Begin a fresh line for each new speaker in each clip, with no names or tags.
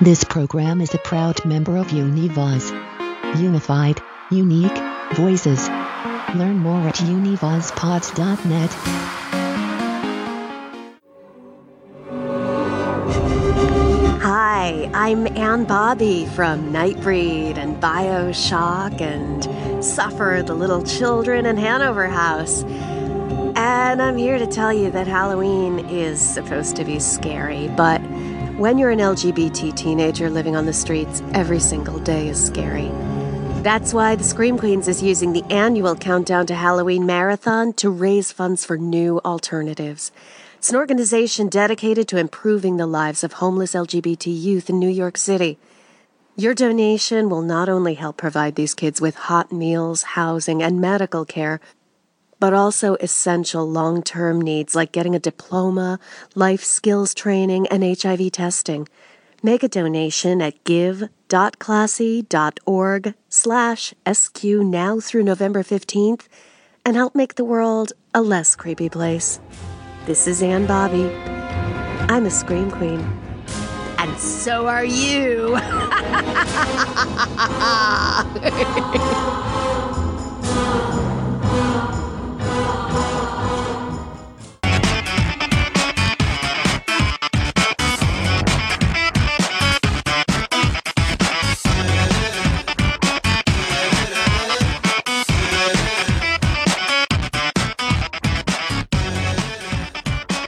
This program is a proud member of Univaz. Unified, unique, voices. Learn more at univazpods.net.
Hi, I'm Ann Bobby from Nightbreed and Bioshock and Suffer the Little Children and Hanover House. And I'm here to tell you that Halloween is supposed to be scary, but when you're an LGBT teenager living on the streets, every single day is scary. That's why the Scream Queens is using the annual Countdown to Halloween marathon to raise funds for new alternatives. It's an organization dedicated to improving the lives of homeless LGBT youth in New York City. Your donation will not only help provide these kids with hot meals, housing, and medical care, but also essential long term needs like getting a diploma, life skills training, and HIV testing. Make a donation at give.classy.org slash SQ now through November 15th and help make the world a less creepy place. This is Ann Bobby. I'm a Scream Queen. And so are you.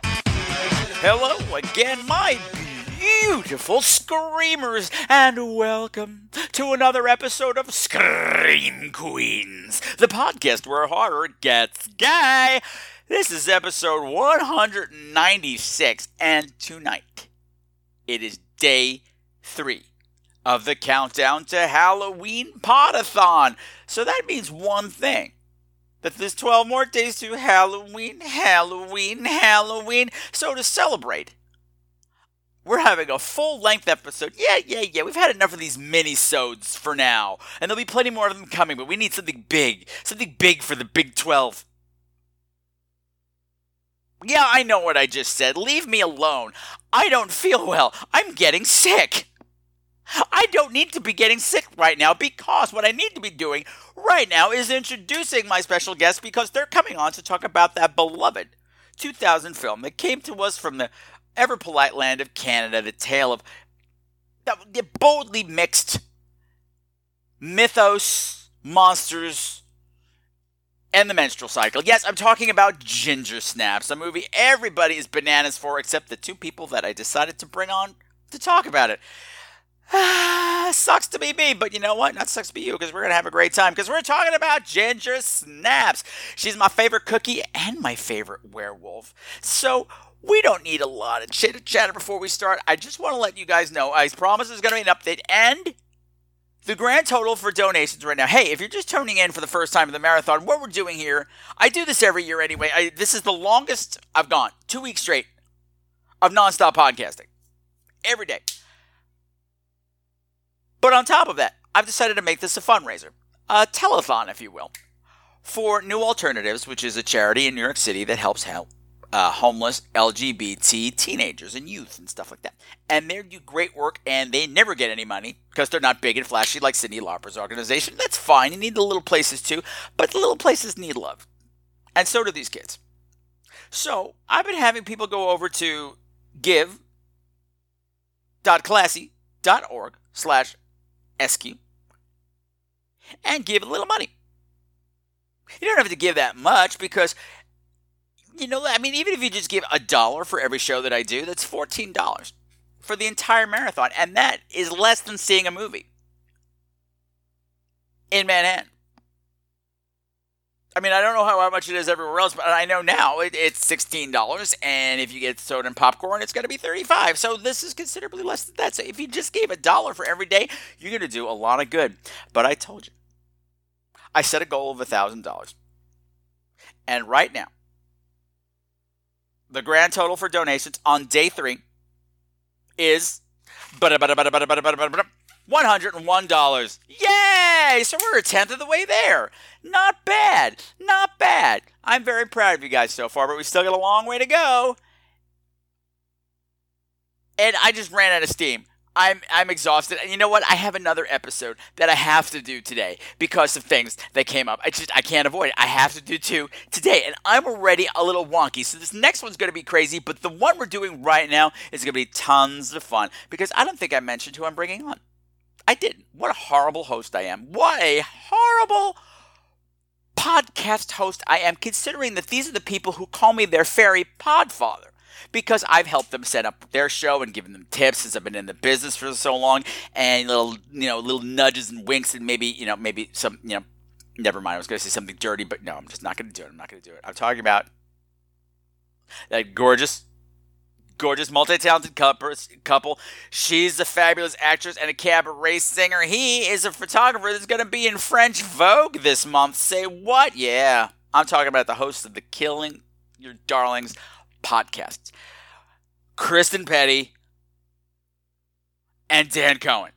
Hello again, my beautiful screamers, and welcome to another episode of Scream Queens, the podcast where horror gets gay. This is episode 196, and tonight it is day three of the countdown to Halloween Potathon. So that means one thing that there's 12 more days to Halloween, Halloween, Halloween. So to celebrate, we're having a full length episode. Yeah, yeah, yeah. We've had enough of these mini sods for now. And there'll be plenty more of them coming, but we need something big. Something big for the Big 12. Yeah, I know what I just said. Leave me alone. I don't feel well. I'm getting sick. I don't need to be getting sick right now because what I need to be doing right now is introducing my special guests because they're coming on to talk about that beloved 2000 film that came to us from the ever polite land of Canada, the tale of the boldly mixed mythos, monsters, and the menstrual cycle. Yes, I'm talking about Ginger Snaps, a movie everybody is bananas for except the two people that I decided to bring on to talk about it. sucks to be me, but you know what? Not sucks to be you because we're going to have a great time because we're talking about Ginger Snaps. She's my favorite cookie and my favorite werewolf. So we don't need a lot of chitter chatter before we start. I just want to let you guys know I promise there's going to be an update and the grand total for donations right now. Hey, if you're just tuning in for the first time in the marathon, what we're doing here, I do this every year anyway. I, this is the longest I've gone, two weeks straight of nonstop podcasting every day. But on top of that, I've decided to make this a fundraiser, a telethon, if you will, for New Alternatives, which is a charity in New York City that helps help uh, homeless LGBT teenagers and youth and stuff like that. And they do great work, and they never get any money because they're not big and flashy like Cindy Lauper's organization. That's fine. You need the little places too, but the little places need love, and so do these kids. So I've been having people go over to give.classy.org slash SQ and give a little money. You don't have to give that much because, you know, I mean, even if you just give a dollar for every show that I do, that's $14 for the entire marathon. And that is less than seeing a movie in Manhattan. I mean, I don't know how, how much it is everywhere else, but I know now it, it's sixteen dollars, and if you get soda and popcorn, it's going to be thirty-five. So this is considerably less than that. So if you just gave a dollar for every day, you're going to do a lot of good. But I told you, I set a goal of thousand dollars, and right now, the grand total for donations on day three is $101. Yay! So we're a tenth of the way there. Not bad. Not bad. I'm very proud of you guys so far, but we still got a long way to go. And I just ran out of steam. I'm I'm exhausted, and you know what? I have another episode that I have to do today because of things that came up. I just I can't avoid it. I have to do two today, and I'm already a little wonky. So this next one's going to be crazy, but the one we're doing right now is going to be tons of fun because I don't think I mentioned who I'm bringing on. I didn't. What a horrible host I am. What a horrible podcast host I am, considering that these are the people who call me their fairy podfather because I've helped them set up their show and given them tips since I've been in the business for so long and little you know little nudges and winks and maybe you know maybe some you know never mind I was going to say something dirty but no I'm just not going to do it I'm not going to do it I'm talking about that gorgeous gorgeous multi-talented couples- couple she's a fabulous actress and a cabaret singer he is a photographer that's going to be in French Vogue this month say what yeah I'm talking about the host of the Killing Your Darlings podcasts. Kristen Petty and Dan Cohen.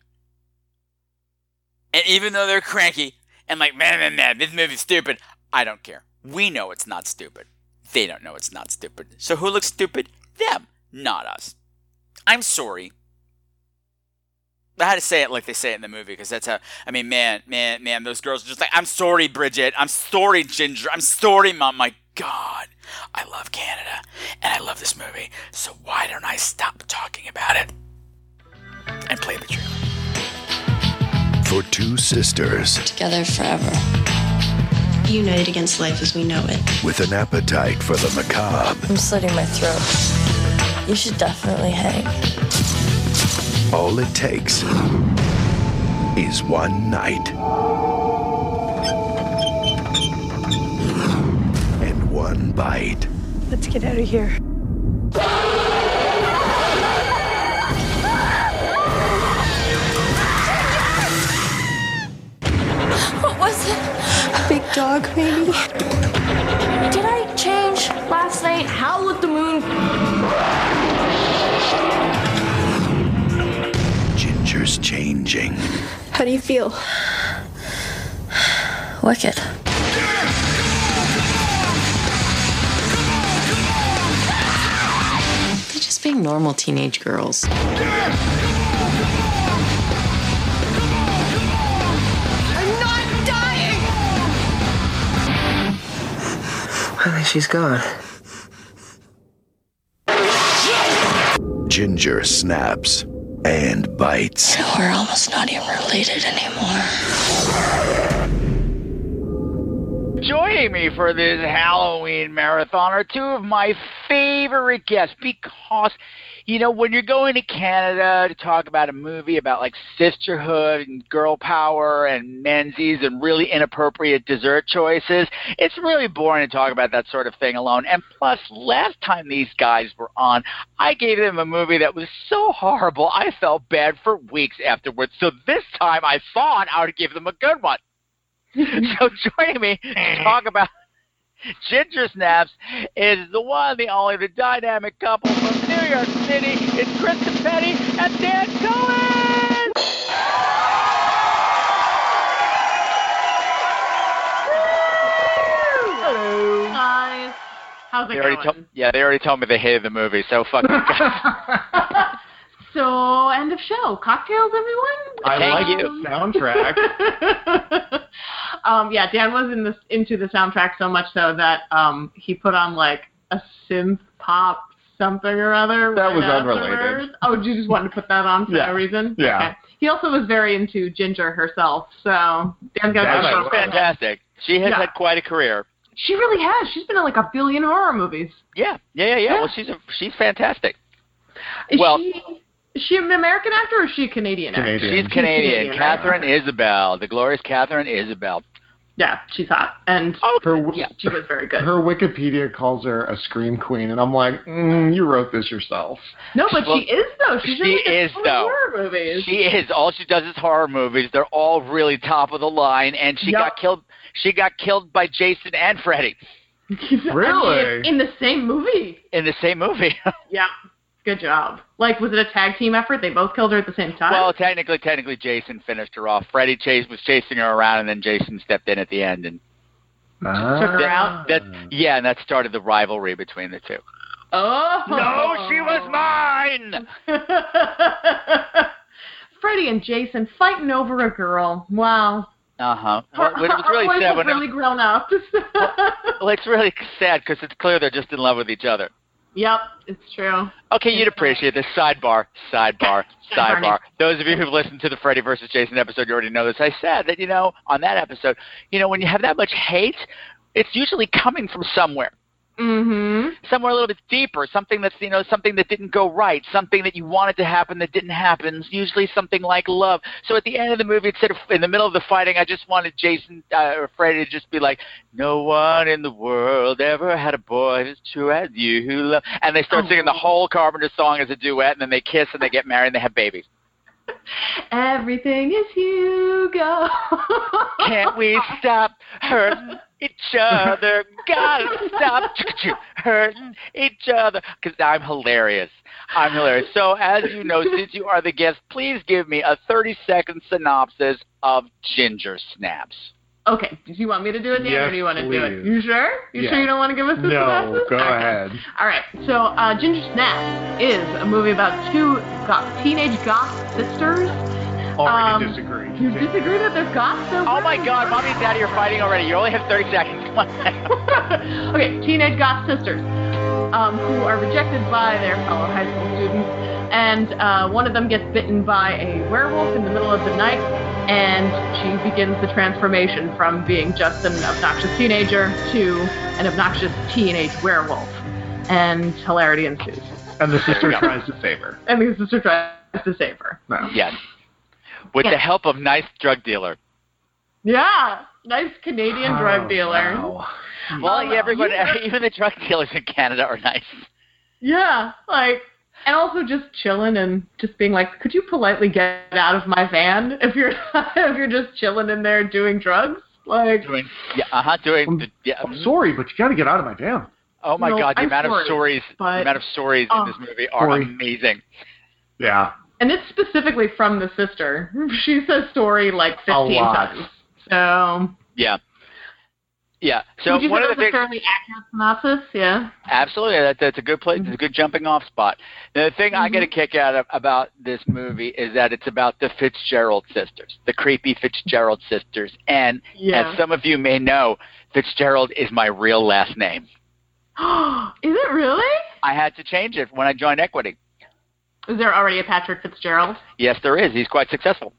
And even though they're cranky and like, man, man, man, this movie's stupid, I don't care. We know it's not stupid. They don't know it's not stupid. So who looks stupid? Them, not us. I'm sorry. I had to say it like they say it in the movie because that's how. I mean, man, man, man, those girls are just like, I'm sorry, Bridget. I'm sorry, Ginger. I'm sorry, Mom. My God, I love Canada and I love this movie. So why don't I stop talking about it and play the trailer?
For two sisters
together forever.
united against life as we know it.
with an appetite for the macabre,
I'm slitting my throat. You should definitely hang.
all it takes is one night and one bite.
Let's get out of here.
What was it?
Big dog, maybe?
Did I change last night? How would the moon?
Ginger's changing.
How do you feel?
Wicked.
They're just being normal teenage girls.
I think she's gone.
Ginger snaps and bites.
We're almost not even related anymore.
Joining me for this Halloween marathon are two of my favorite guests because, you know, when you're going to Canada to talk about a movie about like sisterhood and girl power and menzies and really inappropriate dessert choices, it's really boring to talk about that sort of thing alone. And plus, last time these guys were on, I gave them a movie that was so horrible I felt bad for weeks afterwards. So this time I thought I would give them a good one so joining me to talk about Ginger Snaps is the one, the only, the dynamic couple from New York City. It's Kristen Petty and Dan Cohen. Hello.
guys. How's it
They
going?
already told, yeah, they already told me they hated the movie, so fuck you guys.
so, end of show. Cocktails, everyone.
I
Thank
like
you.
the soundtrack.
um, yeah, Dan was in this into the soundtrack so much so that um, he put on like a synth pop something or other.
That was
right
unrelated.
afterwards. Oh, you just wanted to put that on for
Yeah.
no reason?
Yeah.
Okay. He also was very into Ginger herself, so Dan's got
That
a
I
good
love.
profile.
Fantastic. She has
Yeah.
had quite a career.
She really has. She's been in like a billion horror movies.
Yeah, yeah, yeah, yeah.
Yeah.
Well, she's a, she's fantastic.
Is
Well-
she, is she an American actor or is she a Canadian actor?
Canadian.
She's Canadian.
Canadian, right?
Catherine Isabel, the glorious Catherine Isabel.
Yeah, she's hot. And
Oh,
Her,
yeah, she was very good.
her Wikipedia calls her a scream queen, and I'm like, mm, you wrote this yourself.
No, but
Well,
she is though. She's
she
in like,
is,
so many
though.
horror movies.
She is. All she does is horror movies. They're all really top of the line, and she
Yup.
got killed. She got killed by Jason and Freddy
I mean,
Really?
in the same movie.
in the same movie.
Yeah. Good job. Like, was it a tag team effort? They both killed her at the same time.
well, technically, technically, Jason finished her off. Freddy chase was chasing her around, and then Jason stepped in at the end, and
took her out.
that yeah, and that started the rivalry between the two.
Oh.
No, she was mine.
mine. Freddy and Jason fighting over a girl. Wow.
Uh huh.
Her,
Well, it was
her
really
voice
sad
was
when
really grown up.
well, it's really sad because it's clear they're just in love with each other.
yep, it's true.
Okay, you'd appreciate this sidebar, sidebar,
Sidebar,
sidebar.
Nick.
Those of you who've listened to the Freddy versus Jason episode, you already know this. I said that you know on that episode, you know when you have that much hate, it's usually coming from somewhere.
Mm-hmm.
somewhere a little bit deeper, something that's you know something that didn't go right, something that you wanted to happen that didn't happen. It's usually something like love. So at the end of the movie, instead of in the middle of the fighting, I just wanted Jason uh, or Freddy to just be like, "No one in the world ever had a boy as true as you who love." And they start singing the whole Carpenter song as a duet, and then they kiss and they get married and they have babies.
Everything is Hugo.
Can't we
Uh-huh.
stop hurting each other? Gotta stop hurting each other. Because I'm hilarious. I'm hilarious. So, as you know, since you are the guest, please give me a 30 second synopsis of Ginger Snaps.
okay, do you want me to do it, Dan, or
Yes,
do you want to do it?
please.
You sure? You
Yeah.
sure you don't want to give us this
No,
synopsis?
go
Okay.
ahead.
All right. So, uh, Ginger Snaps is a movie about two goth, teenage goth sisters.
Already
Um,
disagree.
You disagree that they're goth? So
Oh my
what?
God, mommy and daddy are fighting already. You only have 30 seconds. Come on.
okay, teenage goth sisters um, who are rejected by their fellow high school students, and uh, one of them gets bitten by a werewolf in the middle of the night, and she begins the transformation from being just an obnoxious teenager to an obnoxious teenage werewolf, and hilarity ensues.
And the sister
go.
tries to save her.
And the sister tries to save her.
No.
Yes. With the help of nice drug dealer.
Yeah, nice Canadian drug
Oh,
dealer.
wow.
Well,
Oh,
yeah, everyone,
you-
even the drug dealers in Canada are nice.
Yeah, like, and also just chilling and just being like, could you politely get out of my van if you're if you're just chilling in there doing drugs? Like,
Doing, yeah, uh huh,
Um,
doing, the, yeah.
I'm sorry, but you got to get out of my van.
Oh my
No,
God, the
I'm
amount of
sorry,
stories,
but-
the amount of stories
Oh,
in this movie are
sorry.
amazing.
Yeah.
and it's specifically from the sister. She says sorry like
A
15
lot.
times. So,
Yeah, yeah. So
would you
one of
say that's
the
a
things,
fairly accurate synopsis? Yeah.
absolutely, that, that's a good place,
Mm-hmm.
it's a good jumping off spot. Now, the thing I get a kick out of about this movie is that it's about the Fitzgerald sisters, the creepy Fitzgerald sisters, and
Yeah.
as some of you may know, Fitzgerald is my real last name.
Is it really?
I had to change it when I joined Equity.
Is there already a Patrick Fitzgerald?
Yes, there is. He's quite successful.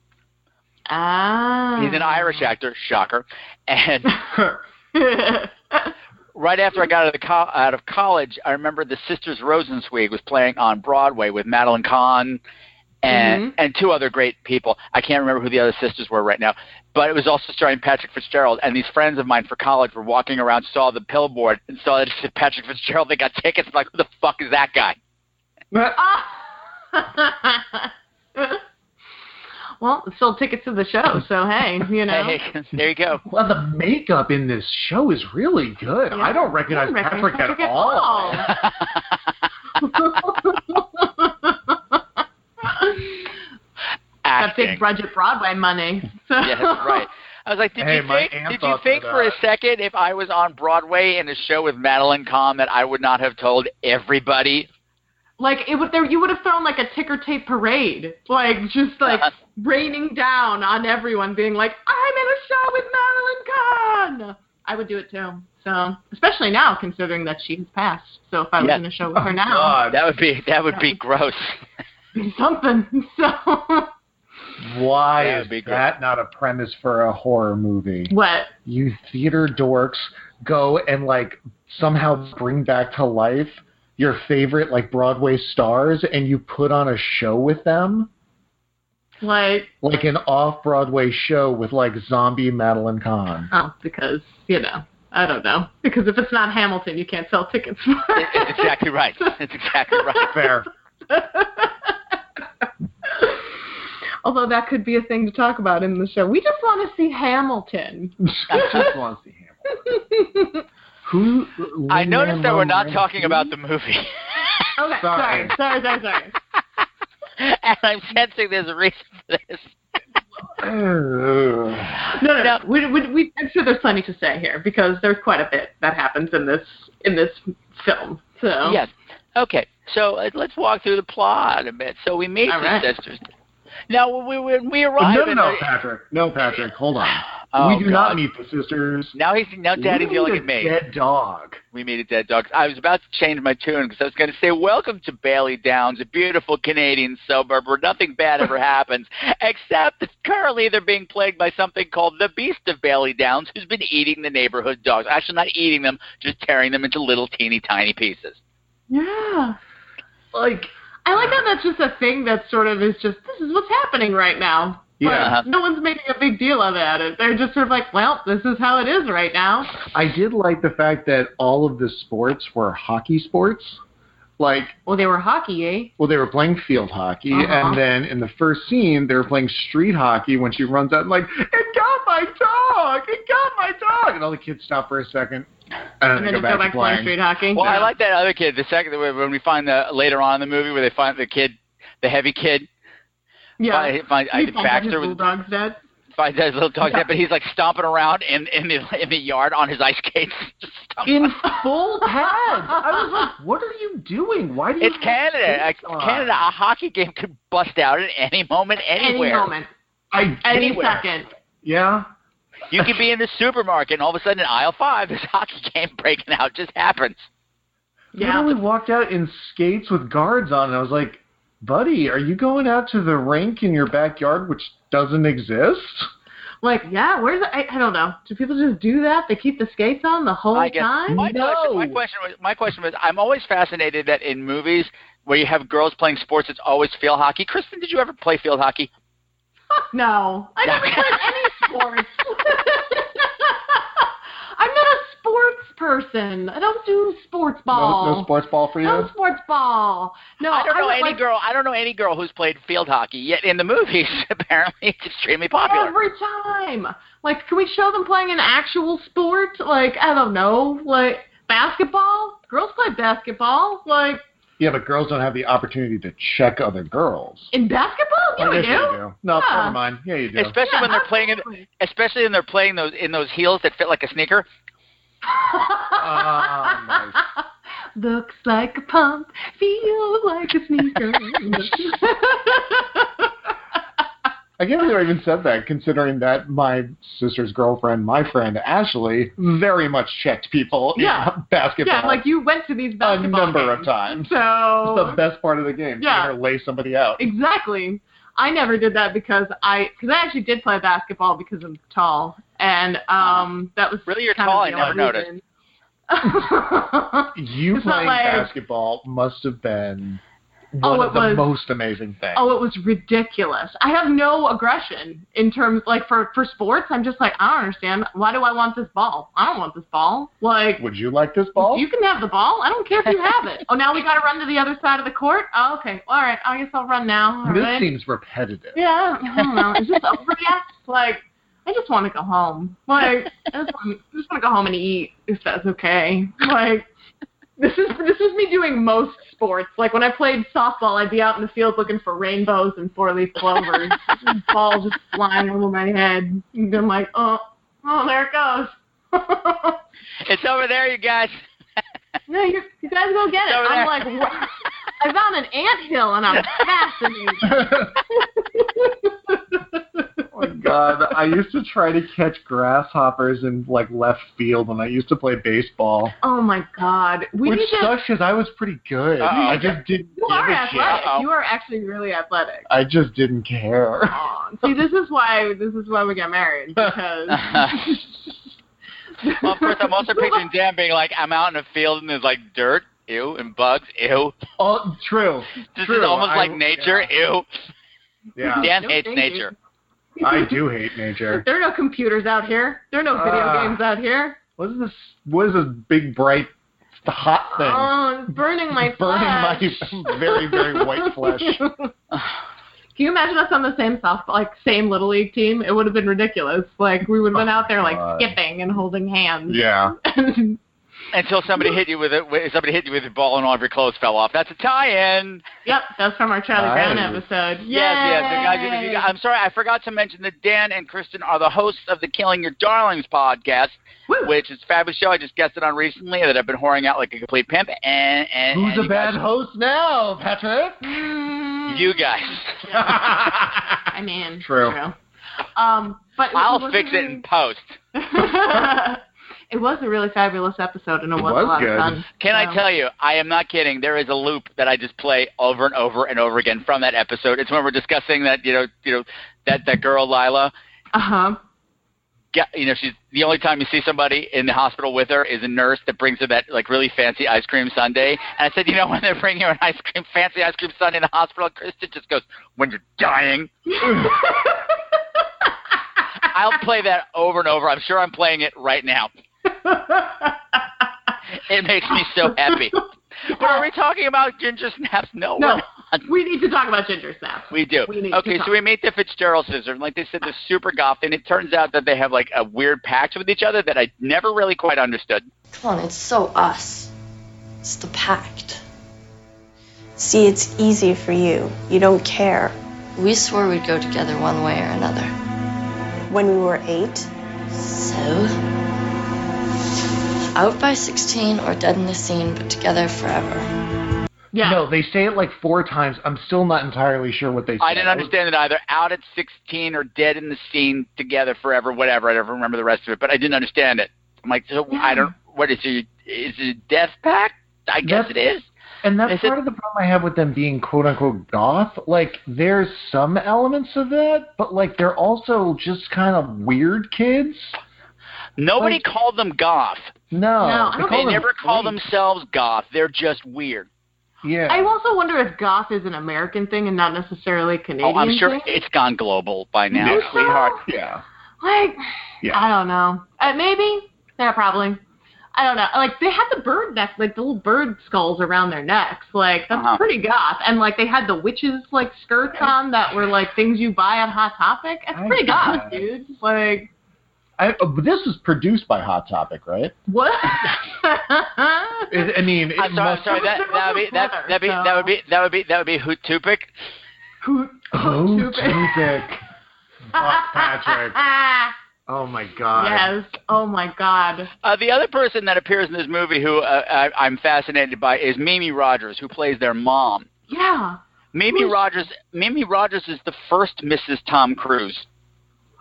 Ah.
He's an Irish actor, shocker, and.
Irish.
right after I got out of, the co- out of college, I remember the Sisters Rosenzweig was playing on Broadway with Madeline Kahn and
Mhm.
and two other great people. I can't remember who the other sisters were right now, but it was also starring Patrick Fitzgerald. And these friends of mine for college were walking around, saw the billboard, and saw that it said Patrick Fitzgerald. They got tickets. Like, who the fuck is that guy?
Ah. well, still tickets to the show, so hey, you know.
Hey, there you go.
Well, the makeup in this show is really good.
Yeah.
I don't recognize
Don't recognize
Patrick,
Patrick
at all.
that big
Acting.
budget Broadway money. So.
Yes, right. I was like, did
Hey,
you
my
think?
aunt
Did you
thought
think
that,
for a
uh,
second if I was on Broadway in a show with Madeline Kahn that I would not have told everybody?
Like it would there, you would have thrown like a ticker tape parade, like just like raining down on everyone, being like, "I'm in a show with Madeline Kahn." I would do it too. So, especially now, considering that she has passed. So, if I
Yeah.
was in a show with her now,
God,
That would be that would be gross.
be something. So,
why
That would
is
be great.
that not a premise for a horror movie?
what?
You theater dorks go and like somehow bring back to life your favorite like Broadway stars and you put on a show with them,
Like,
like an off-Broadway show with like zombie Madeline Kahn.
oh, because, you know, I don't know. Because if it's not Hamilton, you can't sell tickets for
That's
it.
exactly right. That's exactly right.
Fair.
Although that could be a thing to talk about in the show. We just want to see Hamilton.
I just want to see him. Who?
I noticed that we're not
Lin-Manuel
talking about
Miranda?
the movie,
Okay, sorry,
Sorry.
sorry, sorry, sorry.
and I'm sensing there's a reason for this.
No, no, no. We, we, we, I'm sure there's plenty to say here because there's quite a bit that happens in this in this film. So
Oh.
Yes. Okay. So uh, let's walk through the plot a bit. So we meet
All
the
right.
sisters. Now, when we, when we
Oh,
arrive.
no, no,
in
no,
the-
Patrick. No, Patrick. Hold on.
Oh,
we do
God.
not need the sisters.
Now he's now Daddy's
We
yelling
need a
at me.
Dead dog.
We made a dead dog. I was about to change my tune because I was going to say, "Welcome to Bailey Downs, a beautiful Canadian suburb where nothing bad ever happens," except that currently they're being plagued by something called the Beast of Bailey Downs, who's been eating the neighborhood dogs. Actually, not eating them, just tearing them into little teeny tiny pieces.
Yeah.
Like,
I like how that's just a thing that sort of is just this is what's happening right now. But
Yeah.
no one's making a big deal of it. They're just sort of like, well, this is how it is right now.
I did like the fact that all of the sports were hockey sports. Like,
Well, they were hockey, eh?
well, they were playing field hockey,
Uh-huh.
and then in the first scene, they were playing street hockey when she runs out and, like, it got my dog! It got my dog! And all the kids stop for a second, and,
And then
they
they
go back,
to playing street hockey.
Well, I like that other kid. The second when we find the later on in the movie where they find the kid, the heavy kid,
Yeah.
find, find, I
He
think
finds out his
Baxter was
bulldog's dead.
finds out his little dog
Yeah.
dead, but he's like stomping around in in the in the yard on his ice skates. Just stomping.
In full pads! I was like, what are you doing? Why do you
It's
have
Canada.
skates
Uh,
on?
Canada, a hockey game could bust out at any moment, anywhere.
Any moment.
I,
Any
Anywhere.
second.
yeah.
You could be in the supermarket, and all of a sudden, in aisle five, there's a hockey game breaking out. Just happens.
Yeah.
literally walked out in skates with guards on, and I was like, "Buddy, are you going out to the rink in your backyard, which doesn't exist?"
Like, yeah, where's the, I, I don't know. Do people just do that? They keep the skates on the whole
I guess
time?
my question, my
No.
question was, my question was, I'm always fascinated that in movies where you have girls playing sports, it's always field hockey. Kristen, did you ever play field hockey?
No. I never played any sports. I'm not a sports person. I don't do sports ball.
No, no sports ball for you.
No sports ball. No,
I don't know
would
any
like-
girl. I don't know any girl who's played field hockey. Yet in the movies, apparently, it's extremely popular.
Every time. Like, can we show them playing an actual sport? Like, I don't know. Like, basketball? Girls play basketball. Like,
Yeah, but girls don't have the opportunity to check other girls.
in basketball? Oh, Yeah,
I
we
guess you
do.
Oh, do. No,
Yeah.
never mind. Yeah, you do.
Especially
Yeah,
when they're playing in,
absolutely.
especially when they're playing those in those heels that fit like a sneaker.
Ah, nice.
Looks like a pump, feels like a sneaker.
I can't believe I even said that, considering that my sister's girlfriend, my friend Ashley, very much checked people
Yeah.
in basketball
yeah, like you went to these
a
basketball
number of
games.
times.
So
It's the best part of the game.
Yeah.
Seeing her lay somebody out.
Exactly. I never did that because I because I actually did play basketball because I'm tall and um that was
Really, you're
kind of
tall,
the
I never
only reason.
You
It's not
playing
like-
basketball must have been
Oh,
one
it
of the
was-
most amazing things.
oh, it was ridiculous. I have no aggression in terms like for for sports. I'm just like I don't understand. Why do I want this ball? I don't want this ball. Like
Would you like this ball?
you can have the ball. I don't care if you have it. Oh, now we got to run to the other side of the court. Oh, okay. All right. I guess I'll run now. All
this
right.
seems repetitive.
Yeah, I don't know. Is this over yet? Like, I just want to go home. Like, I just want, I just want to go home and eat, if that's okay. Like, this is this is me doing most sports. Like when I played softball, I'd be out in the field looking for rainbows and four leaf clovers. Balls just flying over my head. And I'm like, oh, oh, there it goes.
It's over there, you guys.
no, you you guys go get it.
Over there.
I'm like, wow. I found an ant hill and I'm fascinated.
Oh my god, I used to try to catch grasshoppers in like left field when I used to play baseball,
Oh my god, we
which
need to
sucks because I was pretty good.
Uh-oh.
I just didn't.
You
give
are
a
athletic.
shit.
Uh-oh.
You are actually really athletic.
I just didn't care.
Aw. See, this is why this is why we got married because.
well, of course, I'm also picturing Dan being like, I'm out in a field and there's like dirt, ew, and bugs, ew.
Oh, true.
This
true.
is almost
I-
like nature,
Yeah,
ew. Dan
No,
hates
thank you.
nature.
I do hate nature.
There are no computers out here. There are no video
Ah.
games out here.
What is this? What is this big bright hot thing?
Oh, it's burning my flesh.
burning my very very white flesh.
Can you imagine us on the same softball, like same little league team? It would have been ridiculous. Like we would have been out there like
Oh, God.
skipping and holding hands.
Yeah.
Until somebody hit you with a with- somebody hit you with a ball and all of your clothes fell off. That's a tie-in.
yep, that's from our Charlie Brown
Nice.
episode.
Yes, yes. the guys-
Yay!
you guys- I'm sorry, I forgot to mention that Dan and Kristen are the hosts of the Killing Your Darlings podcast,
Woo.
which is a fabulous show. I just guessed it on recently that I've been whoring out like a complete pimp. And, and
Who's
and
a
you
bad
guys-
host now, Patrick?
You Mm, you guys.
Mm, I mean,
True.
Um, but it
I'll
was
fix
a
it in post.
really- it was a really fabulous episode, and it, was, a lot of fun.
Can
so.
I tell you? I am not kidding. There is a loop that I just play over and over and over again from that episode. It's when we're discussing that you know you know that that girl Lila.
Uh huh.
Get, you know, she's the only time you see somebody in the hospital with her is a nurse that brings her that like really fancy ice cream sundae. And I said, you know, when they're bringing her an ice cream, fancy ice cream sundae in the hospital, Kristen just goes, "When you're dying." I'll play that over and over. I'm sure I'm playing it right now. it makes me so happy. But are we talking about ginger snaps? No.
No,
we're
we need to talk about ginger snaps.
we do.
We need to
okay,
talk.
so we meet the Fitzgerald sisters. and Like they said, they're super goth, and it turns out that they have like a weird pact with each other that I never really quite understood.
Come on, it's so us. It's the pact. See, it's easy for you. You don't care. We swore we'd go together one way or another. When we were eight? So? Out by 16 or dead in the scene, but together forever.
Yeah.
No, they say it like four times. I'm still not entirely sure what they say.
I didn't understand it either. Out at 16 or dead in the scene together forever, whatever. I don't remember the rest of it, but I didn't understand it. I'm like, so I don't. What is it? Is it a death pact? I guess it is.
And
They
that's
said-
part of the problem I have with them being quote unquote goth. Like, there's some elements of that, but like, they're also just kind of weird kids.
Nobody called them goth.
No. they
they
call them-
never call themselves goth. They're just weird.
Yeah.
I also wonder if goth is an American thing and not necessarily Canadian.
oh, I'm sure
thing.
it's gone global by now,
Yeah.
sweetheart.
Yeah.
Like,
Yeah.
I don't know. Uh, maybe? Yeah, probably. I don't know. Like, they had the bird neck, like the little bird skulls around their necks. Like, that's
Uh-huh.
pretty goth. And, like, they had the witches, like, skirts on that were, like, things you buy at Hot Topic. That's
I
pretty
got
goth, dude. Like,
I, uh, but this was produced by Hot Topic, right?
what?
It, I mean, it
I'm sorry, I'm
must-
sorry. That that would be that that be that would be that would be that would be Hoot Tupic.
Who?
Oh, Tupac. Fuck, Patrick.
Ah,
Oh my God.
yes. Oh, my God.
Uh, the other person that appears in this movie who uh, I, I'm fascinated by is Mimi Rogers, who plays their mom.
Yeah.
Mimi Rogers. Mimi Rogers is the first Mrs. Tom Cruise.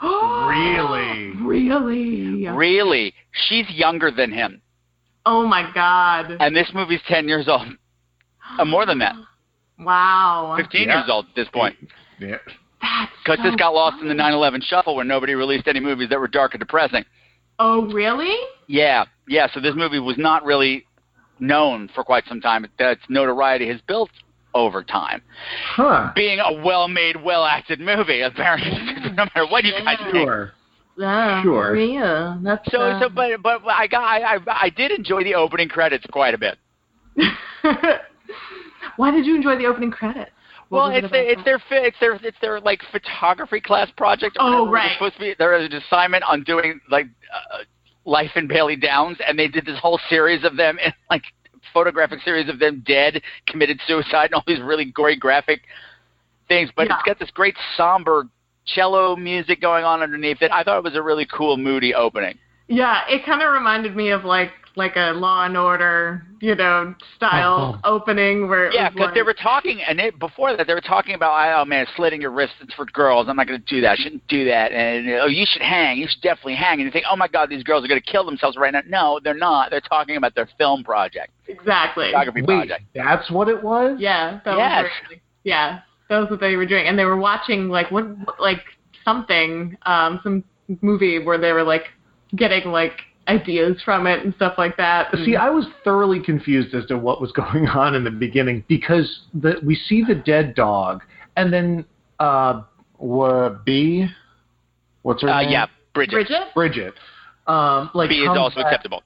Really?
Really?
Really, she's younger than him,
Oh, my God.
and this movie's ten years old. Uh, more than that,
Wow.
fifteen
Yeah.
years old at this point.
Yeah.
That's
Because
so
this got lost in the 9/11 shuffle, when nobody released any movies that were dark or depressing.
Oh, really?
Yeah, yeah. So this movie was not really known for quite some time. Its notoriety has built over time.
Huh.
Being a well-made, well-acted movie, apparently, no matter what you guys think.
Sure.
Yeah,
Sure.
Yeah, that's
So,
uh,
so, but, but I got, I, I, I did enjoy the opening credits quite a bit.
Why did you enjoy the opening credits? What
Well,
was it
it's their, it's
about
their, fi- it's their, it's their like photography class project. or
Oh,
whatever. They're
right.
Supposed to be, there is an assignment on doing like uh, life in Bailey Downs, and they did this whole series of them and like photographic series of them dead, committed suicide, and all these really gory graphic things. But
Yeah.
it's got this great somber cello music going on underneath it. I thought it was a really cool, moody opening.
that? Yeah, it kind of reminded me of like like a Law and Order, you know, style opening where it
Yeah,
was
because
like,
they were talking, and it, before that, they were talking about, oh man, slitting your wrists is for girls. I'm not going to do that. I shouldn't do that. And oh, you should hang. You should definitely hang. And you think, oh my God, these girls are going to kill themselves right now. No, they're not. They're talking about their film project,
exactly.
photography
Wait,
project.
that's what it was?
Yeah, that
Yes.
was really, yeah, that was what they were doing, and they were watching like what like something, um, some movie where they were like getting like ideas from it and stuff like that. and-
See, I was thoroughly confused as to what was going on in the beginning because the, we see the dead dog, and then uh, w- B, what's her
Uh,
name?
yeah, Bridget.
Bridget
Bridget. Um, like
B is
comes
also
back-
acceptable.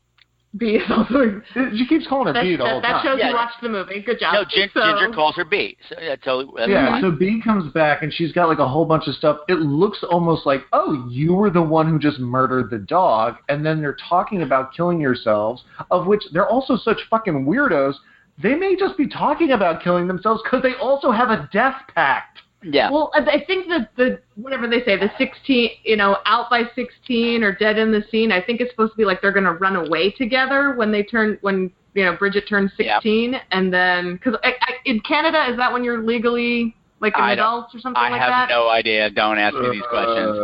B is also
She keeps calling her
That,
B the
that-
whole
that
time.
shows
Yeah.
you watched the movie. Good job.
No, Gin-
So-
Ginger calls her B. So yeah, totally. That's
yeah,
fine.
so B comes back and she's got like a whole bunch of stuff. It looks almost like, oh, you were the one who just murdered the dog, and then they're talking about killing yourselves, of which they're also such fucking weirdos. They may just be talking about killing themselves because they also have a death pact.
yeah.
Well, I I think that the whatever they say, the 16, you know, out by 16 or dead in the scene. I think it's supposed to be like they're gonna run away together when they turn when you know Bridget turns
Yeah.
16, and then because in Canada is that when you're legally Like in
I don't-
adults or something
I
like
have
that?
no idea. Don't ask me these questions.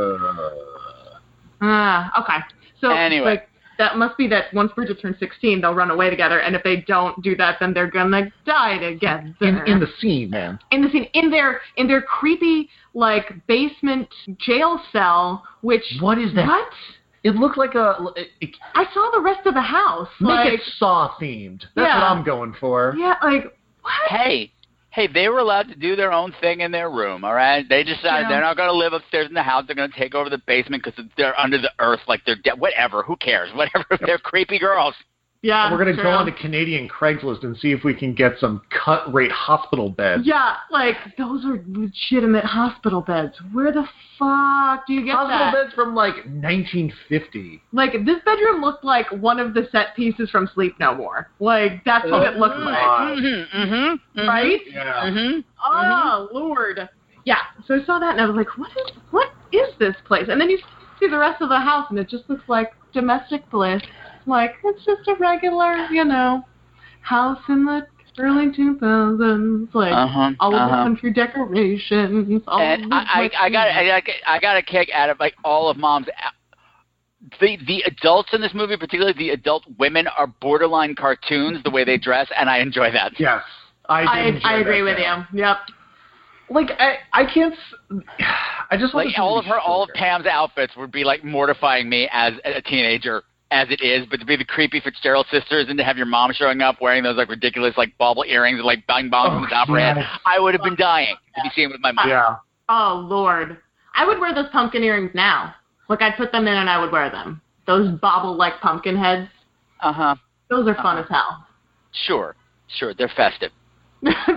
Ah, okay. So
Anyway.
like, that must be that once Bridget turns 16, they'll run away together, and if they don't do that, then they're gonna die together.
in, in the scene, man.
in the scene in their in their creepy like basement jail cell which
What is that?
what
It looked like a it-
i saw the rest of the house
make
like
it Saw themed. That's
Yeah.
what I'm going for.
yeah like
Hey, hey, they were allowed to do their own thing in their room. All right, they decided
Yeah.
they're not going to live upstairs in the house. They're going to take over the basement because they're under the earth, like they're de- whatever. Who cares? Whatever. They're creepy girls.
yeah
We're gonna
true.
go on to Canadian Craigslist and see if we can get some cut rate hospital beds.
yeah like those are legitimate hospital beds where the fuck do you get
Hospital
that
beds from like 1950.
like this bedroom looked like one of the set pieces from sleep no more like that's what it looked like
Mm-hmm. Mm-hmm.
right
Yeah.
Mm-hmm.
Oh Lord. Yeah. So I saw that and I was like, what is what is this place? And then you see the rest of the house and it just looks like domestic bliss. Like it's just a regular, you know, house in the early 2000s. Like
Uh-huh,
all of the
uh-huh.
country decorations. All of
And
the,
I, I, I got I, I got a kick out of like all of mom's. uh, The the adults in this movie, particularly the adult women, are borderline cartoons the way they dress, and I enjoy that.
Yes. I, did
I,
enjoy
I agree
that,
with
yeah.
you. Yep.
Like I, I can't. s- I just want
Like
this
all
movie
of
to
her,
be
all of
shorter.
Pam's outfits would be like mortifying me as a teenager, as it is. But to be the creepy Fitzgerald sisters and to have your mom showing up wearing those like ridiculous like bauble earrings and like bang bongs
Oh,
on the top of her head,
yes.
I would have been dying to be seen with my mom.
Yeah.
Oh Lord. I would wear those pumpkin earrings now. Like I'd put them in and I would wear them. Those bobble like pumpkin heads.
Uh huh.
Those are fun as hell.
Sure, sure. They're festive.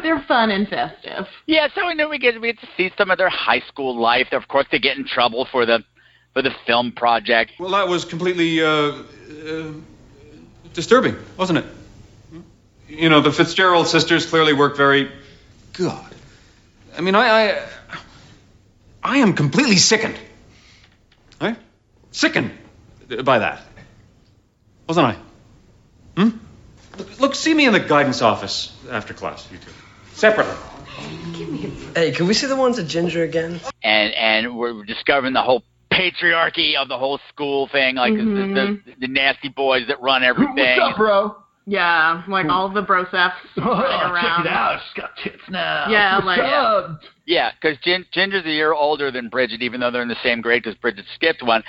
They're fun and festive.
Yeah, so we know we get we get to see some of their high school life. Of course, they get in trouble for the for the film project.
Well, that was completely uh, uh, disturbing, wasn't it?
Hmm?
You know, the Fitzgerald sisters clearly worked very. God. I mean, I. I, I am completely sickened. Right? Sickened by that. Wasn't I? Hmm? Look, look, see me in the guidance office after class, you two. Separately.
Hey, can we see the ones at Ginger again?
and and we're discovering the whole patriarchy of the whole school thing, like the- the,
Mm-hmm.
the, nasty boys that run everything.
What's up, bro?
Yeah, like
Hmm.
all the bro stuff running around.
She's got tits now.
Yeah, like-
up?
Yeah, because Gin- Ginger's a year older than Bridget, even though they're in the same grade because Bridget skipped one.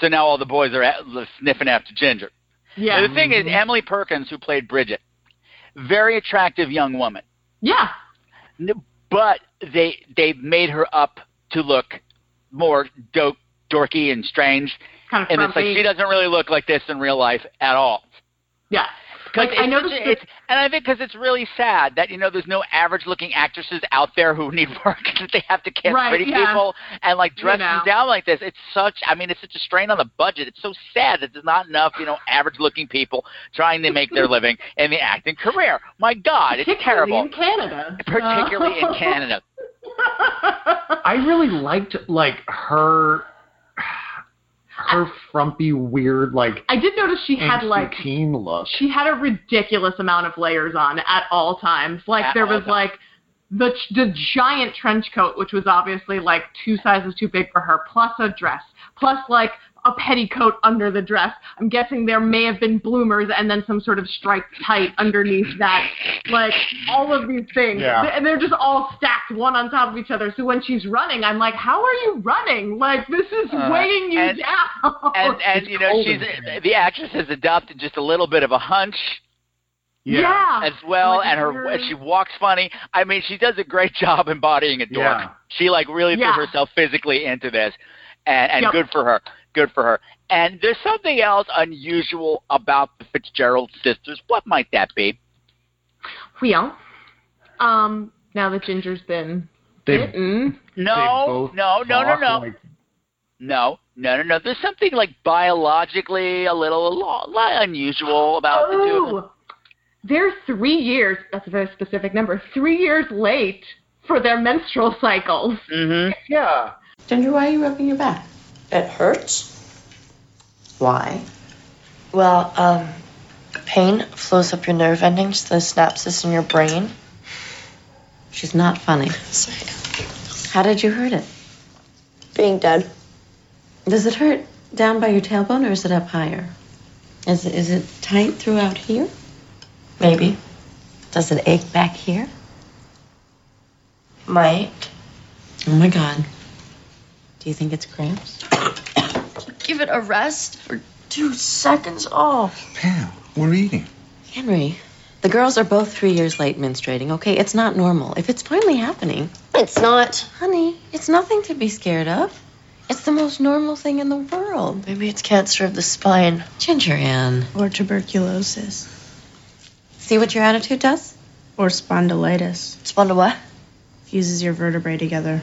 So now all the boys are at, sniffing after Ginger.
Yeah. Mm-hmm.
And the thing is, Emily Perkins, who played Bridget, very attractive young woman,
yeah.
N- but they they made her up to look more dope, dorky, and strange.
Kind of
And it's like
frumpy.
she doesn't really look like this in real life at all.
yeah.
Cause
Like,
it's
I noticed
such a-
that-
it's- and I think because it's really sad that you know there's no average-looking actresses out there who need work that they have to cast
Right,
pretty
yeah.
people and like dress
know.
them down like this. It's such, I mean, it's such a strain on the budget. It's so sad that there's not enough you know average-looking people trying to make their living in the acting career. My God, it's
Particularly
terrible,
in Canada.
particularly in Canada.
I really liked like her, her frumpy, weird, like
I did notice she had
angsty
like
teen look.
she had a ridiculous amount of layers on at all times. Like
At
there
all
was
times.
like the the giant trench coat, which was obviously like two sizes too big for her, plus a dress, plus like a petticoat under the dress. I'm guessing there may have been bloomers and then some sort of striped tight underneath that. Like all of these things,
Yeah.
and they're just all stacked one on top of each other. So when she's running, I'm like, how are you running? Like this is
Uh,
weighing you
and-
down.
And and you know
cold
she's
in here.
the actress has adopted just a little bit of a hunch.
yeah.
as well,
Like,
and her
you're-
she walks funny. I mean, she does a great job embodying a dork.
Yeah.
She like really
Yeah.
threw herself physically into this, and and
Yep.
good for her. Good for her. And there's something else unusual about the Fitzgerald sisters. What might that be?
Well, um, now that Ginger's been
They, they
bitten,
No,
both
no, no, no,
talk
no,
like-
no, no, no, no. There's something like biologically a little, a lot, unusual about the two. of them.
oh, they're three years. That's a very specific number. Three years late for their menstrual cycles.
yeah.
Ginger, why are you rubbing your back? It hurts. Why? Well, um, pain flows up your nerve endings to the synapses in your brain.
She's not funny. How did you hurt it?
Being dead.
Does it hurt down by your tailbone or is it up higher? Is it, is it tight throughout here? Maybe. Does it ache back here?
Might.
Oh my God. Do you think it's cramps?
Give it a rest for two seconds. Oh.
We're eating. Henry, the girls are both three years late menstruating, okay? It's not normal. If it's finally happening.
It's not.
Honey, it's nothing to be scared of. It's the most normal thing in the world.
Maybe it's cancer of the spine.
Ginger Ann.
Or tuberculosis.
See what your attitude does?
Or spondylitis.
Spondyl what?
Fuses your vertebrae together.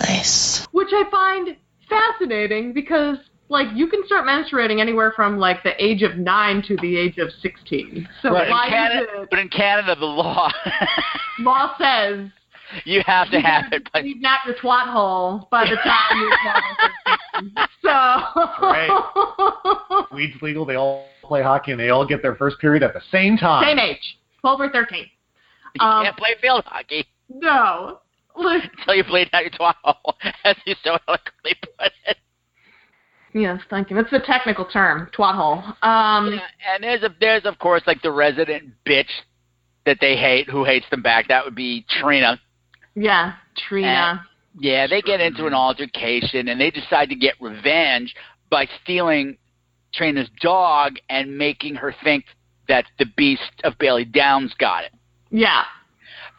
Nice.
which I find fascinating because like you can start menstruating anywhere from like the age of nine to the age of sixteen. So
but, in
why
Canada,
is
but in Canada, the law
it law says
you have to have it. But
leave out your twat hole by the time you so
Weed's legal. They all play hockey and they all get their first period at the same time.
same age, twelve or thirteen.
you can't play field hockey
No. Look,
until you played out your twaddle, as you so eloquently put it.
Yes, thank you. That's the technical term, twat hole. Um,
and there's a, there's of course like the resident bitch that they hate who hates them back. That would be Trina.
yeah,
Eh.
Trina.
Yeah, they get into an altercation and they decide to get revenge by stealing Trina's dog and making her think that the beast of Bailey Downs got it.
yeah.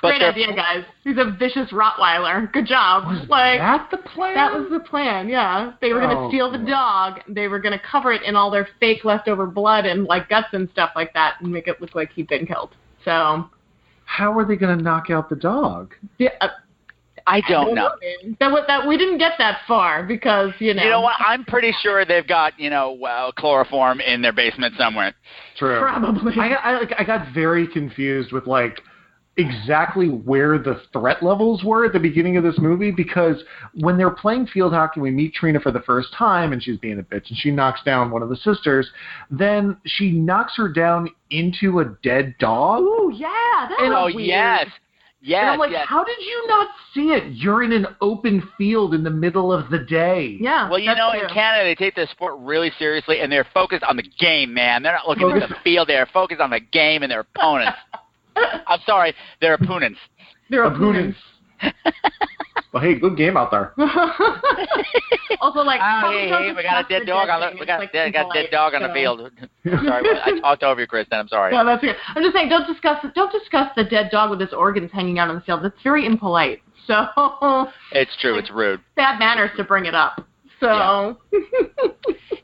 But
Great
they're-
idea, guys. He's a vicious Rottweiler. Good job. like
that the plan?
That was the plan. Yeah, they were gonna
Oh,
steal the dog. They were gonna cover it in all their fake leftover blood and like guts and stuff like that, and make it look like he'd been killed. So
How are they going to knock out the dog?
yeah, uh,
I don't know.
man. That wa- that we didn't get that far because you know.
You know what? I'm pretty sure they've got, you know, well, chloroform in their basement somewhere.
True.
Probably.
I, I, like, I got very confused with like exactly where the threat levels were at the beginning of this movie because when they're playing field hockey, we meet Trina for the first time and she's being a bitch and she knocks down one of the sisters. Then she knocks her down into a dead dog.
Ooh, yeah, that
And-
was
oh,
weird.
yes. Yes,
and I'm like,
yes.
how did you not see it? You're in an open field in the middle of the day.
Yeah.
Well, you know, in Canada, they take their sport really seriously, and they're focused on the game, man. They're not looking at the
Focus.
field. They're focused on the game and their opponents. I'm sorry, their opponents.
They're
opponents. well, hey, good game out there.
also, like,
Oh,
probably
hey,
doesn't
hey, we got a
stop
dead
the
dog on
judging.
the we got,
It's, like,
dead, got a dead
impolite,
dog on
so.
the field. I'm sorry, I talked over you, Kristen. I'm sorry.
No, that's okay. I'm just saying, don't discuss don't discuss the dead dog with his organs hanging out on the field. That's very impolite. So
It's true. It's rude.
bad manners to bring it up. So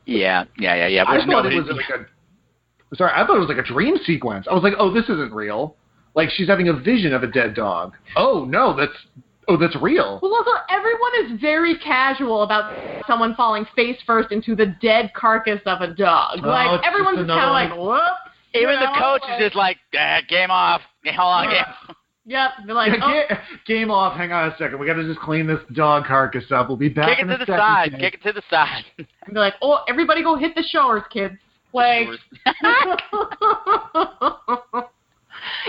Yeah, yeah, yeah, yeah.
I
There's
thought
nobody.
it was like a. Sorry, I thought it was like a dream sequence. I was like, oh, this isn't real. Like she's having a vision of a dead dog. Oh no, that's oh that's real.
Well, also everyone is very casual about someone falling face first into the dead carcass of a
Oh,
dog.
it's
like
just
everyone's just
another
kind of like, whoops. you
Even the
know,
coach
like,
is just like, "Ah, game off. Hold on, game.
Yep. They're like,
Yeah,
oh,
ga- Game off. Hang on a second. We got to just clean this dog carcass up. We'll be back.
Kick it
in
to
a
the
second,
side.
Jay.
Kick it to the side.
and they're like, oh, everybody go hit the showers, kids. Like,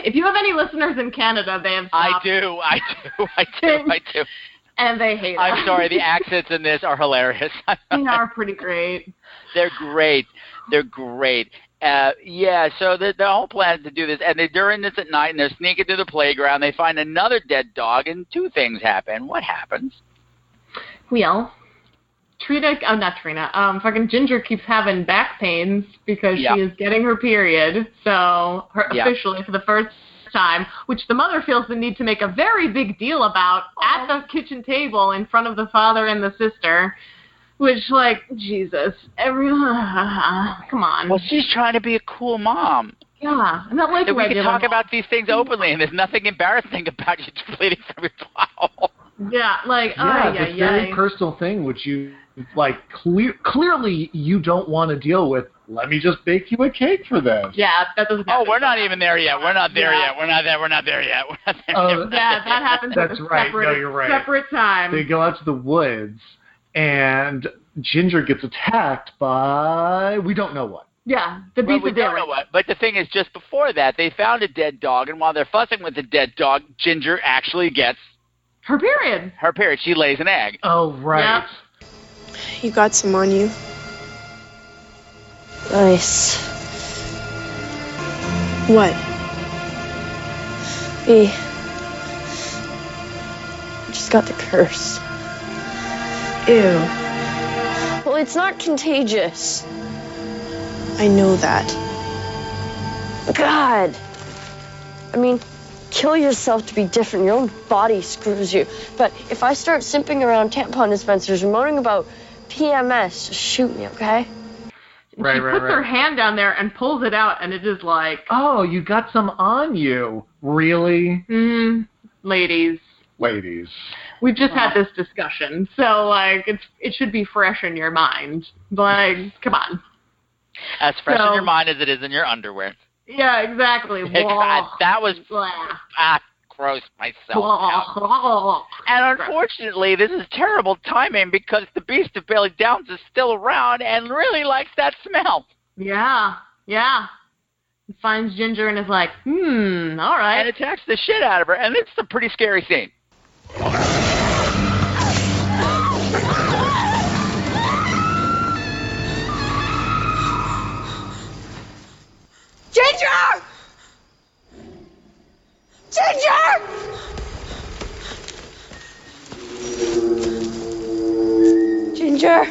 if you have any listeners in Canada, they have
I
stopped
do. I do. I do. I do.
and they hate.
I'm
us.
sorry. The accents in this are hilarious.
they are pretty great.
They're great. They're great. Uh, yeah, so the, the whole plan is to do this, and they're doing this at night, and they're sneaking to the playground. They find another dead dog, and two things happen. What happens?
Well, Trina, oh not Trina, um, fucking Ginger keeps having back pains because
Yeah.
she is getting her period. So her
Yeah.
officially for the first time, which the mother feels the need to make a very big deal about at the kitchen table in front of the father and the sister. Which like Jesus, every come on.
Well, she's trying to be a cool mom.
Yeah, I'm not like
That we can
regular
talk
mom.
about these things openly, and there's nothing embarrassing about you just bleeding from your
Yeah, like oh
Yeah, this very personal thing, which you like clear, clearly you don't want to deal with. Let me just bake you a cake for this.
Yeah, that doesn't.
Oh, we're not even there yet. We're not there
Yeah.
yet. We're not there. We're not there yet. We're not there.
Oh,
yet.
yeah, that happens at
That's
a
right. No,
separate,
you're right.
separate time.
They go out to the woods, and Ginger gets attacked by we don't know what.
Yeah, the
Well,
beats
we
of
don't know
daylight.
what- But the thing is, just before that, they found a dead dog, and while they're fussing with the dead dog, Ginger actually gets
her period.
Her period. She lays an egg.
Oh right.
You got some on you.
Nice.
What?
B. Just got the curse.
Ew.
Well, it's not contagious.
I know that.
God. I mean, kill yourself to be different. Your own body screws you. But if I start simping around tampon dispensers and moaning about PMS, just shoot me, okay?
Right,
she
right,
puts her
right.
hand down there and pulls it out, and it is like,
Oh, you got some on you. Really?
mm, ladies,
Ladies.
we've just had this discussion, so like it's it should be fresh in your mind. Like, come on.
As fresh
So-
in your mind as it is in your underwear.
Yeah, exactly.
God,
Blah.
that was
Blah.
ah, gross myself.
Blah. Blah.
And unfortunately, this is terrible timing because the Beast of Bailey Downs is still around and really likes that smell.
Yeah, yeah. He finds Ginger and is like, hmm, all right.
And attacks the shit out of her, and it's a pretty scary scene.
Ginger! Ginger!
Ginger!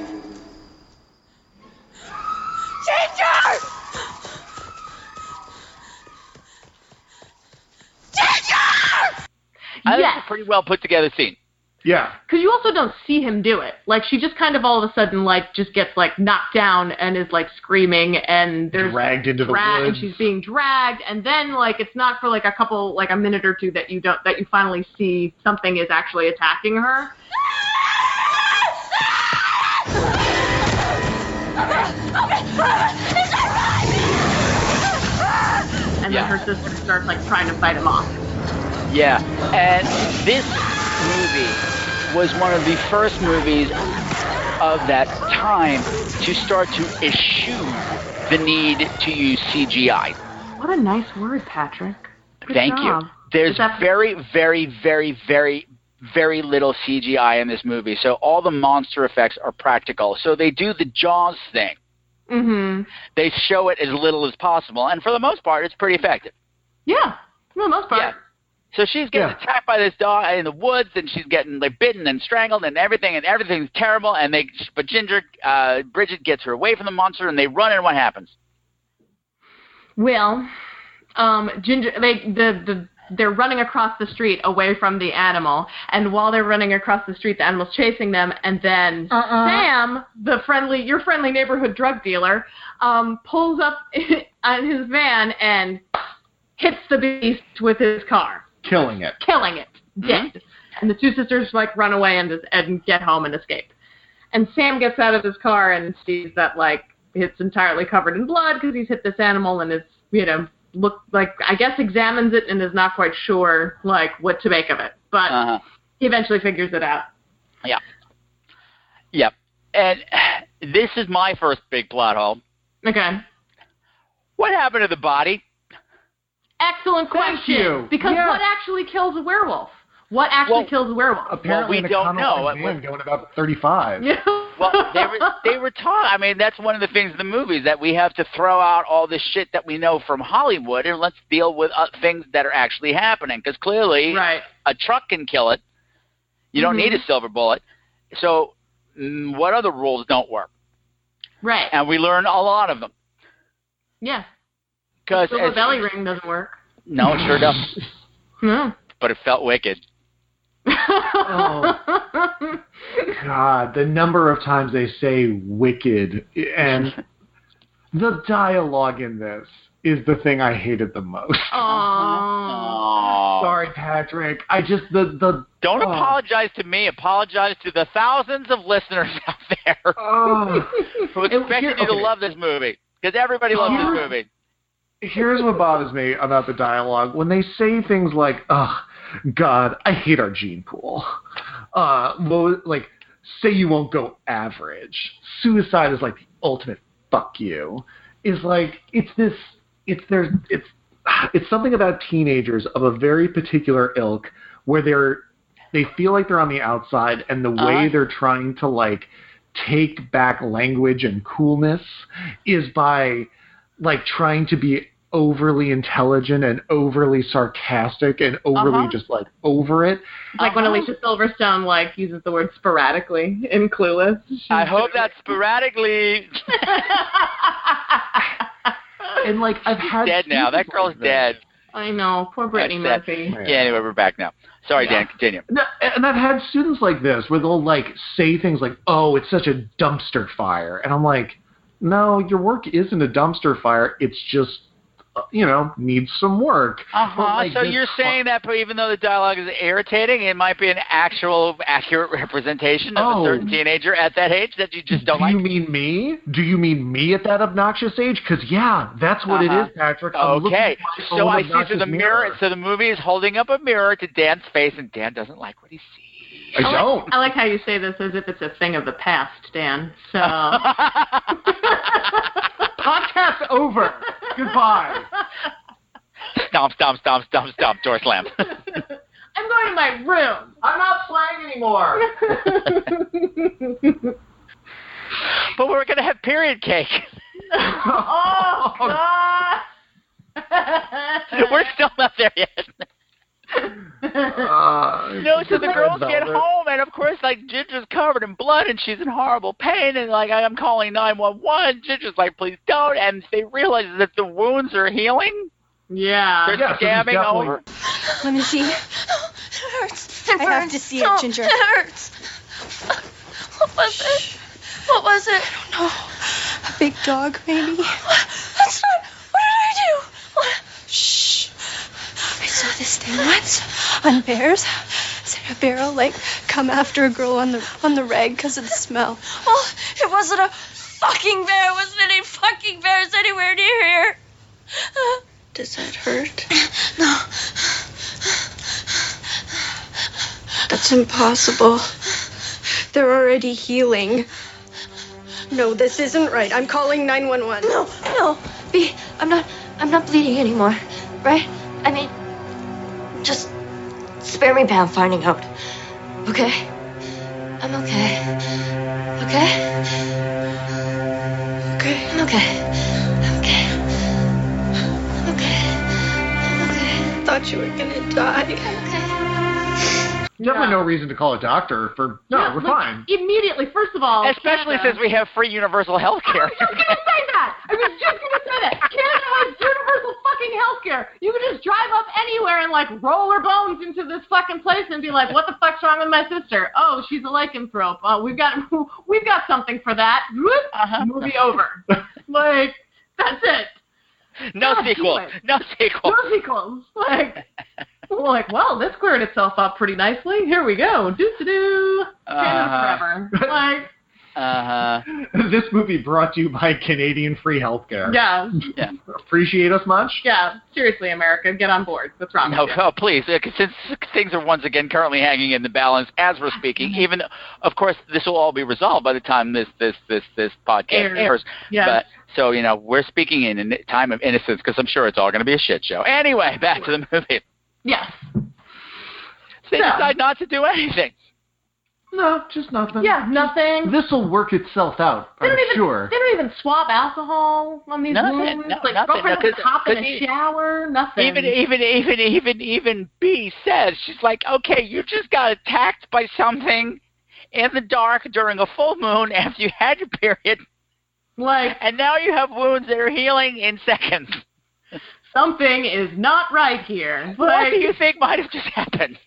Ginger! Ginger!
I think it's a pretty well put together scene.
Yeah.
Because you also don't see him do it. Like she just kind of all of a sudden like just gets like knocked down and is like screaming and there's
Dragged into the
drag-
woods.
and she's being dragged and then like it's not for like a couple like a minute or two that you don't that you finally see something is actually attacking her. And then her sister starts like trying to fight him off.
Yeah, and this movie was one of the first movies of that time to start to eschew the need to use CGI.
What a nice word, Patrick. Good
Thank
job.
you. There's very, very, very, very, very little CGI in this movie, so all the monster effects are practical. So they do the Jaws thing.
Mm-hmm.
They show it as little as possible, and for the most part, it's pretty effective.
Yeah, for the most part.
Yeah. So she's getting attacked by this dog in the woods, and she's getting like bitten and strangled and everything, and everything's terrible. And they, but Ginger, uh, Bridget gets her away from the monster, and they run. And what happens?
Well, um, Ginger, they the the they're running across the street away from the animal, and while they're running across the street, the animal's chasing them, and then Sam, the friendly your friendly neighborhood drug dealer, um, pulls up on his van and hits the beast with his car,
Killing it.
killing it dead.
Mm-hmm.
And the two sisters like run away and and get home and escape. And Sam gets out of his car and sees that like it's entirely covered in blood because he's hit this animal and it's you know look like I guess examines it and is not quite sure like what to make of it, but
Uh-huh.
he eventually figures it out.
Yeah. Yep. And this is my first big plot hole.
Okay.
What happened to the body?
Excellent question.
you.
Because
Yeah.
what actually kills a werewolf? What actually kills a werewolf?
Apparently the Connell Van going about 35.
well, they were they were taught. I mean, that's one of the things in the movies that we have to throw out all the shit that we know from Hollywood and let's deal with uh, things that are actually happening. Because clearly, a truck can kill it. You don't
Mhm.
need a
Mm-hmm.
silver bullet. So, mm, what other rules don't work?
Right.
And we learn a lot of them.
Yeah.
'Cause
Silver
as-
belly ring doesn't work.
No, it sure doesn't.
No.
But it felt wicked.
God, the number of times they say wicked and the dialogue in this is the thing I hated the most.
Aww.
Sorry, Patrick. I just the the
Don't
oh.
apologize to me. Apologize to the thousands of listeners out there who expected you to
okay.
love this movie because everybody loves this
Here-
movie.
Here's what bothers me about the dialogue when they say things like, "Ugh, God, I hate our gene pool." Uh, what was- like say you won't go average. Suicide is like the ultimate fuck you. is like it's this it's there's it's it's something about teenagers of a very particular ilk where they're they feel like they're on the outside and the way they're trying to like take back language and coolness is by like trying to be overly intelligent and overly sarcastic and overly
Uh-huh.
just like over it
Like when Alicia Silverstone like uses the word sporadically in Clueless.
I hope that's sporadically.
and like I've had
dead now. That girl's dead.
I know, poor Brittany
That's
Murphy.
That. Yeah. Anyway, we're back now. Sorry, Dan. Continue.
No, and I've had students like this where they'll like say things like, "Oh, it's such a dumpster fire," and I'm like, "No, your work isn't a dumpster fire. It's just, uh, you know, needs some work."
Uh-huh.
But, like,
so
this-
you're saying that, but even though the dialogue is irritating, it might be an actual accurate representation of
Oh.
a certain teenager at that age that you just don't
do
like.
you mean me? Do you mean me at that obnoxious age? Because yeah, that's what it
Uh-huh.
is, Patrick. I'm looking
Okay,
at my
so
own
I see through
obnoxious
the mirror. So the movie is holding up a mirror to Dan's face, and Dan doesn't like what he sees.
I Like, I like how you say this as if it's a thing of the past, Dan. So
podcast over. Goodbye.
Stomp, stomp, stomp, stomp, stomp. Door slam.
I'm going to my room. I'm not playing anymore.
but we're gonna have period cake.
oh God.
we're still not there yet.
Uh,
No, so the girls get home, and of course, like Ginger's covered in blood, and she's in horrible pain, and like I'm calling nine one one. Ginger's like, "Please don't," and they realize that the wounds are healing.
Yeah,
they're
Yeah, so there's
scabbing
definitely-
over.
Let me see. It hurts. I have to see it, Ginger.
It hurts. What was it? What was it? I don't know.
A big dog, maybe.
That's not. What did I do? What?
Shh. I saw this thing once on bears. Sarah Bear will, like come after a girl on the on the rag because of the smell.
Well, it wasn't a fucking bear. It wasn't any fucking bears anywhere near here.
Does that hurt?
No.
That's impossible. They're already healing. No, this isn't right. I'm calling 911. No,
No. Be. I'm not. I'm not bleeding anymore. Right? I mean, just spare me Pam finding out. Okay. I'm okay. Okay. Okay. I'm okay.
I thought you were gonna die.
Definitely no reason to call a doctor for. No,
Yeah,
we're
like,
fine.
Immediately, first of all.
Especially
Canada-
since we have free universal health care.
say that. I was just gonna say that. Canada has universal fucking healthcare. You can just drive up anywhere and like roll her bones into this fucking place and be like, "What the fuck's wrong with my sister? Oh, she's a lycanthrope. Oh, we've got we've got something for that." Whoop,
Uh-huh.
Movie over. like that's it.
No
God,
sequel.
do it.
No sequel.
No sequels. Like. Like, well, this cleared itself up pretty nicely. Here we go. Doo doo doo. Canada
Uh-huh.
forever. Like, Uh-huh.
Uh
this movie brought to you by Canadian Free Healthcare.
yeah.
Yeah.
Appreciate us much.
Yeah, seriously, America, get on board. What's wrong
No,
with you?
oh, please. uh, Since things are once again currently hanging in the balance as we're speaking,
Uh-huh.
even though, of course, this will all be resolved by the time this this this this podcast
Airs.
airs.
Yes.
But so you know, we're speaking in a time of innocence because I'm sure it's all going to be a shit show. Anyway, back to the movie.
Yes.
So they
No.
decide not to do anything.
No, just nothing.
Yeah, nothing.
This will work itself out,
They
I'm
don't even
sure.
they don't even swab alcohol on these
Nothing,
wounds.
no,
like
nothing,
girlfriend
no,
doesn't
'cause-
hop in
'cause
a
he-
shower, nothing.
Even even even even even B says she's like, okay, you just got attacked by something in the dark during a full moon after you had your period.
Like,
and now you have wounds that are healing in seconds.
something is not right here.
what
Like,
do you think might have just happened?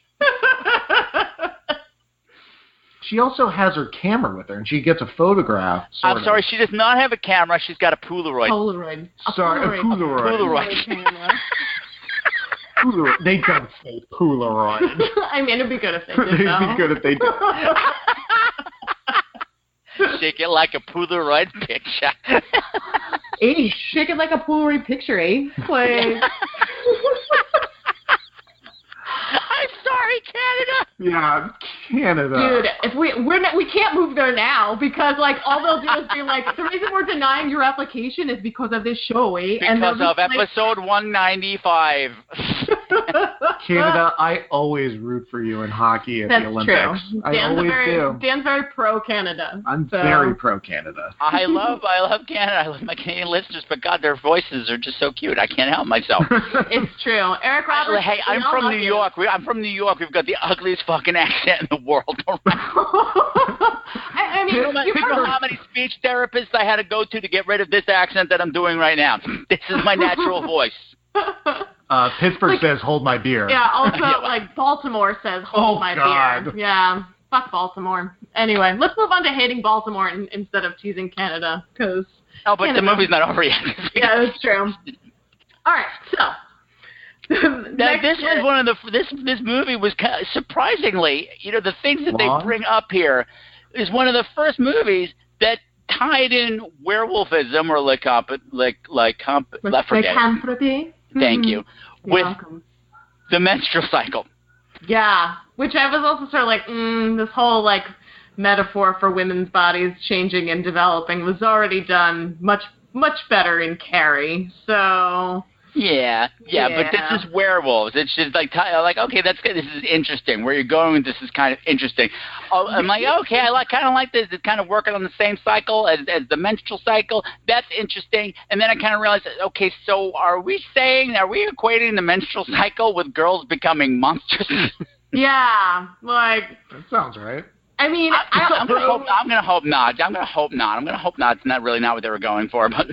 She also has her camera with her, and she gets a photograph. sort
I'm
of.
sorry, she does not have a camera. She's got a Polaroid.
Polaroid.
Sorry, a Polaroid.
Polaroid.
camera.
Polaroid. They don't say Polaroid.
I mean, it'd be good if they
They'd
did.
be
though.
good if they did.
Shake it like a Polaroid picture.
Eh, shake it like a Polaroid picture, eh? Like,
I'm sorry, Canada.
Yeah, Canada.
Uh,
Dude, if we we're not, we can't move there now because like all they'll do is be like the reason we're denying your application is because of this show, eh? and they'll
because of
just, like,
episode 195.
Canada, I always root for you in hockey at
That's
the Olympics.
true.
I
Dan's a
always
very,
do.
Dan's very pro Canada.
I'm
so-
very pro Canada.
I love I love Canada. I love my Canadian listeners, but God, their voices are just so cute. I can't help myself.
It's true. Eric Roberts.
hey, I'm
we all
from
love
New
you.
York. We, I'm from New York. We've got the ugliest fucking accent in the world.
I, I mean,
you know, my-
you
you know
probably-
how many speech therapists I had to go to to get rid of this accent that I'm doing right now? This is my natural voice.
Uh, Pittsburgh says, "Hold my beer."
Yeah. Also, like Baltimore says, "Hold
Oh,
my beer."
God.
Yeah. Fuck Baltimore. Anyway, let's move on to hating Baltimore in, instead of teasing Canada, because
Oh, but the movie's not over yet.
yeah, that's true. All right, so
Now, this was one of the this this movie was kind of, surprisingly, you know, the things that
Long?
they bring up here is one of the first movies that tied in werewolfism or lycomp like like comp, I forget.
lycanthropy.
Thank
Mhm.
you.
You're
With
welcome.
the menstrual cycle.
Yeah, which I was also sort of like, mm, this whole like metaphor for women's bodies changing and developing was already done much much better in Carrie. So
Yeah, yeah,
Yeah.
but this is werewolves. It's just like ti- like okay, that's good. This is interesting. Where you're going with this is kind of interesting. Oh, I'm like okay, I like kind of like this. It's kind of working on the same cycle as as the menstrual cycle. That's interesting. And then I kind of realized okay, so are we saying are we equating the menstrual cycle with girls becoming monsters?
yeah, like
that sounds right.
I mean, I,
I'm,
don't
gonna
know.
hope I'm gonna hope not. I'm gonna hope not. I'm gonna hope not. It's not really not what they were going for, but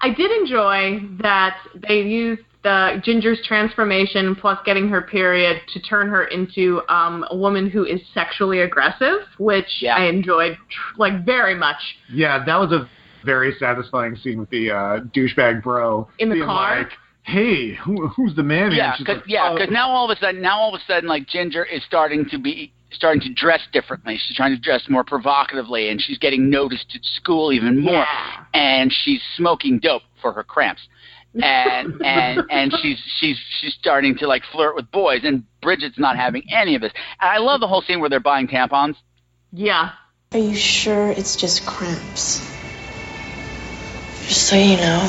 I did enjoy that they used the Ginger's transformation plus getting her period to turn her into um, a woman who is sexually aggressive, which I enjoyed tr- like very much.
Yeah, that was a very satisfying scene with the uh, douchebag bro
In the
being
car?
Like, hey, who, who's the man? here?"
Yeah,
And she's
'cause
like,
yeah,
"Oh,
'cause now all of a sudden, now all of a sudden, like Ginger is starting to be starting to dress differently. She's trying to dress more provocatively, and she's getting noticed at school even more.
Yeah.
And she's smoking dope for her cramps, and and and she's she's she's starting to like flirt with boys. And Bridget's not having any of this. And I love the whole scene where they're buying tampons.
Yeah.
Are you sure it's just cramps? Just so you know,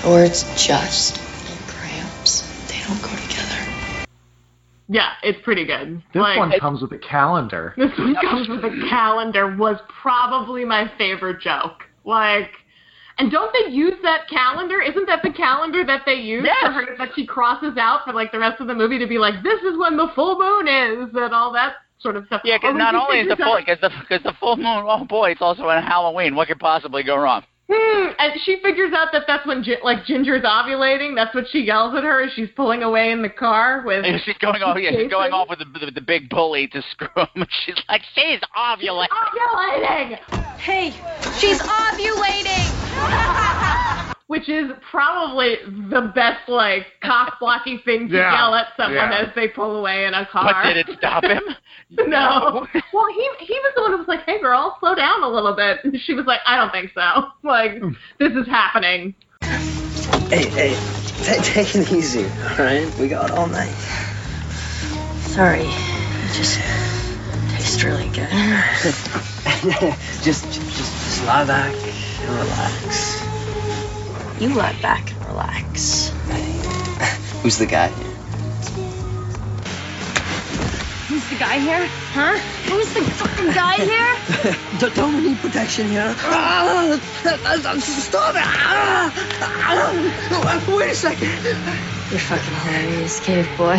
the words just and cramps, they don't go together.
Yeah, it's pretty good.
This
like,
one
it-
comes with a calendar.
This one comes with a calendar was probably my favorite joke. Like, and don't they use that calendar? Isn't that the calendar that they use for her that she crosses out for like the rest of the movie to be like, this is when the full moon is and all that sort of stuff.
Yeah,
Or
because
we
not
can
only is
figure
the full
out-
because the because the full moon. Oh boy, it's also on Halloween. What could possibly go wrong?
Hmm, and she figures out that that's when Gi- like Ginger's ovulating. That's what she yells at her as she's pulling away in the car with.
And she's going off. Yeah, she's going
Jason.
off with the, the, the big bully to screw him. She's like, she's ovulating.
ovulating.
Hey, she's ovulating.
which is probably the best like cock blocking thing to
Yeah,
yell at someone
yeah.
as they pull away in a car.
But did it stop him?
no. Well, he he was the one who was like, "Hey, girl, slow down a little bit." And she was like, "I don't think so. Like,
Hmm.
this is happening."
Hey, hey, ta take it easy, all right? We got all night.
Sorry, it just tastes really good.
just, just, just lie back and relax.
You lie back and relax.
Who's the guy here?
Who's the guy here? Huh? Who's the fucking guy here?
D- don't we need protection here? Ah, stop it! Ah, ah, wait a second.
You're fucking hilarious, cave boy.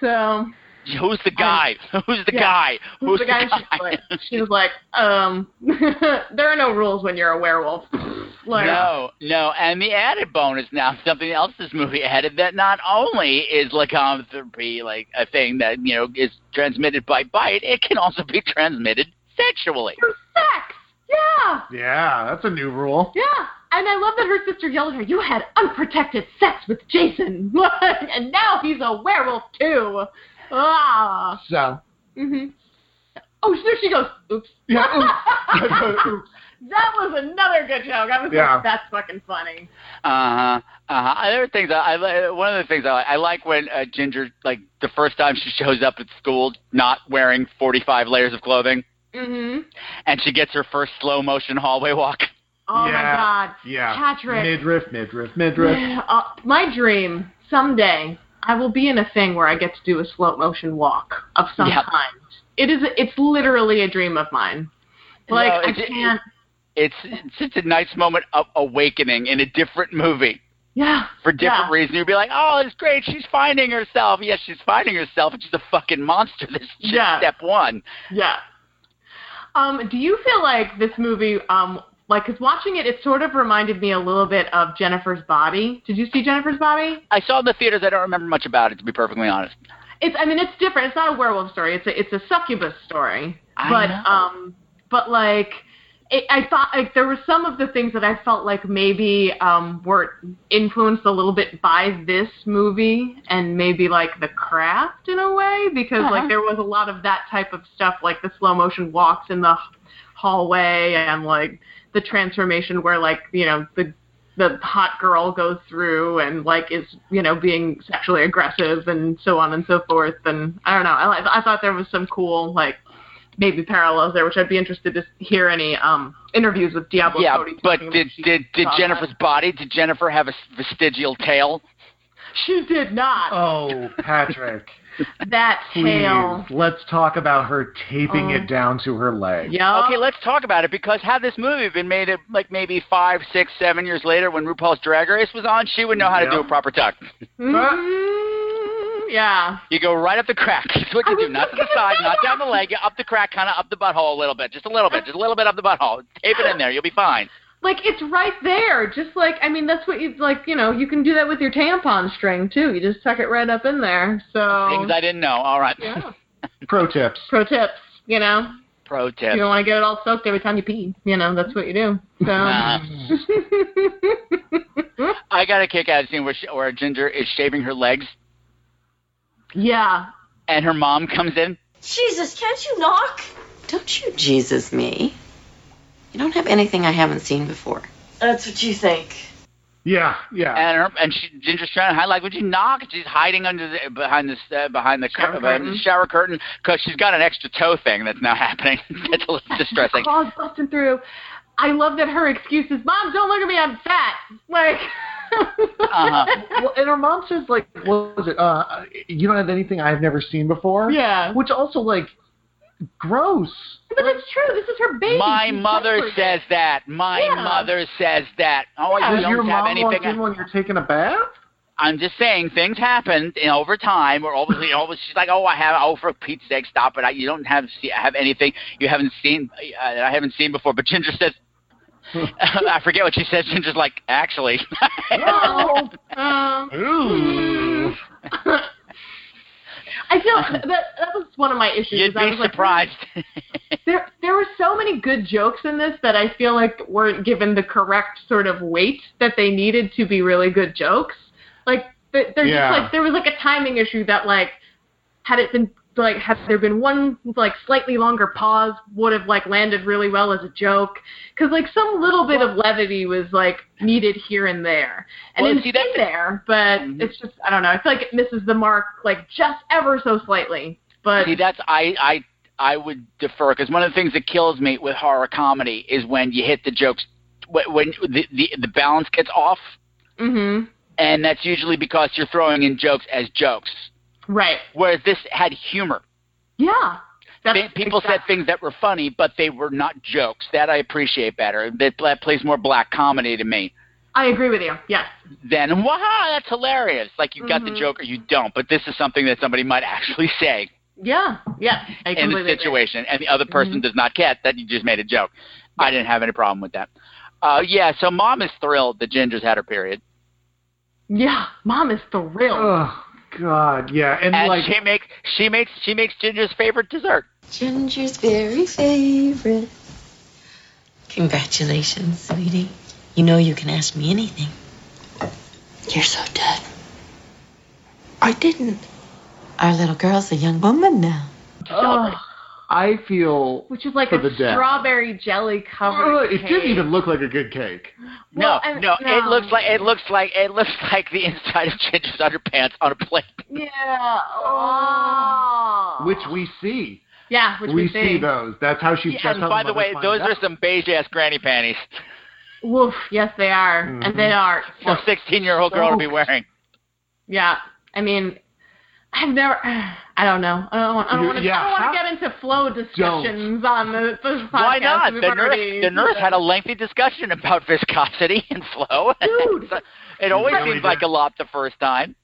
So
Who's the guy? Who's the
yeah.
guy?
Who's the guy? She's like, she was like, um, there are no rules when you're a werewolf. Like,
No, no, and the added bonus now, something else this movie added that not only is lycanthropy like a thing that you know is transmitted by bite, it can also be transmitted sexually.
Yeah.
Yeah, that's a new rule.
Yeah, and I love that her sister yelled at her, "You had unprotected sex with Jason, and now he's a werewolf too." Ah.
So
Mhm. Oh, there she goes. Oops.
Yeah,
that was another good joke. I was
Yeah.
like, that's fucking funny.
Uh huh. Uh huh. Other things, I, I li- one of the things I like, I like when uh, Ginger, like the first time she shows up at school, not wearing forty-five layers of clothing,
Mm-hmm.
and she gets her first slow motion hallway walk.
Oh my God.
Yeah.
Patrick.
Midriff, midriff, midriff.
Uh, my dream someday I will be in a thing where I get to do a slow motion walk of some
Yeah.
kind. It is. It's literally a dream of mine. Like
No,
I
it's-
can't.
It's it's just a nice moment of awakening in a different movie
Yeah.
for different
Yeah.
reasons. You'd be like, oh, it's great. She's finding herself. Yes, she's finding herself. and She's a fucking monster. This is just
Yeah.
step one.
Yeah. Um, do you feel like this movie, um, like, 'cause watching it, it sort of reminded me a little bit of Jennifer's Body. Did you see Jennifer's Body?
I saw it in the theaters. I don't remember much about it, to be perfectly honest.
It's, I mean, it's different. It's not a werewolf story. It's a, it's a succubus story.
I
but,
know.
um, but like, it, I thought like there were some of the things that I felt like maybe um, were influenced a little bit by this movie and maybe like the craft in a way because
Uh-huh.
like there was a lot of that type of stuff like the slow motion walks in the hallway and like the transformation where like you know the the hot girl goes through and like is you know being sexually aggressive and so on and so forth and I don't know I li- I thought there was some cool like maybe parallels there which I'd be interested to hear any um interviews with Diablo
yeah,
Cody
but
talking about
did did did
saw
Jennifer's body? Did Jennifer have a s- vestigial tail?
she did not
Oh, Patrick.
that
Please,
tail
let's talk about her taping
Oh.
it down to her leg.
Uh,
Okay, let's talk about it because had this movie been made uh, like maybe five, six, seven years later when RuPaul's Drag Race was on, she would know how to do a proper tuck. Uh,
Mhm. yeah
You go right up the crack. That's what you do. Not to the side, not down the leg, up the crack, kind of up the butthole a little bit, just a little bit, just a little bit up the butthole. Tape it in there. You'll be fine.
like it's right there just like i mean that's what you like you know you can do that with your tampon string too you just tuck it right up in there so
Things I didn't know. All right.
Yeah.
Pro tips.
pro tips you know
Pro
you
tip.
don't want to get it all soaked every time you pee you know that's what you do so
Nah. Uh, I got a kick out of seeing where, she, where Ginger is shaving her legs
yeah
and her mom comes in.
Jesus, can't you knock?
Don't you Jesus me? You don't have anything I haven't seen before.
That's what you think.
Yeah, yeah.
And her, and she, Ginger's trying to hide. Like, would you knock? She's hiding under the behind the uh, behind the
Shower
cur- behind the
curtain.
shower curtain because she's got an extra toe thing that's now happening. that's a little distressing.
claws busting through i love that her excuse is mom don't look at me i'm fat like
Uh-huh.
well, and her mom says like, "What was it? Uh, you don't have anything I've never seen before."
Yeah.
Which also like, gross.
but it's true this is her baby
My
She's
mother
desperate.
says that. My
Yeah.
mother says that. Oh, you
Does
don't
your
have
mom walk
anything.
in when you're taking a bath?
I'm just saying things happen you know, over time. Or obviously, always she's like, "Oh, I have. Oh, for Pete's sake, stop it! I, you don't have see, have anything you haven't seen. Uh, that I haven't seen before." But Ginger says, "I forget what she says." Ginger's like, "Actually."
Oh, um, I feel that that was one of my issues.
You'd
is I
be
was like,
surprised.
there there were so many good jokes in this that I feel like weren't given the correct sort of weight that they needed to be really good jokes. Like th- they're
Yeah.
just like there was like a timing issue that like had it been like had there been one like slightly longer pause would have like landed really well as a joke because like some little bit of levity was like needed here and there and
Well,
it's
see, Mm-hmm.
in there but it's just I don't know I feel like it misses the mark like just ever so slightly but
See, that's I I I would defer because one of the things that kills me with horror comedy is when you hit the jokes when, when the, the the balance gets off,
mhm
and that's usually because you're throwing in jokes as jokes.
right
Whereas this had humor.
yeah
Thi- People said things that were funny, but they were not jokes. That I appreciate better. That, that plays more black comedy to me
I agree with you. Yes.
than "Wow, that's hilarious!" Like you got the
Mhm.
joke or you don't. But this is something that somebody might actually say.
Yeah. Yeah. I
in the
completely agree.
situation, and the other person does not get that you just made a joke. I didn't have any problem with that. Uh, yeah, so mom is thrilled that Ginger's had her period,
Yeah. Mom is thrilled.
Oh God, yeah, and,
and
like,
she makes she makes she makes Ginger's favorite dessert.
Ginger's very favorite. Congratulations, sweetie. You know you can ask me anything. You're so dead. I didn't. Our little girl's a young woman now.
Oh,
I feel
Which is like
for
a
the dead.
strawberry jelly
Oh,
covered
it
cake.
didn't even look like a good cake.
Well,
no,
I-
no, it
no.
looks like it looks like it looks like the inside of Ginger's underpants on a plate.
Yeah. Oh.
Which we see.
Yeah, which we,
see those. That's how she.
Yeah,
that's
and
how
by the
mother
way,
finds
those
out.
are some beige ass granny panties
Woof. Yes, they are,
Mm-hmm.
and they are.
for a sixteen year old girl to be
Oh.
wearing.
Yeah. I mean, I've never. I don't know. I don't want. I don't
You-
want to.
yeah,
I don't want
how-
to get into flow discussions on the, this podcast.
Why not?
We've
The
already-
nurse, the nurse had a lengthy discussion about viscosity and flow. Dude, it always
Really
seems like a lot the first time.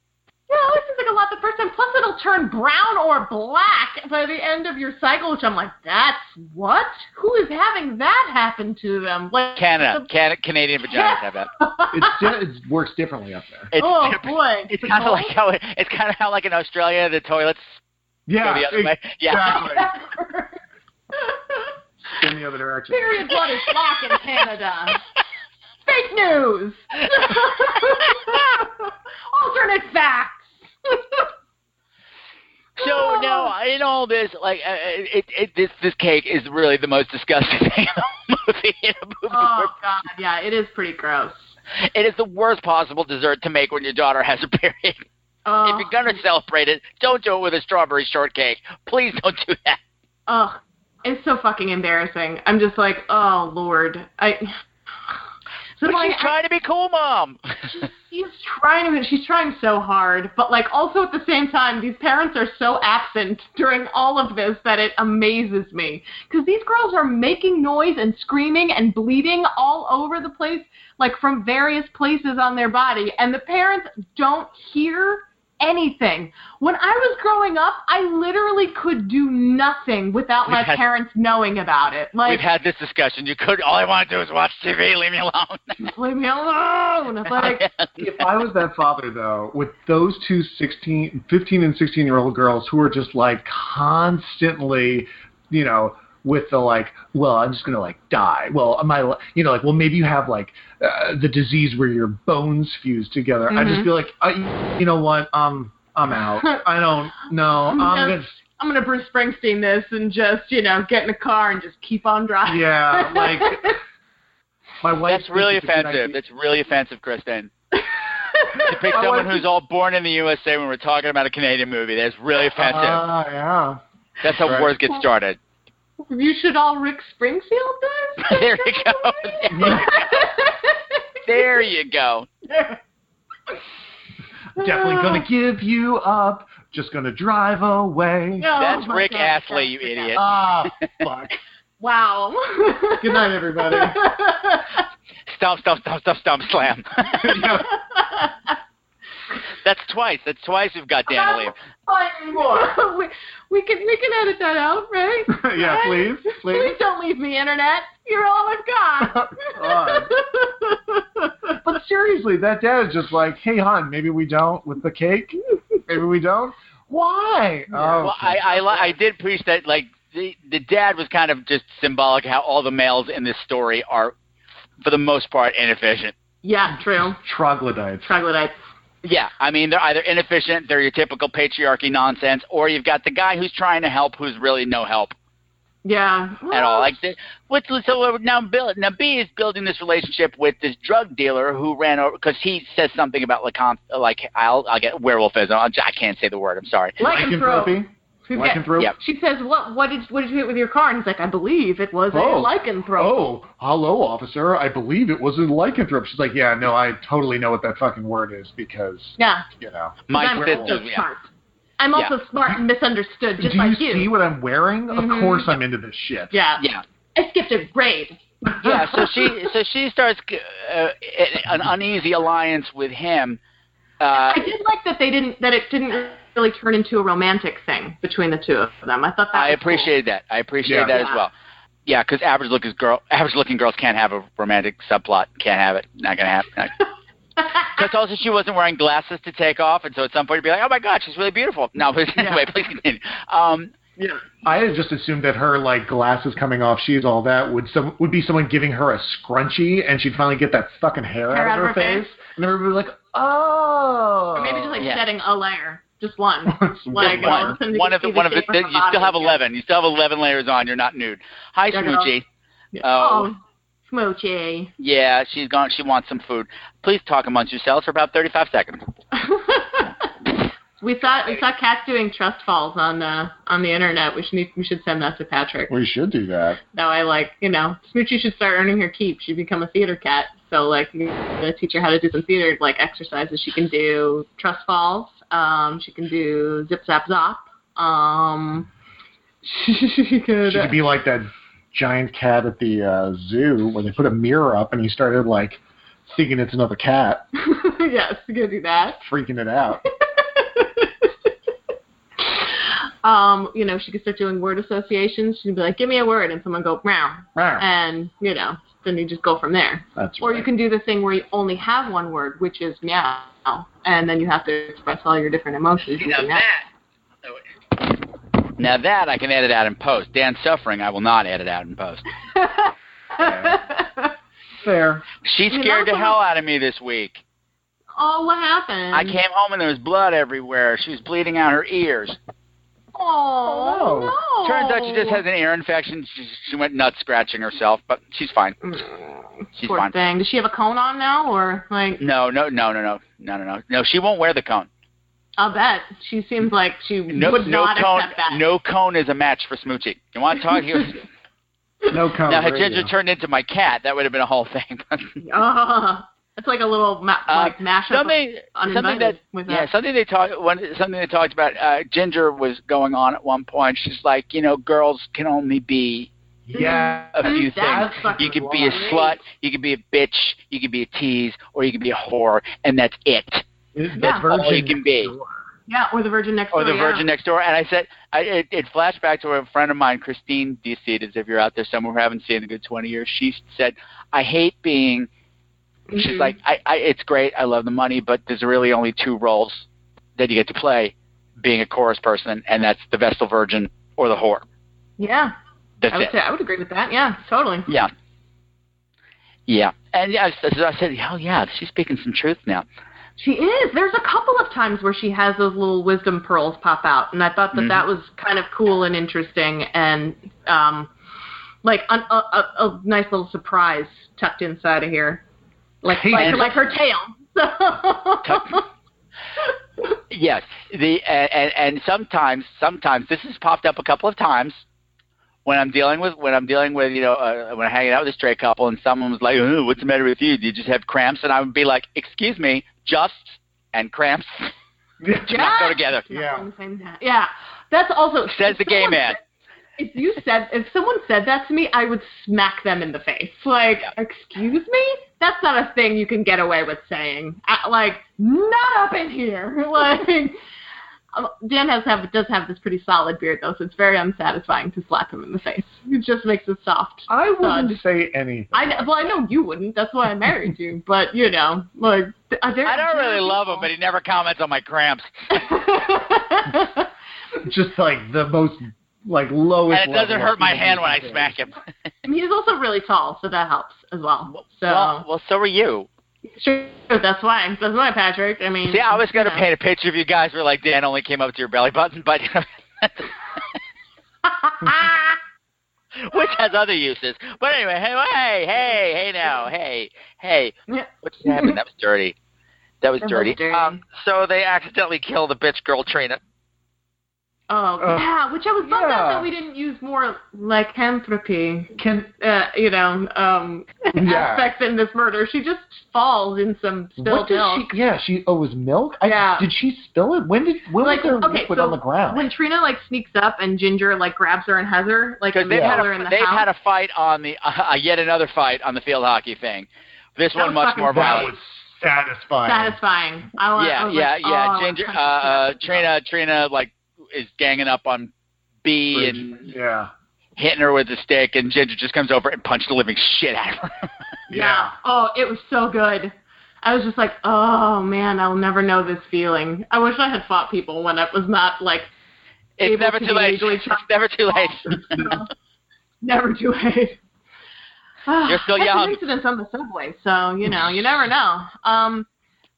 No, it seems like a lot the first time. Plus, it'll turn brown or black by the end of your cycle, which I'm like, that's what? Who is having that happen to them? Like
Canada, Can- Canadian vaginas have that.
It's, di- it works differently up there.
It's
oh boy,
It's kind of like how it, it's kind of how like in Australia the toilets
Yeah,
go the other way. Yeah.
in the other direction.
Period blood is black in Canada. Fake news. Alternate fact.
So no, in all this, like uh, it, it, this this cake is really the most disgusting thing in the movie. In a movie
Oh God, yeah, it is pretty gross.
where- it is the worst possible dessert to make when your daughter has a period.
Oh,
If you're gonna celebrate it, don't do it with a strawberry shortcake. Please don't do that.
ugh, it's so fucking embarrassing. I'm just like, oh Lord, I. So
But
like,
she's trying to be cool, mom.
she's trying to she's trying so hard but like also at the same time these parents are so absent during all of this that it amazes me because these girls are making noise and screaming and bleeding all over the place like from various places on their body and the parents don't hear anything when i was growing up i literally could do nothing without
We've
my
had-
parents knowing about it like
We've had this discussion. You could. All I want to do is watch TV. Leave me alone.
leave me alone like
if I was that father, though, with those two 16, 15 and 16 year old girls who are just like constantly, you know, with the like, well, I'm just going to like die. Well, my, you know, like, well, maybe you have like uh, the disease where your bones fuse together. I
Mhm.
just feel like, I, you know what? Um, I'm out. I don't know. I'm
I'm
going
gonna, I'm gonna Bruce Springsteen this and just you know get in a car and just keep on driving.
Yeah, like, my wife.
That's really
thinks it's a good
offensive. That's really offensive, Kristen. to pick
My
someone
wife-
who's all born in the USA when we're talking about a Canadian movie, that's really offensive.
Ah, yeah.
that's how
right.
wars get started.
you should all Rick Springfield this.
There you go. There you go.
Definitely gonna give you up. Just gonna drive away.
Oh
that's Rick Astley, you idiot.
Ah, fuck.
wow.
Good night, everybody.
Stomp, stomp, stomp, stomp, stomp, slam. that's twice. That's twice we've got Dan to leave.
Not anymore. we, we can we can edit that out, right?
yeah, please, please.
Please don't leave me, internet. You're all I've got.
God. but seriously, that dad is just like, hey, hon, maybe we don't with the cake. Maybe we don't. Why? Oh,
well, I I, li- I did preach that like the the dad was kind of just symbolic how all the males in this story are, for the most part, inefficient.
yeah, true.
troglodytes.
Troglodytes.
Yeah, I mean they're either inefficient, they're your typical patriarchy nonsense, or you've got the guy who's trying to help who's really no help
Yeah.
at all. Like, the, what's so uh, now? Bill, now B is building this relationship with this drug dealer who ran over because he says something about like, like I'll I'll get werewolfism. I'll, I can't say the word. I'm sorry.
Lycanthropy. She's got-
Lycanthrope? Yep.
She says, "What? What did? What did you hit with your car?" And he's like, "I believe it was
Oh.
a lycanthrope."
Oh, hello, officer. I believe it was a lycanthrope. She's like, yeah, no, I totally know what that fucking word is because,
Yeah.
you know.
My
I'm
sister's-
also
yeah.
smart. I'm also smart and misunderstood, just
Do
like
you
you.
see what I'm wearing?
Mhm.
Of course I'm into this shit.
yeah.
Yeah.
I skipped a grade.
yeah, so she so she starts uh, an uneasy alliance with him. Uh,
I did like that they didn't that it didn't really turn into a romantic thing between the two of them. I thought that
I
was cool.
appreciated that. I appreciated
Yeah.
that as well. Yeah, because average looking girl, average looking girls can't have a romantic subplot. Can't have it. Not gonna happen. Because also she wasn't wearing glasses to take off, and so at some point you'd be like, "Oh my God, she's really beautiful." No, but anyway, please continue. Um,
yeah.
I had just assumed that her like glasses coming off, she's all that would some would be someone giving her a scrunchie, and she'd finally get that fucking hair,
Hair
out of her face, and everybody would be like, oh.
Or maybe just like
Yeah.
shedding a layer. Just one. like, all of a sudden
one, one
you can
of the
see
one of the,
shape her
you still have
body.
eleven. You still have eleven layers on. You're not nude. Hi,
There you go.
Smoochie. Oh,
Oh, Smoochie.
yeah, she's gone. She wants some food. Please talk amongst yourselves for about thirty-five seconds.
We saw we saw cats doing trust falls on uh, on the internet. We should need, we should send that to Patrick.
We should do that.
That way, like you know, Smoochie should start earning her keep. She'd become a theater cat. So like, we gonna teach her how to do some theater like exercises. She can do trust falls. Um, she can do zip zap zop. Um, she could.
She could be like that giant cat at the uh, zoo where they put a mirror up and he started like thinking it's another cat,
yes, she could do that.
freaking it out.
Um, you know, she could start doing word associations. She could be like, "Give me a word," and someone go "meow,"
Meow.
and you know, then you just go from there.
That's
Or you can do the thing where you only have one word, which is meow, and then you have to express all your different emotions.
Now Now that I can edit out in post. Dan suffering, I will not edit out in post.
Fair.
She
You
scared
know,
the hell out of me this week.
Oh, what happened?
I came home and there was blood everywhere. She was bleeding out her ears.
Oh, no.
Turns out she just has an ear infection. She, she went nuts scratching herself, but she's fine. She's
Mm. Poor
fine.
thing. Does she have a cone on now, or like?
No, no, no, no, no, no, no, no. No, she won't wear the cone.
I'll bet she seems like she
No,
would
no
not
cone.
accept that.
No cone is a match for Smoochie. You want to talk here?
no cone.
now had
radio.
Ginger turned into my cat, that would have been a whole thing.
Ugh. it's like a little ma-
Uh,
like mashup.
something-
of
something that
uninvited with
yeah,
that.
something they talked one something they talked about. Uh, Ginger was going on at one point. She's like, you know, girls can only be
yeah
a few
That's
things.
Mm, fucking
You could be a
wrong.
slut, you could be a bitch, you could be a tease, or you could be a whore, and that's it. That's all you can be.
Yeah, or the Virgin next
Or
door.
Oh, the
Oh, yeah.
Virgin Next Door. And I said, I, it, it flashed back to a friend of mine, Christine DeCedes, if you're out there somewhere who I haven't seen in a good 20 years. She said, I hate being, she's
Mhm.
like, I, I, it's great, I love the money, but there's really only two roles that you get to play being a chorus person, and that's the Vestal Virgin or the whore.
Yeah,
That's
I would
it.
say I would agree with that. Yeah, totally.
Yeah. Yeah. And yeah, so so I said, hell yeah, she's speaking some truth now.
She is. There's a couple of times where she has those little wisdom pearls pop out, and I thought that
Mhm.
that was kind of cool and interesting, and um, like an, a, a, a nice little surprise tucked inside of here, like
Hey,
like,
Angela.
like her tail.
Yes, the and, and and sometimes sometimes this has popped up a couple of times when I'm dealing with when I'm dealing with you know uh, when I'm hanging out with a stray couple and someone was like, "Ooh, what's the matter with you? Do you just have cramps?" And I would be like, "Excuse me, just and cramps do not go together."
Yeah. yeah, that's also
Says the gay man.
If you said if someone said that to me, I would smack them in the face. Like, excuse me, that's not a thing you can get away with saying. I, like, not up in here. Like, um, Dan has have does have this pretty solid beard though, so it's very unsatisfying to slap him in the face. It just makes a soft.
I wouldn't
thud.
say anything.
I kn- well, I know you wouldn't. That's why I married you. But you know, like, I
I don't really love him, but he never comments on my cramps,
Just like the most like lowest.
and it doesn't
level
hurt
of
my
human
hand when I
being.
smack him.
And he's also really tall, so that helps as well. So
well, well, so are you.
sure, that's why. That's why, Patrick. I mean,
See, I was gonna
you know.
paint a picture of you guys where like Dan only came up to your belly button, but which has other uses. But anyway, hey, hey, hey, hey now, hey, hey, what just happened? That was dirty. That was
That was
dirty.
dirty.
Um, so they accidentally kill the bitch girl Trina.
Oh
Ugh.
yeah, which I was bummed out
Yeah.
that we didn't use more lycanthropy.
Can
uh, you know um
Yeah.
aspects in this murder? She just falls in some
What
spilled
did
milk.
she? Yeah, she. Oh, it was milk.
Yeah.
I, did she spill it? When did? When
Like,
was there
okay,
liquid
so
on the ground?
When Trina like sneaks up and Ginger like grabs her and has her like
Because they've
yeah.
had
her in
a,
the
they've
house.
had a fight on the uh, yet another fight on the field hockey thing. This
That
one
was
much
fucking
more
great.
violent.
satisfying.
satisfying. I want. I
yeah,
was
yeah,
like,
yeah.
oh,
Ginger, uh, uh, Trina, Trina, like is ganging up on B
Bruce.
and
yeah.
hitting her with a stick, and Ginger just comes over and punches the living shit out of her.
Yeah. Oh, it was so good. I was just like, oh man, I'll never know this feeling. I wish I had fought people when I was not like.
It's
able
never
to
too
be
late.
legally
It's never too late.
Never too late. Ah,
You're still
I had some
young.
Incidents on the subway, so you know you never know. Um,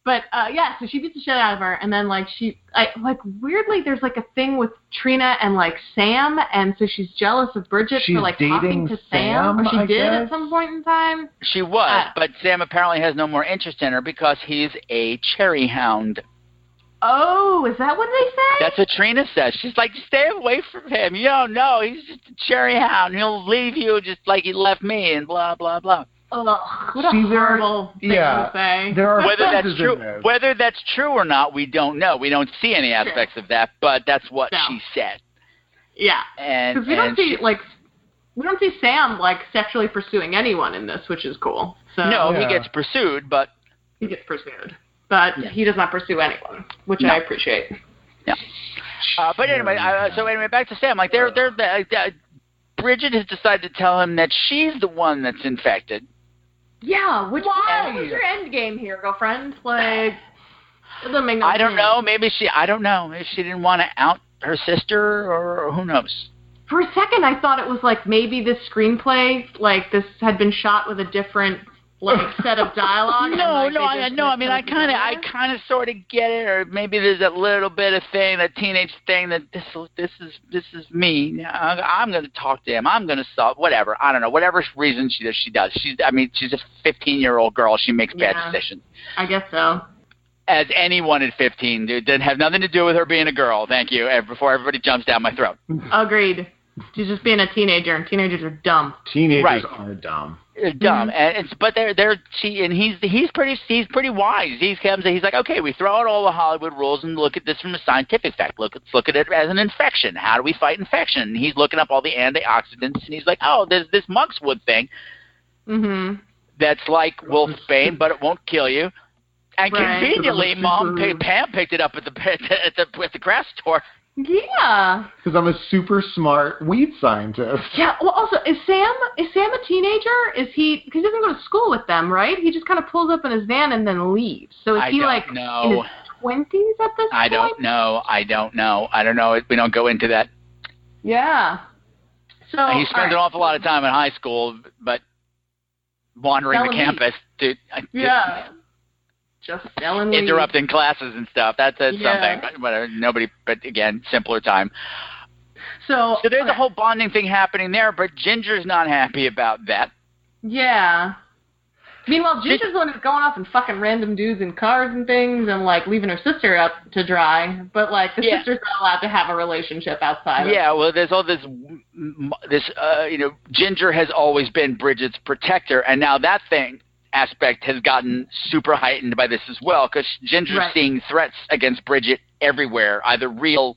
But uh, yeah, so she beats the shit out of her, and then like she, I, like weirdly, there's like a thing with Trina and like Sam, and so she's jealous of Bridget
She's
for like
dating
talking to
Sam,
or she
I
did at
guess?
some point in time.
She was,
Ah.
but Sam apparently has no more interest in her because he's a cherry hound.
Oh, is that what they say?
That's what Trina says. She's like, stay away from him. You don't know. He's just a cherry hound. He'll leave you just like he left me and blah, blah, blah.
Ugh, what a
See, there-
horrible thing
yeah,
to say.
whether that's true, whether that's true or not, we don't know. We don't see any aspects of that, but that's what she said.
Yeah,
And,
because we don't
and
see
she-
like we don't see Sam like sexually pursuing anyone in this, which is cool. So
no, he gets pursued, but
he gets pursued, but he does not pursue anyone, which I appreciate.
Yeah. Uh, but anyway, uh, so anyway, back to Sam. Like they're they're uh, uh, Bridget has decided to tell him that she's the one that's infected.
Yeah, which why what was your end game here, girlfriend? Like, it doesn't make no
I don't
sense.
know. Maybe she. I don't know. Maybe she didn't want to out her sister, or who knows.
For a second, I thought it was like maybe this screenplay, like this had been shot with a different like set of dialogue. and,
No,
like,
no,
they
I
just
no. I
mixed
mean,
them
I kind of, I
together.
kind of, sort of get it, or maybe there's that little bit of thing, that teenage thing, that this, this is, this is me. I, I'm going to talk to him. I'm going to solve whatever. I don't know. Whatever reason she does, she does. She's, I mean, she's a 15 year old girl. She makes
Yeah.
bad decisions.
I guess so.
As anyone at 15, dude, didn't have nothing to do with her being a girl. Thank you. eh, Before everybody jumps down my throat. Uh,
Agreed. She's just being a teenager, and teenagers are dumb.
Teenagers
Right.
are dumb.
They're
Mm-hmm.
dumb, and it's but they're they're she and he's he's pretty he's pretty wise. He comes and he's like, okay, we throw out all the Hollywood rules and look at this from a scientific fact. Look, let's look at it as an infection. How do we fight infection? And he's looking up all the antioxidants, and he's like, oh, there's this monkswood thing
Mm-hmm.
that's like Wolfsbane, but it won't kill you. And
Right. Mm-hmm.
conveniently, mom pa- Pam picked it up at the at the at the, at the grass store.
Yeah.
Because I'm a super smart weed scientist.
Yeah. Well, also, is Sam is Sam a teenager? Is he? Because he doesn't go to school with them, right? He just kind of pulls up in his van and then leaves. So is
I
he
don't
like in
know.
his twenties at this
I
point?
don't know. I don't know. I don't know. We don't go into that.
Yeah. So
he
Oh, all
spends
right.
an awful lot of time in high school, but wandering the
Selling
campus, to, uh, to
Yeah. Just selling weed.
interrupting classes and stuff. That's, that's
Yeah.
something. But whatever, nobody. But again, simpler time.
So,
so there's a whole bonding thing happening there, but Ginger's not happy about that.
Yeah. Meanwhile, Ginger's the one who's going off and fucking random dudes in cars and things and like leaving her sister up to dry. But like the
Yeah.
sister's not allowed to have a relationship outside. of-
Yeah, well, there's all this, m- this, uh, you know, Ginger has always been Bridget's protector, and now that thing aspect has gotten super heightened by this as well, because Ginger's
Right.
seeing threats against Bridget everywhere, either real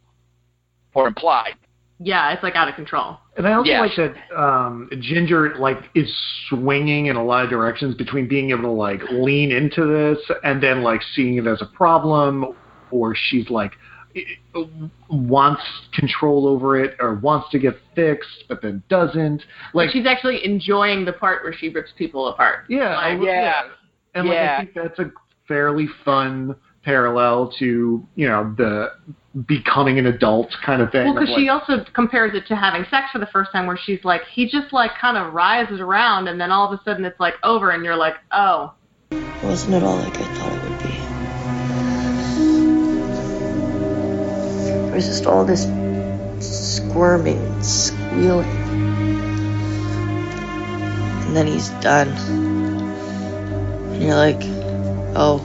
or implied.
Yeah, it's like out of control.
And I also
Yeah.
like that um, Ginger like is swinging in a lot of directions between being able to like lean into this and then like seeing it as a problem, or she's like i- wants control over it or wants to get fixed but then doesn't. Like
she's actually enjoying the part where she rips people apart.
Yeah,
Like,
well, yeah. and like
Yeah.
I think that's a fairly fun parallel to you know the becoming an adult kind of thing.
Well,
of,
because she
like-
also compares it to having sex for the first time, where she's like, he just like kind of rises around, and then all of a sudden it's like over, and you're like, oh,
It wasn't at all like I thought it would be. It was just all this squirming, and squealing. And then he's done. And you're like, oh.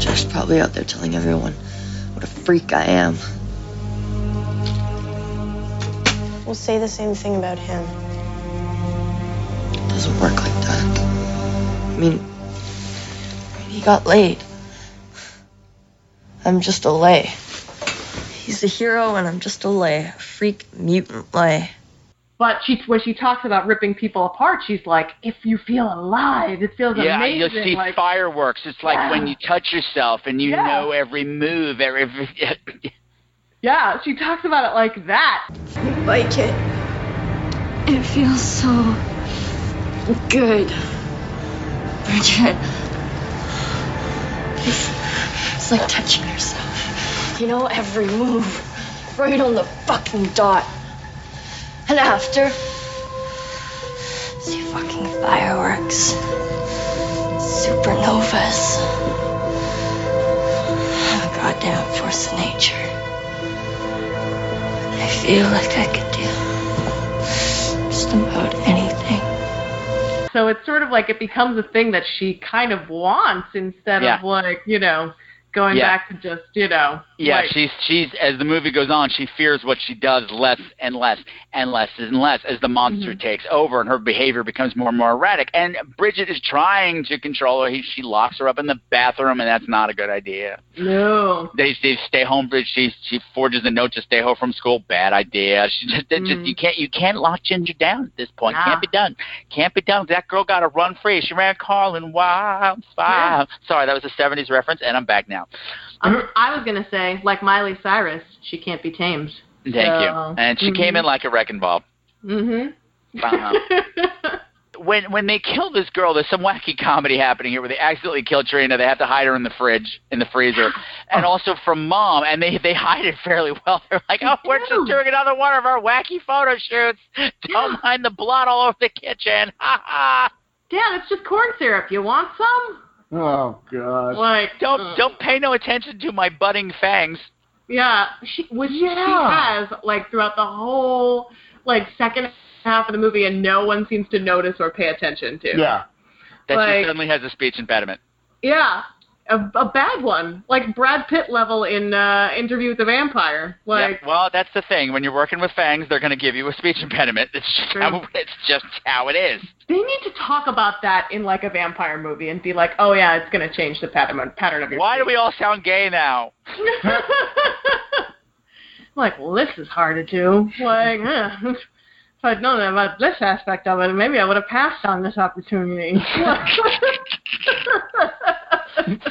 Josh's probably out there telling everyone what a freak I am.
We'll say the same thing about him.
It doesn't work like that. I mean, he got laid. I'm just a lay. He's a hero, and I'm just a lay. A freak mutant lay.
But she, when she talks about ripping people apart, she's like, "If you feel alive, it feels
yeah,
amazing."
you'll see
like,
fireworks. It's like
Yeah.
when you touch yourself and you
Yeah.
know every move, every.
yeah, she talks about it like that.
Like it.
It feels so
Good. Bridget. It's, it's like touching yourself. You know every move. Right on the fucking dot. And after, see fucking fireworks. Supernovas. I'm a goddamn force of nature. I feel like I could do just about anything.
So it's sort of like it becomes a thing that she kind of wants instead
Yeah.
of like, you know, going
Yeah.
back to just, you know,
Yeah,
like,
she's she's as the movie goes on, she fears what she does less and less and less and less as the monster takes over and her behavior becomes more and more erratic. And Bridget is trying to control her. He, she locks her up in the bathroom, and that's not a good idea.
no.
They, they stay home. Bridget. She she forges a note to stay home from school. Bad idea. She just, they just you can't you can't lock Ginger down at this point.
Nah.
Can't be done. Can't be done. That girl got to run free. She ran Carlin wildfire. Sorry, that was a '70s reference, and I'm back now.
Um, I was gonna say, like Miley Cyrus, she can't be tamed.
Thank
So-
you. And she came in
Mhm.
like a wrecking ball.
Mm-hmm.
Uh-huh. when when they kill this girl, there's some wacky comedy happening here where they accidentally kill Trina. They have to hide her in the fridge, in the freezer, and also from mom. And they they hide it fairly well. They're like, oh, we're just doing another one of our wacky photo shoots. Don't mind the blood all over the kitchen. Ha ha.
Dad, it's just corn syrup. You want some?
Oh God.
Like
don't
uh.
don't pay no attention to my budding fangs.
Yeah, she which she has like throughout the whole like second half of the movie, and no one seems to notice or pay attention to.
That she
Like-
suddenly has a speech impediment.
Yeah, a, a bad one, like Brad Pitt level in uh, Interview with the Vampire. Like
yeah, well, that's the thing. When you're working with fangs, they're going to give you a speech impediment. It's just, how, it's just how it is.
they need to talk about that in like a vampire movie and be like, oh yeah, it's gonna change the pattern pattern of your.
Why do we all sound gay now?
like, well, this is hard to do. Like, eh, if I'd known about this aspect of it, maybe I would have passed on this opportunity.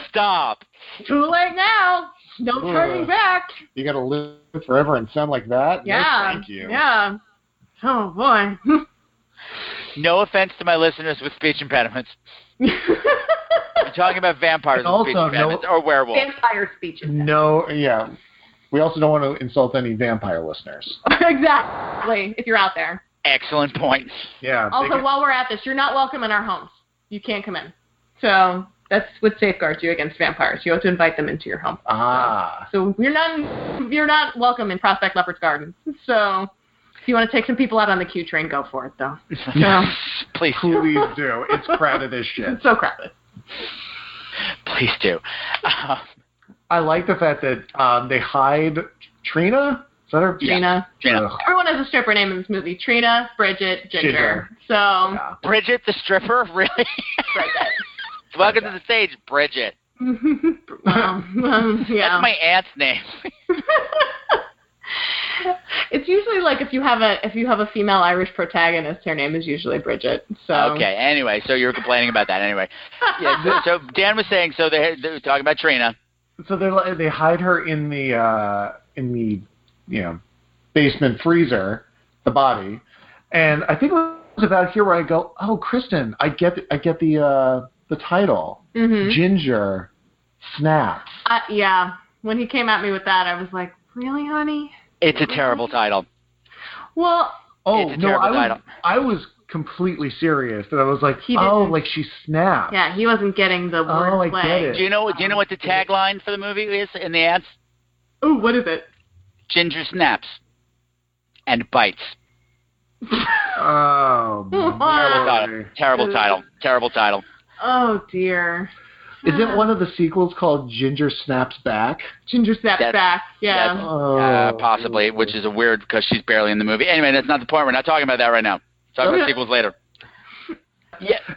Stop.
Too late now. No turning
Ugh.
back.
You got to live forever and sound like that.
Yeah.
No, thank you.
Yeah. Oh boy.
No offense to my listeners with speech impediments. I'm talking about vampires
And
with speech
also no-
impediments or werewolves.
Vampire speeches.
No. Yeah. We also don't want to insult any vampire listeners.
exactly. If you're out there.
Excellent points.
Yeah.
Also, while we're at this, you're not welcome in our homes. You can't come in. So that's what safeguards you against vampires. You have to invite them into your home.
Ah.
So you're not you're not welcome in Prospect Leopard's Garden. So if you want to take some people out on the Q train, go for it though.
Yeah. Please.
Please do. It's crowded as shit.
It's so crowded.
Please do.
I like the fact that um, they hide Trina. Is that her?
Trina.
Trina.
Everyone has a stripper name in this movie: Trina, Bridget, Ginger.
Ginger.
So
Bridget the stripper? Really? Welcome to the stage, Bridget.
um, yeah.
That's my aunt's name.
It's usually like if you have a if you have a female Irish protagonist, her name is usually Bridget. So
Oh.
Okay, anyway, so you were complaining about that anyway. Yeah, th- so Dan was saying, so they, they were talking about Trina.
So they li- they hide her in the uh, in the you know basement freezer, the body, and I think it was about here where I go, oh Kristen, I get I get the uh, the title,
Mm-hmm.
Mhm.
Ginger, Snap.
Uh, yeah, when he came at me with that, I was like, really, honey?
It's a terrible title.
Well,
Oh
It's a
no,
terrible
I was
title.
I was completely serious that I was like,
He
oh,
didn't-
like she snapped.
yeah, he wasn't getting the word
Oh, I get
play.
it.
Do you know? Do you know what the tagline for the movie is in the ads?
Ooh, what is it?
Ginger snaps and bites.
Oh,
Terrible title. Uh, Terrible title. Terrible title.
Oh dear.
is it one of the sequels called Ginger Snaps Back? Oh.
Ginger snaps
That's-
back. Yeah.
that's- Uh, possibly, which is a weird because she's barely in the movie. Anyway, that's not the point. We're not talking about that right now. Talking about
Okay.
sequels later.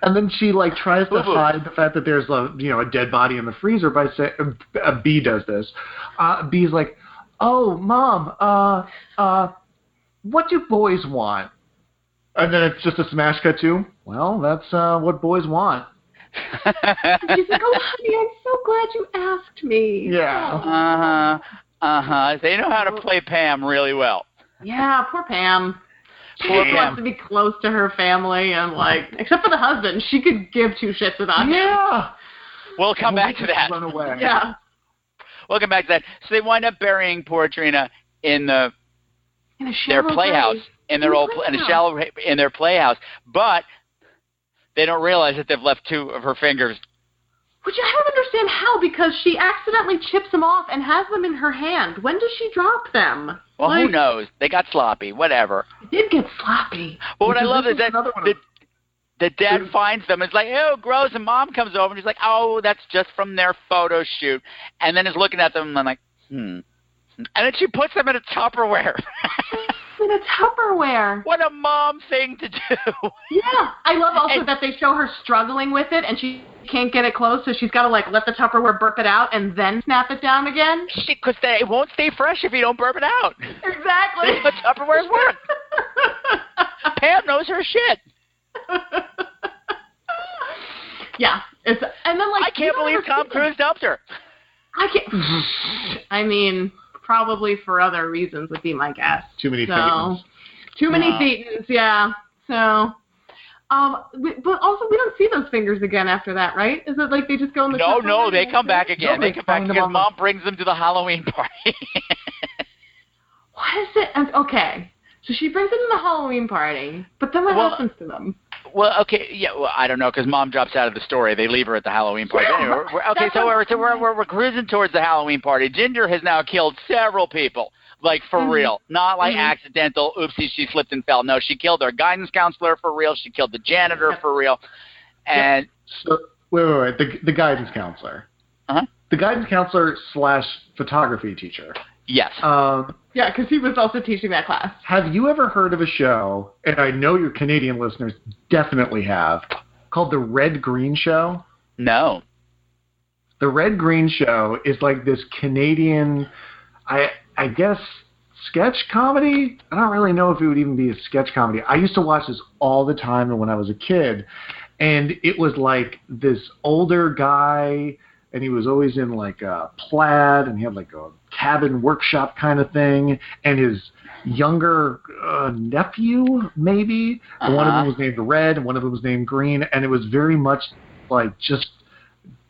And then she like tries to
Boo-boo.
hide the fact that there's a you know a dead body in the freezer by saying a bee does this. Uh, Bee's like, "Oh, mom, uh, uh, what do boys want?" And then it's just a smash cut to, "Well, that's uh, what boys want."
She's like, oh honey, I'm so glad you asked me.
Yeah.
Uh huh. Uh huh. They know how to play Pam really well.
Yeah, poor Pam. She
Poor Pam.
just wants to be close to her family and like, except for the husband, she could give two shits about him.
Yeah.
We'll come back to that.
Run away.
Yeah.
We'll come back to that. So they wind up burying poor Trina in the
In a
their
shallow
playhouse
grave.
in their
In a
old in a
playhouse.
shallow in their playhouse, but they don't realize that they've left two of her fingers
Which I don't understand how, because she accidentally chips them off and has them in her hand. When does she drop them?
Well, who
Like-
knows? They got sloppy. Whatever.
It did get sloppy.
But what I
Because
love
this
is that the, the dad finds them. It's like, oh, gross. And mom comes over and she's like, oh, that's just from their photo shoot. And then is looking at them and I'm like, hmm. And then she puts them in a Tupperware.
in a Tupperware.
What a mom thing to do.
Yeah, I love also that they show her struggling with it, and she can't get it closed, so she's got to like let the Tupperware burp it out and then snap it down again.
Because it won't stay fresh if you don't burp it out.
Exactly.
That's what Tupperware's work. Pam knows her shit.
Yeah, it's and then like
I can't believe Tom Cruise dumped her.
I can't. I mean, probably for other reasons would be my guess.
Too many
So-
Phaetons.
Too many
Wow.
Thetans, yeah. So, um, we- but also we don't see those fingers again after that, right? Is it like they just go in the
No,
Tupperware
no,
and
they
that's
come
it?
back again.
No,
they come back because mom brings them to the Halloween party.
What is it? and- Okay, so she brings it in the Halloween party, but then what
Well,
happens to them?
well, okay, yeah, well, I don't know because mom drops out of the story. They leave her at the Halloween party.
Yeah,
Anyway, we're- we're- okay,
that's
so
what-
we're, so we're, we're, we're cruising towards the Halloween party. Ginger has now killed several people, like for
Mhm.
real, not like
Mhm.
accidental. Oopsie, she slipped and fell. No, she killed her guidance counselor for real. She killed the janitor for real, and
So wait, wait, wait. The, the guidance counselor.
Uh-huh.
The guidance counselor slash photography teacher.
Yes.
Um,
Yeah, because he was also teaching that class.
have you ever heard of a show? And I know your Canadian listeners definitely have. Called the Red Green Show.
No.
The Red Green Show is like this Canadian, I I guess sketch comedy. I don't really know if it would even be a sketch comedy. I used to watch this all the time when I was a kid, and it was like this older guy, and he was always in like a plaid, and he had like a cabin workshop kind of thing, and his younger uh, nephew maybe. And One of them
Uh-huh.
was named Red, and one of them was named Green, and it was very much like just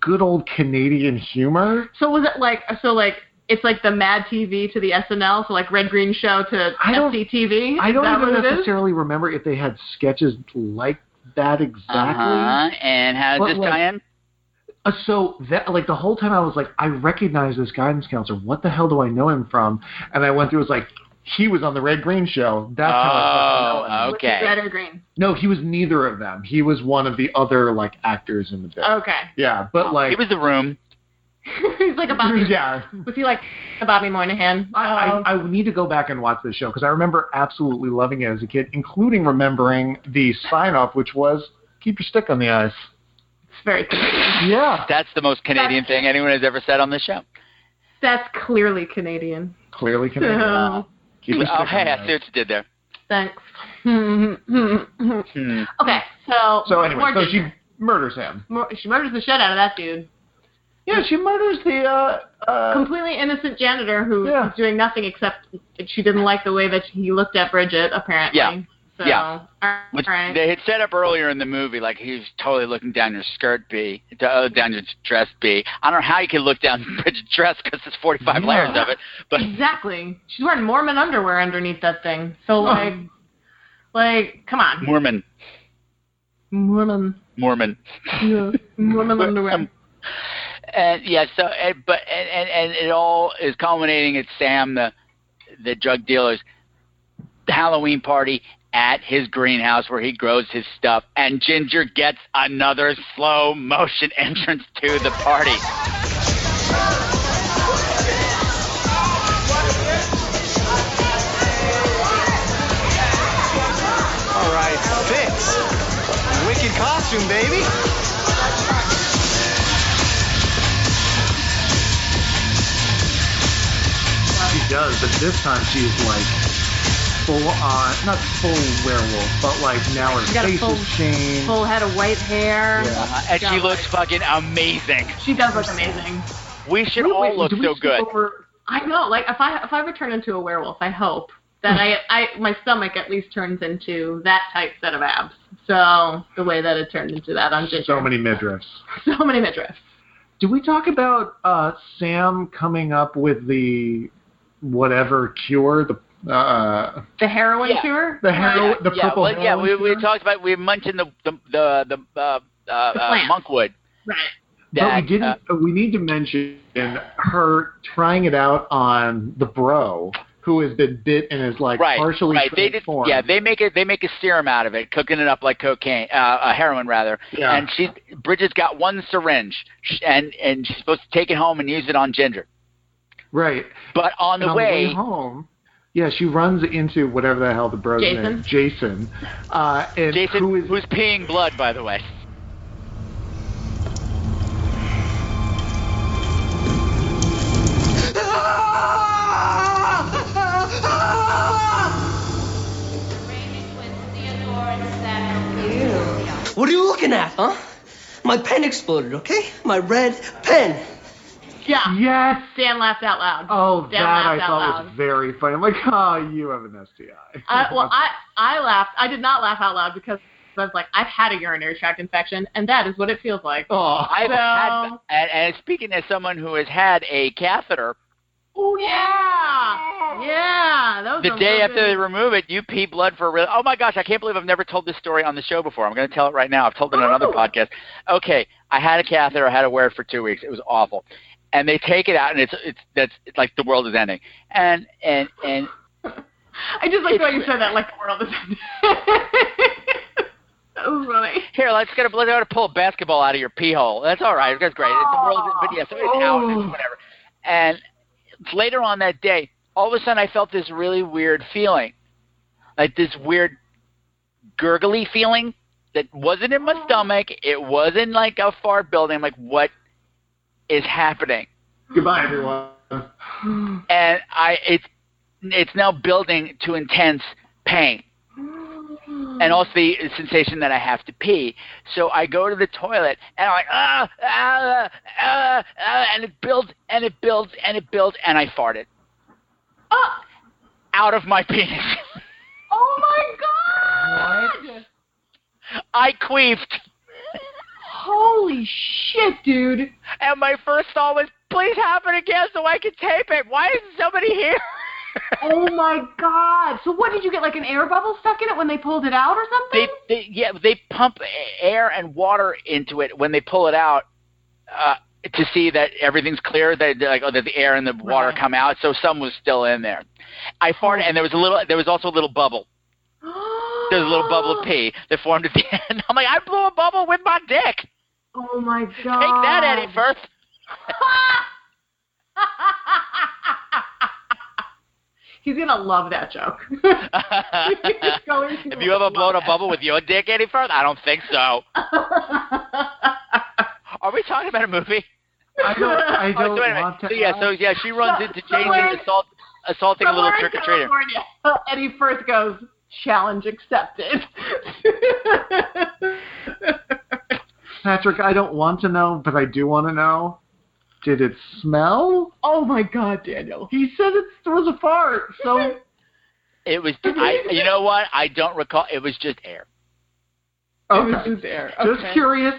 good old Canadian humor.
So was it like so like it's like the Mad TV to the SNL, so like Red Green Show to
I don't-
SCTV?
I
Is
don't
that
even
what it is?
necessarily remember if they had sketches like that exactly.
uh-huh, and how
But
does this
like-
tie in?
Uh, So that like the whole time I was like, I recognize this guidance counselor. What the hell do I know him from? And I went through it was like he was on the Red Green show. That's how I fucking know
Oh,
him.
okay.
Red or green?
No, he was neither of them. He was one of the other like actors in the bit.
Okay.
Yeah, but like
It was the room.
He's like a Bobby.
Yeah.
Was he like a Bobby Moynihan?
I,
Um,
I need to go back and watch this show because I remember absolutely loving it as a kid, including remembering the sign off, which was keep your stick on the ice.
it's very.
Yeah.
That's the most Canadian thing anyone has ever said on this show.
That's clearly Canadian.
Clearly Canadian.
So,
Keep your
oh,
stick on
hey,
the
I
ice.
see what you did there.
thanks. okay,
Hmm.
so.
Hmm. So anyway,
more
so
Ginger.
she murders him.
Mur- she murders the shit out of that dude.
Yeah, she murders the uh, uh
Completely innocent janitor who was doing nothing except that she didn't like the way that he looked at Bridget, apparently.
Yeah.
So,
Yeah.
All
Which
right.
they had set up earlier in the movie, like he was totally looking down your skirt, B, d- uh, down your dress, B. I don't know how you can look down Bridget's dress because there's 45
Yeah.
layers of it. But
Exactly. She's wearing Mormon underwear underneath that thing. So, like, like, come on.
Mormon,
Mormon.
Mormon.
Yeah. Mormon underwear.
And yeah, so and, but and, and and it all is culminating at Sam the the drug dealer's Halloween party at his greenhouse where he grows his stuff, and Ginger gets another slow motion entrance to the party.
All right, fits. Wicked costume, baby.
she does, but this time she's like full on not full werewolf, but like now her
She got a
face
full-
is changed.
Full head of white hair.
Uh, and she looks fucking amazing.
She does look amazing.
We should all look
do we
so
skip
good.
over-
I know. Like if I if I return into a werewolf, I hope that I I my stomach at least turns into that type set of abs. So the way that it turned into that on Ginger.
so many midriffs.
So many midriffs.
Did we talk about uh, Sam coming up with the whatever cure, the uh,
The heroin
Yeah.
cure.
the hero, the
yeah,
purple
well, yeah,
heroin
we, we
cure?
talked about we mentioned the the the the, uh, uh,
plant.
uh, monkwood. uh,
Right.
but we didn't. we need to mention her trying it out on the bro who has been bit and is like
right,
partially
right. They did,
transformed.
yeah, they make it. They make a serum out of it, cooking it up like cocaine, uh, uh, heroin rather.
Yeah.
And she, Bridget's got one syringe, sh- and and she's supposed to take it home and use it on Ginger.
right.
But on
And
the
on
way,
the way home, yeah, she runs into whatever the hell the bro's
Jason?
name, Jason. Uh, and
Jason, who's peeing blood, by the way.
What are you looking at, huh? My pen exploded, okay? My red pen.
Yeah.
Yes.
Dan laughed out loud.
Oh,
Dan
that I
laughed out
thought
loud. Uh,
was very funny. I'm like, oh, you have an STI.
I, well, I I laughed. I did not laugh out loud because I was like, I've had a urinary tract infection, and that is what it feels like.
Oh.
Oh.
I've
So-
had, and, and speaking as someone who has had a catheter,
Oh yeah, yeah. That was
the
a
day
real
after
good-
they remove it, you pee blood for real. Oh my gosh, I can't believe I've never told this story on the show before. I'm going to tell it right now. I've told it on another podcast. Okay, I had a catheter. I had to wear it for two weeks. It was awful. And they take it out, and it's it's that's it's like the world is ending. And and and
I just like the way you said that, like the world is ending. that was funny.
here, let's get a let's go to pull a basketball out of your pee hole. That's all right. That's great. It's the world, but yeah, so it's out. It's whatever. And later on that day, all of a sudden, I felt this really weird feeling, like this weird gurgly feeling that wasn't in my stomach. It wasn't like a fart building. I'm like, what is happening?
Goodbye, everyone.
And I, it's, it's now building to intense pain and also the sensation that I have to pee. So I go to the toilet and I'm like, ah, ah, ah, ah, and it builds and it builds and it builds and I farted.
Ah!
Out of my penis.
Oh my god!
I queefed.
Holy shit, dude.
And my first thought was, please happen again so I can tape it. Why isn't somebody here?
oh my god. So what did you get like an air bubble stuck in it when they pulled it out or
They,
something?
they, yeah, they pump air and water into it when they pull it out uh, to see that everything's clear. That they're like, oh, that the air and the water come out. So some was still in there. I farted, and there was a little. There was also a little bubble. There was a little bubble of pee that formed at the end. I'm like, I blew a bubble with my dick.
Oh my god. Take
that, Eddie Firth.
He's gonna love that joke.
Have you ever blown a bubble with your dick any further? I don't think so. Are we talking about a movie?
I don't- I
Oh, so
don't
anyway,
want to-
so yeah, so yeah, she runs into
somewhere-
Jason assault, assaulting a little
Somewhere in
trick or treater.
California, Eddie Firth goes, challenge accepted.
Patrick, I don't want to know, but I do want to know. Did it smell?
Oh my god, Daniel.
He said it was a fart, so
It was, I, you know what? I don't recall. It was just air.
okay.
just air.
Just curious.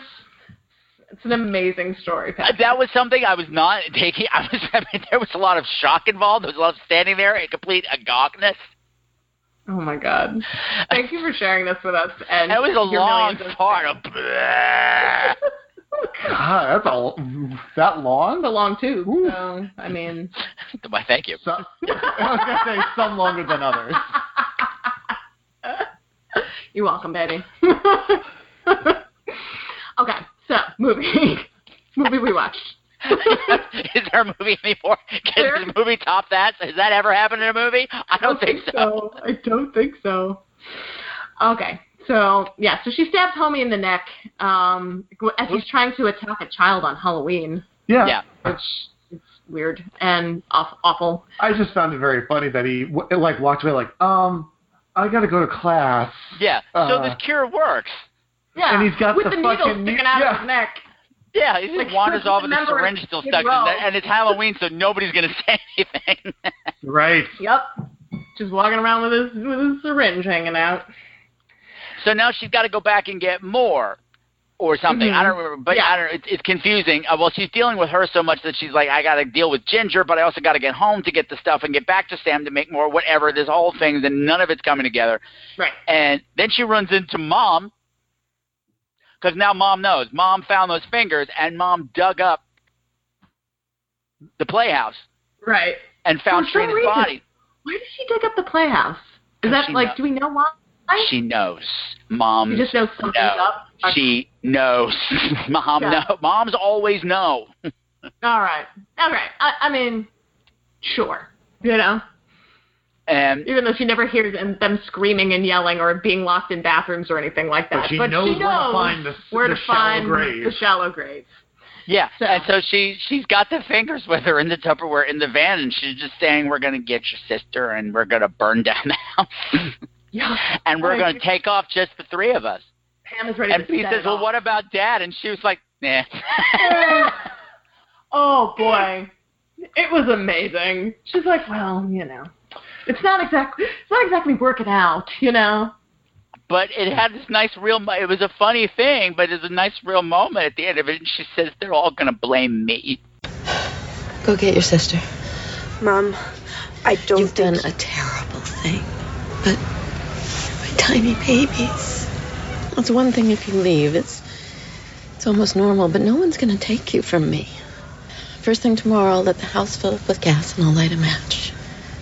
It's an amazing story,
Uh,
Patrick.
That was something I was not taking. I was. I mean, there was a lot of shock involved. There was a lot of standing there in complete agogness.
Oh my god. Thank you for sharing this with us. And
That was a
your
long
millions of-
fart. Of,
God, ah, that's all that long.
The long too. So I mean,
Why, thank you.
I was gonna say some longer than others.
you're welcome, Betty. okay, so movie, movie we watched.
Is there a movie anymore? Can the movie top that? Has that ever happened in a movie? I don't think so.
I don't think so. Okay, so yeah, so she stabs Homie in the neck um, as he's trying to attack a child on Halloween.
Yeah.
Which is weird and aw- awful.
I just found it very funny that he w- like walked away like, um, I gotta go to class.
Yeah. so
Uh,
this cure works.
Yeah,
And he's got
with
the
the, needle
fucking
sticking
ne-
out
yeah.
of his neck.
Yeah, he just
Like,
wanders
just
off with a
remember
syringe
it's
still
Skid
stuck, in his
Row.
neck, and it's Halloween, so nobody's gonna say anything.
Right.
Yep. Just walking around with his with his syringe hanging out.
So now she's got to go back and get more or something. I don't
Mhm.
remember, but
Yeah.
I don't. It's, it's confusing. Uh, well, she's dealing with her so much that she's like, I got to deal with Ginger, but I also got to get home to get the stuff and get back to Sam to make more. Whatever this whole thing, then none of it's coming together.
Right.
And then she runs into mom. because now mom knows. Mom found those fingers, and mom dug up the playhouse
Right.
and found
For some
Trina's
reason.
body.
Why did she dig up the playhouse? Is
Because
that
she
like?
knows.
Do we know why?
She knows. Mom
You just know something's up.
She knows. Mom
Yeah.
know. Moms always know.
All right. All right. I, I mean, sure. You know,
And
even though she never hears them, them screaming and yelling or being locked in bathrooms or anything like that.
But she knows where to find the-
where
the
to
shallow
find
graves.
the shallow graves.
yeah, and so she she's got the fingers with her in the Tupperware in the van, and she's just saying, "We're gonna get your sister, and we're gonna burn down the house, and we're
Like-
gonna take off just the three of us."
Pam is ready
and
to
Pete
set
says,
it
"Well,
off.
what about Dad?" And she was like, "Nah."
oh boy, it was amazing. She's like, well, you know, it's not exactly it's not exactly working out, you know.
But it had this nice real. mo- It was a funny thing, but it was a nice real moment at the end of it. And she says, "They're all gonna blame me."
Go get your sister.
Mom, I don't
You've done a terrible thing. But my tiny babies. It's one thing if you leave. It's it's almost normal, but no one's gonna take you from me. First thing tomorrow, I'll let the house fill up with gas and I'll light a match.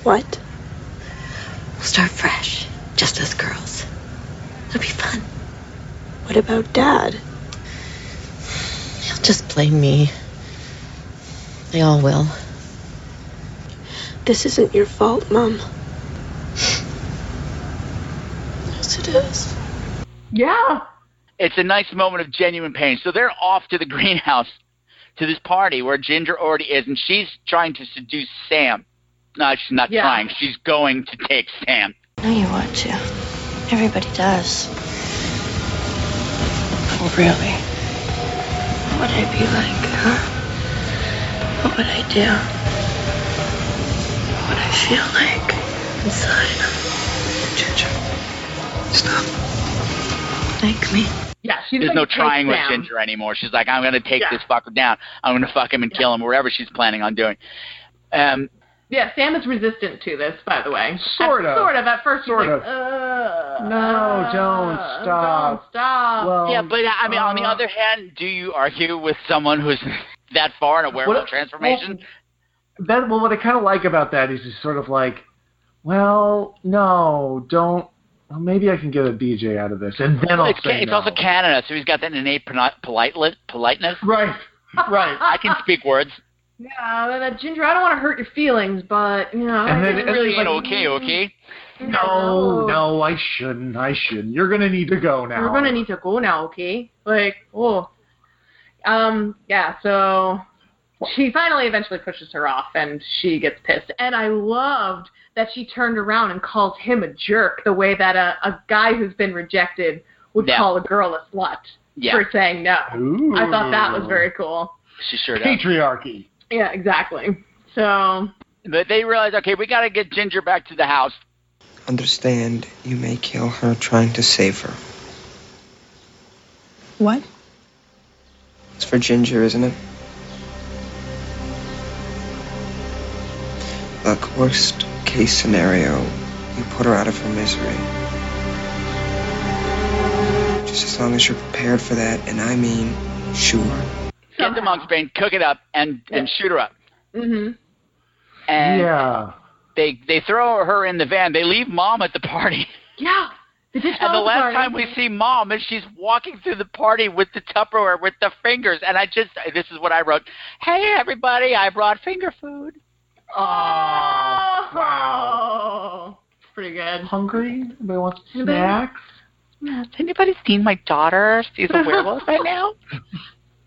What?
We'll start fresh, just as girls. It'll be fun.
What about Dad?
He'll just blame me. They all will.
This isn't your fault, Mom.
Yes, it is.
Yeah.
It's a nice moment of genuine pain. So they're off to the greenhouse to this party where Ginger already is, and she's trying to seduce Sam. No, she's not trying. She's going to take Sam.
No, you want to. Everybody does.
Oh, really?
What would I be like, huh? What would I do? What would I feel like inside? Ginger, stop. Like me.
Yeah, she's
There's
ready
no
to take
trying with
Sam.
Ginger anymore. She's like, I'm going to take
Yeah.
this fucker down. I'm going to fuck him and kill him, whatever she's planning on doing. Um,
Yeah, Sam is resistant to this, by the way.
Sort
At-
of.
Sort of. At first,
Sort
she's like,
of.
"Uh,
No, don't stop.
Ah, Don't stop.
Well,
yeah, but uh, I mean, on the other hand, do you argue with someone who's that far in a werewolf
Well,
transformation?
That well, what I kind of like about that is he's sort of like, well, no, don't. Well, maybe I can get a DJ out of this, and then I'll
it's, ca-
say
it's
no.
also Canada, so he's got that innate poli- politeness. Politeness.
Right. Right.
I can speak words.
yeah, but, uh, Ginger, I don't want to hurt your feelings, but you know,
And
I
then-
just
and
really
then-
like,
Okay, okay.
No, no, I shouldn't. I shouldn't. You're gonna need to go now.
We're gonna need to go now, okay? Like, oh, um, yeah. So she finally eventually pushes her off, and she gets pissed. And I loved that she turned around and called him a jerk, the way that a, a guy who's been rejected would
Yeah.
call a girl a slut
Yeah.
for saying no.
Ooh.
I thought that was very cool.
She sure does.
patriarchy.
Yeah, exactly. So
But they realize, okay, we got to get Ginger back to the house.
Understand, you may kill her trying to save her.
What?
It's for Ginger, isn't it? Look, worst case scenario, you put her out of her misery. Just as long as you're prepared for that, and I mean, sure.
Get the monk's brain, cook it up, and and shoot her up.
hmm
And
yeah.
They they throw her in the van. They leave mom at the party.
Yeah.
And the last time we see mom is she's walking through the party with the Tupperware with the fingers. And I just, this is what I wrote. Hey, everybody, I brought finger food.
Oh, wow. oh, Pretty good.
Hungry? Anybody wants
Anybody?
snacks?
Has anybody seen my daughter? She's a werewolf right now.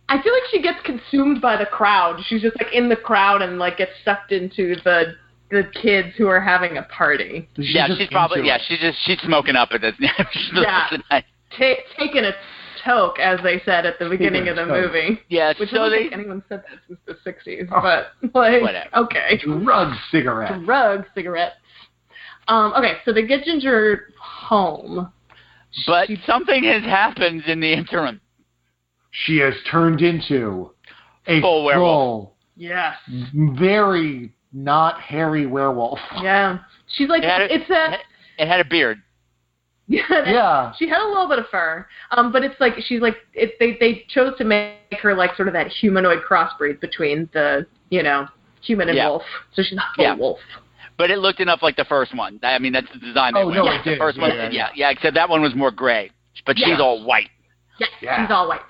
I feel like she gets consumed by the crowd. She's just like in the crowd and like gets sucked into the the kids who are having a party.
yeah, she's probably,
into
yeah, she's just, she's smoking up at this. she's
Yeah.
yeah.
Ta taking a toke, as they said at the beginning
a
of the
toke.
movie.
Yeah,
which
so
I don't
they-
think anyone said that since the '60s, but like,
Whatever.
okay,
Drug cigarette.
drug cigarette. Um, okay, so they get Ginger home.
But something has happened in the interim.
She has turned into a
Full werewolf.
Yes.
full, very not hairy werewolf.
Yeah. She's like,
It had a-
it's a
It had a beard.
Yeah. that-
Yeah.
She had a little bit of fur, um, but it's like she's like it, they they chose to make her like sort of that humanoid crossbreed between the you know human and
Yeah.
wolf. So she's not full
Yeah.
wolf.
But it looked enough like the first one. I mean, that's the design. they
Oh,
went
no,
with.
it
the
did.
first one.
Yeah,
Yeah,
yeah.
yeah, Except that one was more gray, but
Yeah.
she's all white.
Yes,
Yeah.
she's all white,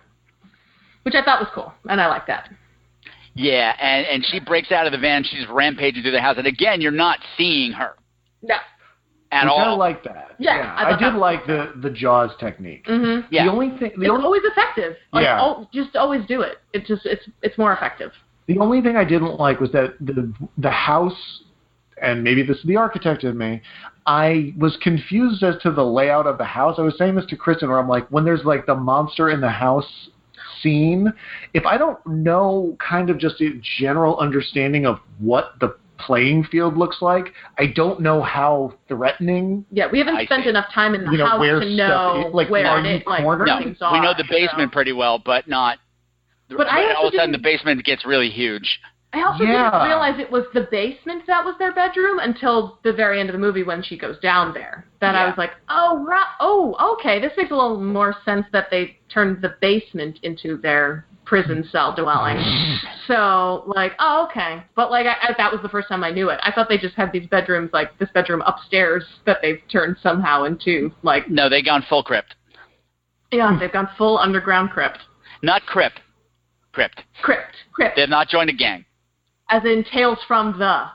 which I thought was cool, and I like that.
Yeah, and and she breaks out of the van. She's rampaging through the house, and again, you're not seeing her
No.
at
I kinda
all.
like that.
Yeah, I
I,
thought
did like the the Jaws technique.
Mm-hmm.
The only thing, the
it's
only
always effective. Like,
Yeah.
al- just always do it. It just it's it's more effective.
The only thing I didn't like was that the the house, and maybe this is the architect in me. I was confused as to the layout of the house. I was saying this to Kristen, where I'm like, when there's like the monster in the house scene, if I don't know kind of just a general understanding of what the playing field looks like, I don't know how threatening.
Yeah, we haven't
I
spent
see.
enough time in the
You know,
house
where
to
stuff
know
is- like,
where
are
it
you
is, like
cornered?
no,
things
we
are.
know the basement pretty well, but not.
But I also
all of a sudden, the
didn't-
basement gets really huge.
I also
Yeah.
didn't realize it was the basement that was their bedroom until the very end of the movie when she goes down there. That I
Yeah.
was like, oh, right, oh, okay, this makes a little more sense that they turned the basement into their prison cell dwelling. so, like, oh, okay. But, like, I, I, that was the first time I knew it. I thought they just had these bedrooms, like, this bedroom upstairs that they've turned somehow into, like,
No, they gone full crypt. Hmm.
yeah, they've gone full underground crypt.
Not crypt. Crypt.
Crypt. Crypt.
They've not joined a gang.
As in Tales from the.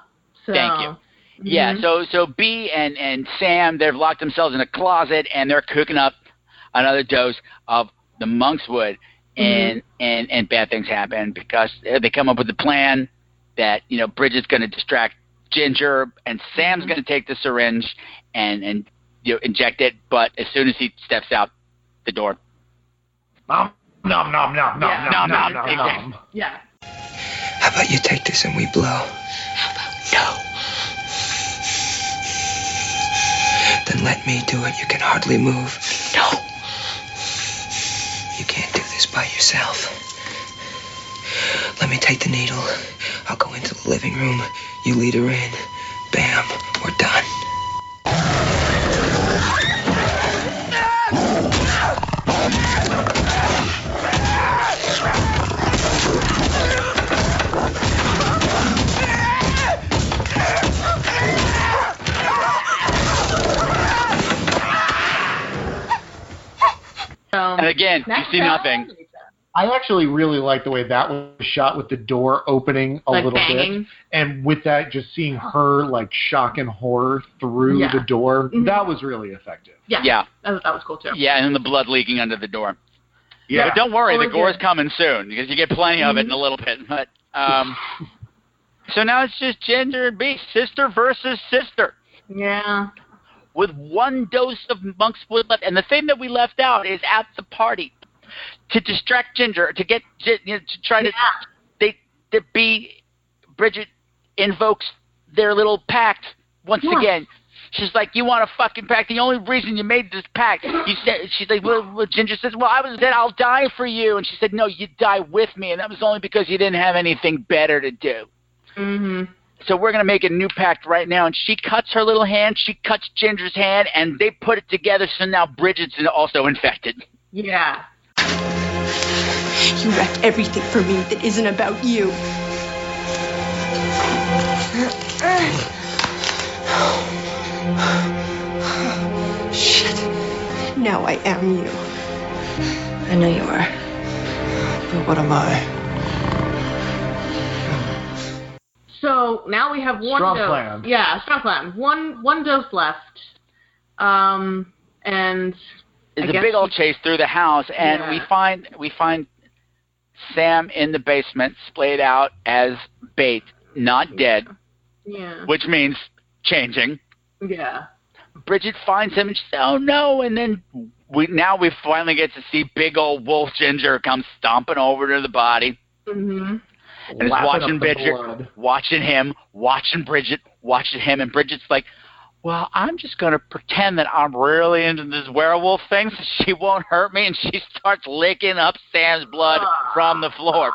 So,
Thank you. Yeah,
mhm.
so so B and and Sam they've locked themselves in a closet and they're cooking up another dose of the monk's wood and and and bad things happen because they come up with a plan that you know Bridget's going to distract Ginger and Sam's going to take the syringe and and you know, inject it but as soon as he steps out the door
nom nom nom nom nom
Yeah.
nom
Nom, nom,
nom nom.
exactly.
nom.
Yeah.
How about you take this and we blow? How about no? Then let me do it. You can hardly move. No. You can't do this by yourself. Let me take the needle. I'll go into the living room. You lead her in. Bam. We're done.
and again you see nothing
I actually really like the way that was shot with the door opening a
Like
little
banging?
bit, and with that, just seeing her like shock and horror through
Yeah.
the door.
Mhm.
That was really effective.
Yeah.
Yeah.
That, that was cool too.
yeah and then the blood leaking under the door
Yeah.
but don't worry
Oh,
the
yeah.
gore's coming soon because you get plenty of it in a little bit but um So now it's just gender and beast, sister versus sister,
Yeah.
with one dose of monk's wood left. And the thing that we left out is at the party to distract Ginger, to get Gi- you know, to try to they to be Bridget invokes their little pact once
Yeah.
again. She's like, you want a fucking pact? The only reason you made this pact, you said. She's like, well, well, Ginger says, well, I was dead. I'll die for you. And she said, no, you die with me. And that was only because you didn't have anything better to do.
Mm-hmm.
So we're going to make a new pact right now. And she cuts her little hand. She cuts Ginger's hand, and they put it together. So now Bridget's in- also infected.
Yeah.
You wrecked everything for me that isn't about you. Shit. Now I am you.
I know you are. But what am I?
So now we have one
Strong
dose.
plan.
Yeah, strong plan. One one dose left. Um and I
It's a
guess-
big old chase through the house, and we
Yeah.
find we find Sam in the basement, splayed out as bait, not dead,
Yeah.
which means changing.
Yeah.
Bridget finds him, and she says, "Oh no!" And then we now we finally get to see big old Wolf Ginger come stomping over to the body.
Mm-hmm.
and is watching Bridget, watching him, watching Bridget, watching him, and Bridget's like, "Well, I'm just gonna pretend that I'm really into this werewolf thing, so she won't hurt me." And she starts licking up Sam's blood from the floor.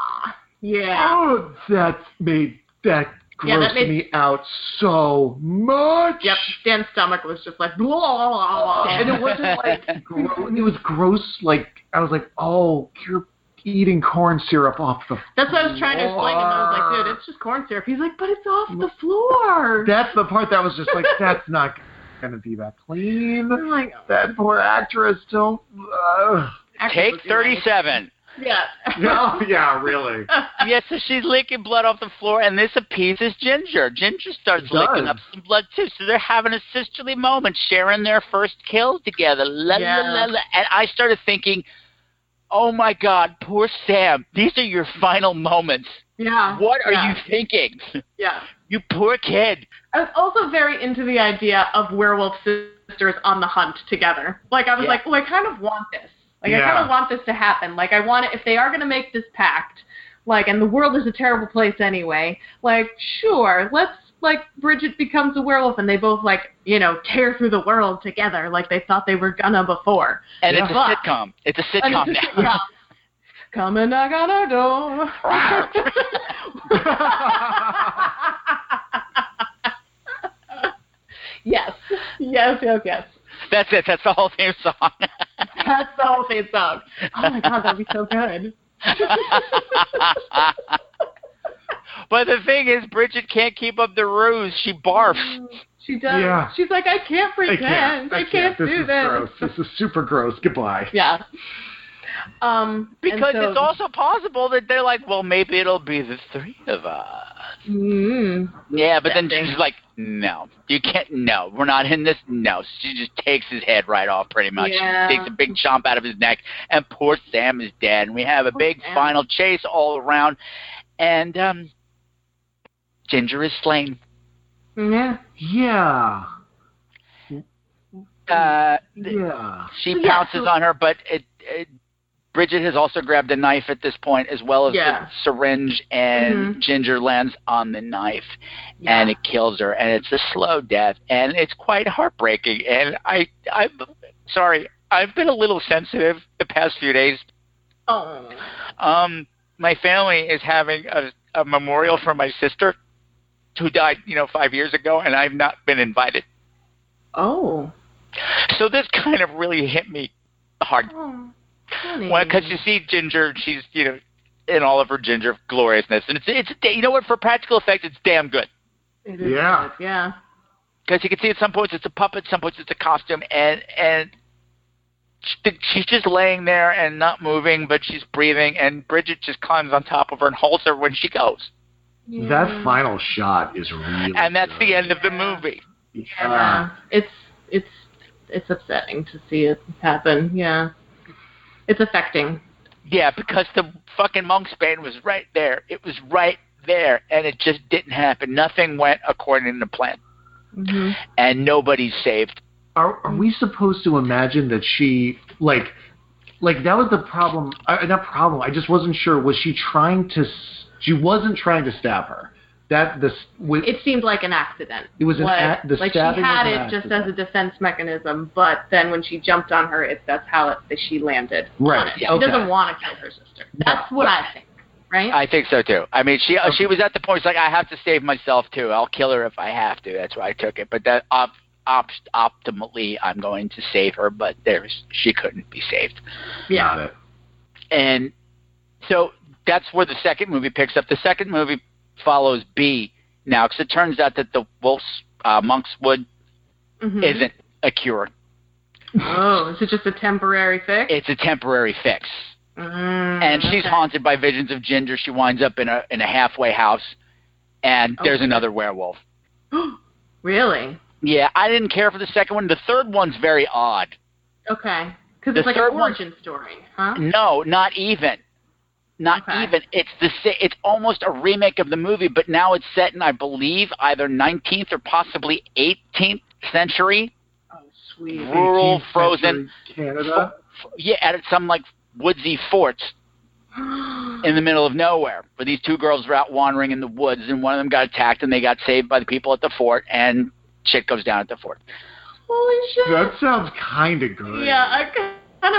Yeah.
Oh, that made that
Yeah, that
grossed
made-
me out so much.
Yep, Stan's stomach was just like blah blah blah, blah.
And it wasn't like gro- it was gross. Like I was like, oh, you're eating corn syrup off the.
That's what I was trying to explain to him. I was like, dude, it's just corn syrup. He's like, but it's off the floor.
That's the part that was just like, that's not gonna be that clean.
I'm like,
That poor actress. Don't. Uh.
Take 37.
Yeah.
No, Oh, yeah, really.
yes, so she's licking blood off the floor, and this appeases Ginger. Ginger starts
It does.
licking up some blood too, so they're having a sisterly moment, sharing their first kill together. La, la, la, la. And I started thinking, "Oh my God, poor Sam. These are your final moments.
Yeah.
What are
yeah.
you thinking?
Yeah.
You poor kid."
I was also very into the idea of werewolf sisters on the hunt together. Like I was
Yeah.
like, oh, I kind of want this. Like I
Yeah.
kind of want this to happen. Like I want it if they are going to make this pact. Like and the world is a terrible place anyway. Like sure, let's like Bridget becomes a werewolf and they both like you know tear through the world together like they thought they were gonna before.
And it's a
But-
sitcom. It's a
and
sitcom
it's a
now.
sitcom. Come and knock on our door. yes, yes, yes, yes.
That's it. That's the whole theme song.
That's the whole theme song. Oh my god, that'd be so good.
but the thing is, Bridget can't keep up the ruse. She barfs.
She does.
Yeah.
She's like, I can't
I
pretend.
can't. I can't. This
do this.
is gross. This is super gross. Goodbye.
Yeah. Um, and
Because
so-
it's also possible that they're like, well, maybe it'll be the three of us.
Mm.
Yeah, but then she's like, no, you can't. No, we're not in this. No, she just takes his head right off, pretty much.
Yeah.
She takes a big chomp out of his neck, and poor Sam is dead. And we have a big
Sam.
final chase all around, and um, Ginger is slain.
Yeah.
Yeah.
Uh,
yeah.
She
Yeah,
pounces
so-
on her, but it, it, Bridget has also grabbed a knife at this point, as well as
Yeah.
the syringe, and
Mhm.
Ginger lands on the knife,
Yeah.
and it kills her. And it's a slow death, and it's quite heartbreaking. And I, I'm sorry, I've been a little sensitive the past few days.
Oh.
Um, my family is having a, a memorial for my sister, who died, you know, five years ago, and I've not been invited.
Oh.
So this kind of really hit me hard. because you see Ginger, she's you know in all of her Ginger gloriousness, and it's it's da- you know what for practical effect, it's damn good
It is
Yeah.
good, Yeah.
because you can see at some points it's a puppet, some points it's a costume, and and she- she's just laying there and not moving, but she's breathing, and Bridget just climbs on top of her and holds her when she goes,
That final shot is really.
and that's the end of the movie.
Yeah. It's it's it's upsetting to see it happen. Yeah. It's affecting.
Yeah, because the fucking monk's bane was right there. It was right there, and it just didn't happen. Nothing went according to plan,
Mm-hmm.
and nobody's saved.
Are are we supposed to imagine that she like like that was the problem? Uh, not problem. I just wasn't sure. Was she trying to? s- She wasn't trying to stab her. That this with
It seemed like an accident.
It was an
like,
ac- the
like she
stabbing was
had
an
it just as a defense mechanism, but then when she jumped on her, it, that's how it, that she landed.
Right,
She
okay.
doesn't want to kill her sister. That's what I think, right?
I think so too. I mean, she uh, she was at the point she's like, I have to save myself too. I'll kill her if I have to. That's why I took it. But that op, op, optimally, I'm going to save her. But there's she couldn't be saved.
yeah.
it.
And so that's where the second movie picks up. The second movie follows B now because it turns out that the wolf's uh, monk's wood
Mhm.
isn't a cure.
Oh, is it just a temporary fix?
It's a temporary fix.
Mm,
and she's
okay.
haunted by visions of Ginger. She winds up in a in a halfway house, and there's
Okay.
another werewolf.
really
Yeah, I didn't care for the second one. The third one's very odd.
okay because
The
it's like
third
an
one-
origin story, huh?
Mm.
No, not even. Not even. It's the sa- it's almost a remake of the movie, but now it's set in I believe either 19th or possibly 18th century
Oh, Sweet.
rural frozen
Canada.
f- yeah, at some like woodsy forts in the middle of nowhere where these two girls were out wandering in the woods and one of them got attacked and they got saved by the people at the fort and shit goes down at the fort.
Holy shit.
That sounds kind of good.
Yeah, I kind of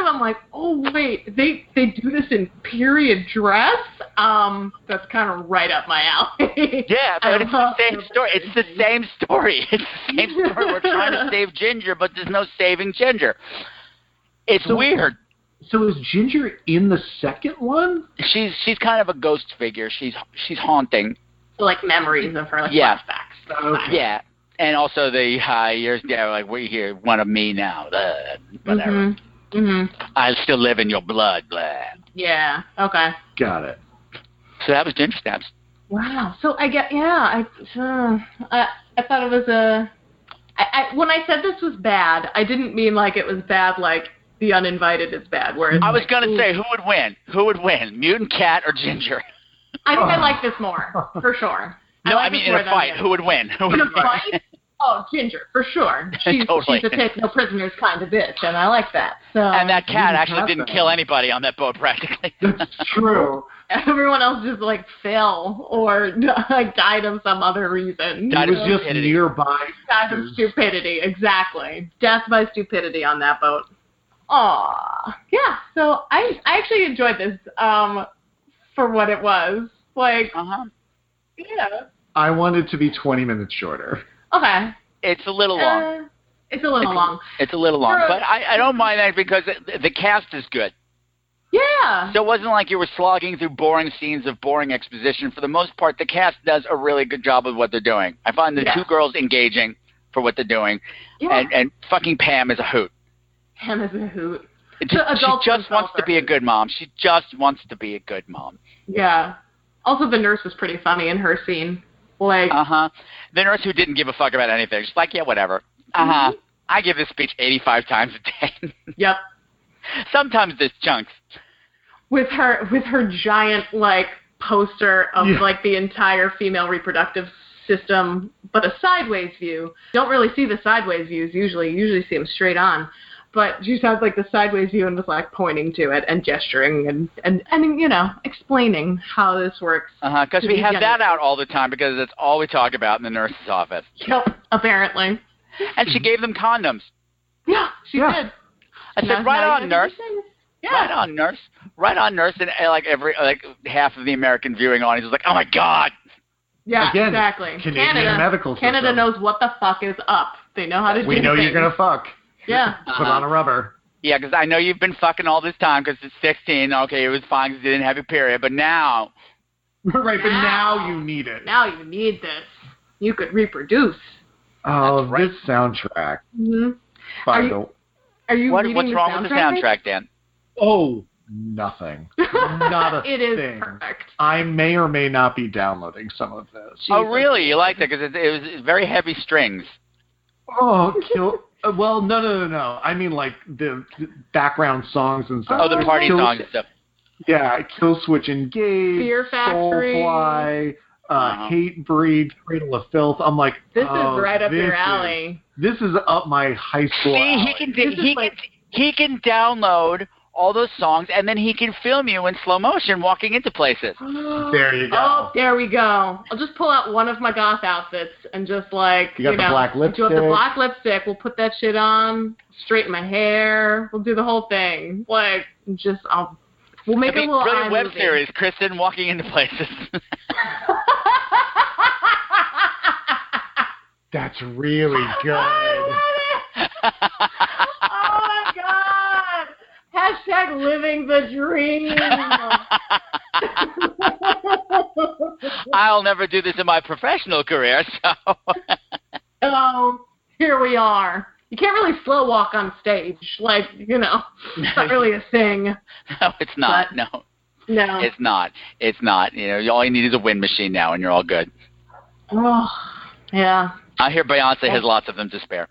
I'm like, oh wait, they they do this in period dress. Um, that's kind of right up my alley.
Yeah, but
I
it's the
love
same story. It's the same story. It's the same story. We're trying to save Ginger, but there's no saving Ginger. It's
So-
weird.
So is Ginger in the second one?
She's she's kind of a ghost figure. She's she's haunting.
like memories of her, like
yeah.
flashbacks.
Yeah. And also the uh, years, yeah, like we hear one of me now. Blah, whatever.
Mm-hmm. mm-hmm.
I still live in your blood. Blah.
Yeah. Okay.
Got it.
So that was Ginger Snaps.
Wow. So I get yeah. I uh, I, I thought it was a. I, I, when I said this was bad, I didn't mean like it was bad like the uninvited is bad. Whereas
I was gonna say who would win? Who would win? Mutant Cat or Ginger?
I think I like this more for sure.
No, I,
like
mean
this
in
more
a
than
fight,
the-
who would win? Who would
In a
win?
fight? Oh, Ginger for sure. She's,
Totally.
she's a take no prisoners kind of bitch, and I like that. So
And that cat
have
actually didn't
that.
kill anybody on that boat practically.
True.
everyone else just like fell or like died of some other reason.
It
You
was
know?
just nearby.
Died of stupidity, exactly. Death by stupidity on that boat. Aw, yeah. So I I actually enjoyed this um for what it was. Like,
Uh-huh.
yeah.
I wanted to be 20 minutes shorter.
Okay.
It's a little long.
Uh, it's a little long.
It's a little long,
Sure.
but I, I don't mind that because the, the cast is good.
Yeah.
So it wasn't like you were slogging through boring scenes of boring exposition. For the most part, the cast does a really good job of what they're doing. I find the
Yeah.
two girls engaging for what they're doing,
Yeah.
and and fucking Pam is a hoot.
Pam is a hoot.
It
So
just- she
adults
just wants
themselves
to be a good mom. She just wants to be a good mom.
Yeah. Also, the nurse was pretty funny in her scene. Like,
uh huh. The nurse who didn't give a fuck about anything, she's like, yeah, whatever. Uh huh.
Mm-hmm.
I give this speech 85 times a day.
yep.
Sometimes there's chunks.
with her with her giant like poster of
Yeah.
like the entire female reproductive system, but a sideways view. Don't really see the sideways views usually. You usually see them straight on. But she has like the sideways view and was like pointing to it and gesturing and and and you know explaining how this works.
Uh-huh, because
to
we
the
have
young-
that out all the time because that's all we talk about in the nurse's office.
Yep, apparently.
And
Mm-hmm.
she gave them condoms.
Yeah, she did.
I
Now-
said, right
Uh-huh. now you
on,
know
nurse.
these things. Yeah.
Right on, nurse. Right on, nurse. And uh, like every like half of the American viewing audience was like, oh my god.
Yeah,
Again,
exactly.
Canadian
Canada,
medical system.
Canada knows what the fuck is up. They know how to
We
do
know you're
things.
gonna fuck.
Yeah.
Put on a rubber.
Yeah, because I know you've been fucking all this time because it's 16. Okay, it was fine 'cause you didn't have your period, but now.
right, but now you need it.
Now you need this. You could reproduce.
Oh, this soundtrack.
hmm
By
Are you-
the-
Are you
What,
reading
what's
the
wrong
soundtrack?
with the soundtrack, Dan?
oh, nothing. Not a
it is
thing.
perfect.
I may or may not be downloading some of this.
Oh, really? You liked it because it, it was it's very heavy strings.
Oh, kill. uh, Well, no, no, no, no. I mean, like the, the background songs and stuff.
Oh, the party
Kill-
songs and stuff.
Yeah, Kill Switch Engage,
Fear Factory.
Soulfly, uh, Hate Breed, Cradle of Filth. I'm like,
This
oh,
is right up
this
your
is-
alley.
this is up my high school.
See,
alley.
he can he can he can download all those songs and then he can film you in slow motion walking into places.
There you go.
Oh, there we go. I'll just pull out one of my goth outfits and just like
You got the
know,
black
Do up the
lipstick.
black lipstick. We'll put that shit on. Straighten my hair. We'll do the whole thing. Like just I'll we'll make
It'd be
a little
brilliant
eye
web
movie.
series, Kristen walking into places.
That's really
I
good.
love it. oh my god. Hashtag living the dream.
I'll never do this in my professional career, so
oh, here we are. You can't really slow walk on stage. Like, you know, it's not really a thing.
no, it's not. no,
No.
it's not. It's not. You know, all you need is a wind machine now, and you're all good.
Oh, yeah.
I hear Beyonce has lots of them to spare.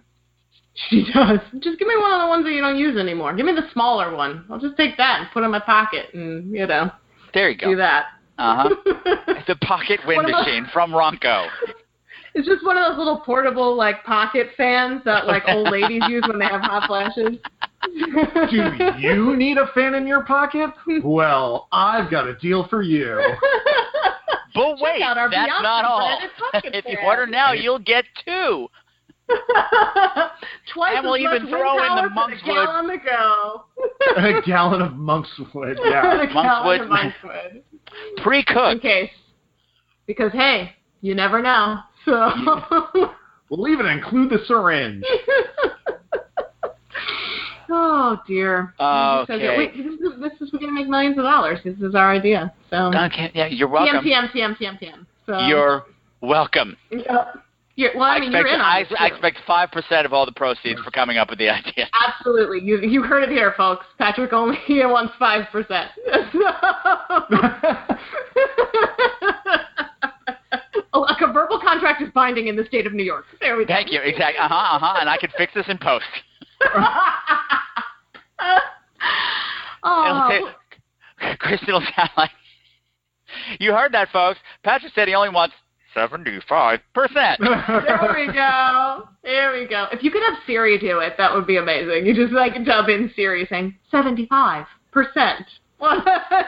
She does. Just give me one of the ones that you don't use anymore. Give me the smaller one. I'll just take that and put it in my pocket and, you know,
There you go.
do that.
Uh huh. the pocket wind
One of those-
machine from Ronco.
It's just one of those little portable, like, pocket fans that, like, old ladies use when they have hot flashes.
Do you need a fan in your pocket? Well, I've got a deal for you.
But wait,
out our
that's
Beyonce
not all.
branded pocket
if you
fan.
order now, you'll get two.
Twice
And we'll
as much
even
wind
throw in the
power for
monk's
a gallon to go.
a gallon of monkswood.
Uh,
Yeah,
a gallon of monkswood.
Pre-cooked.
In case, because hey, you never know. So.
We'll even include the syringe.
oh dear. So good.
Uh, Okay.
Wait, this is, this is we're gonna make millions of dollars. This is our idea. So.
Okay. Yeah, you're welcome.
TM TM TM TM. So.
You're welcome.
Yeah. You're, well, I mean,
expect,
you're in on
I,
this, too.
I expect five percent of all the proceeds for coming up with the idea.
Absolutely. You you heard it here, folks. Patrick only wants five percent. like a verbal contract is binding in the state of New York. There we go.
Thank you. Exactly. Uh huh. Uh huh. And I can fix this in post.
Oh,
It'll take- Kristen will sound like. You heard that, folks. Patrick said he only wants seventy-five percent.
there we go. There we go. If you could have Siri do it, that would be amazing. You just like dub in Siri saying seventy-five percent.
Or that,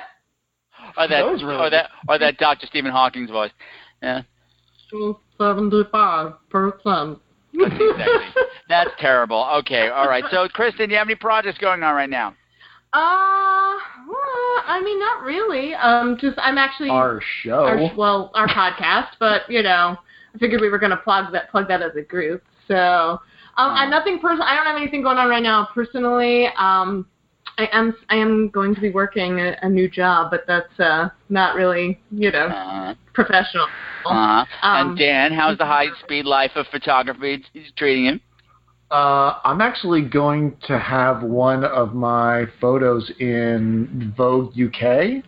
That was really
or that, or that Dr. Stephen Hawking's voice. Yeah.
Seventy-five percent.
Exactly. That's terrible. Okay. All right. So, Kristen, do you have any projects going on right now?
Uh, well, I mean, not really. Um, just I'm actually
Our show.
our- well, our podcast, but you know, I figured we were gonna plug that plug that as a group. So,
Oh.
um, and nothing personal. I don't have anything going on right now personally. Um, I am I am going to be working a, a new job, but that's uh not really you know
Uh.
professional.
Uh-huh.
Um,
and Dan, how's the high-speed life of photography t- treating him?
Uh, I'm actually going to have one of my photos in Vogue UK.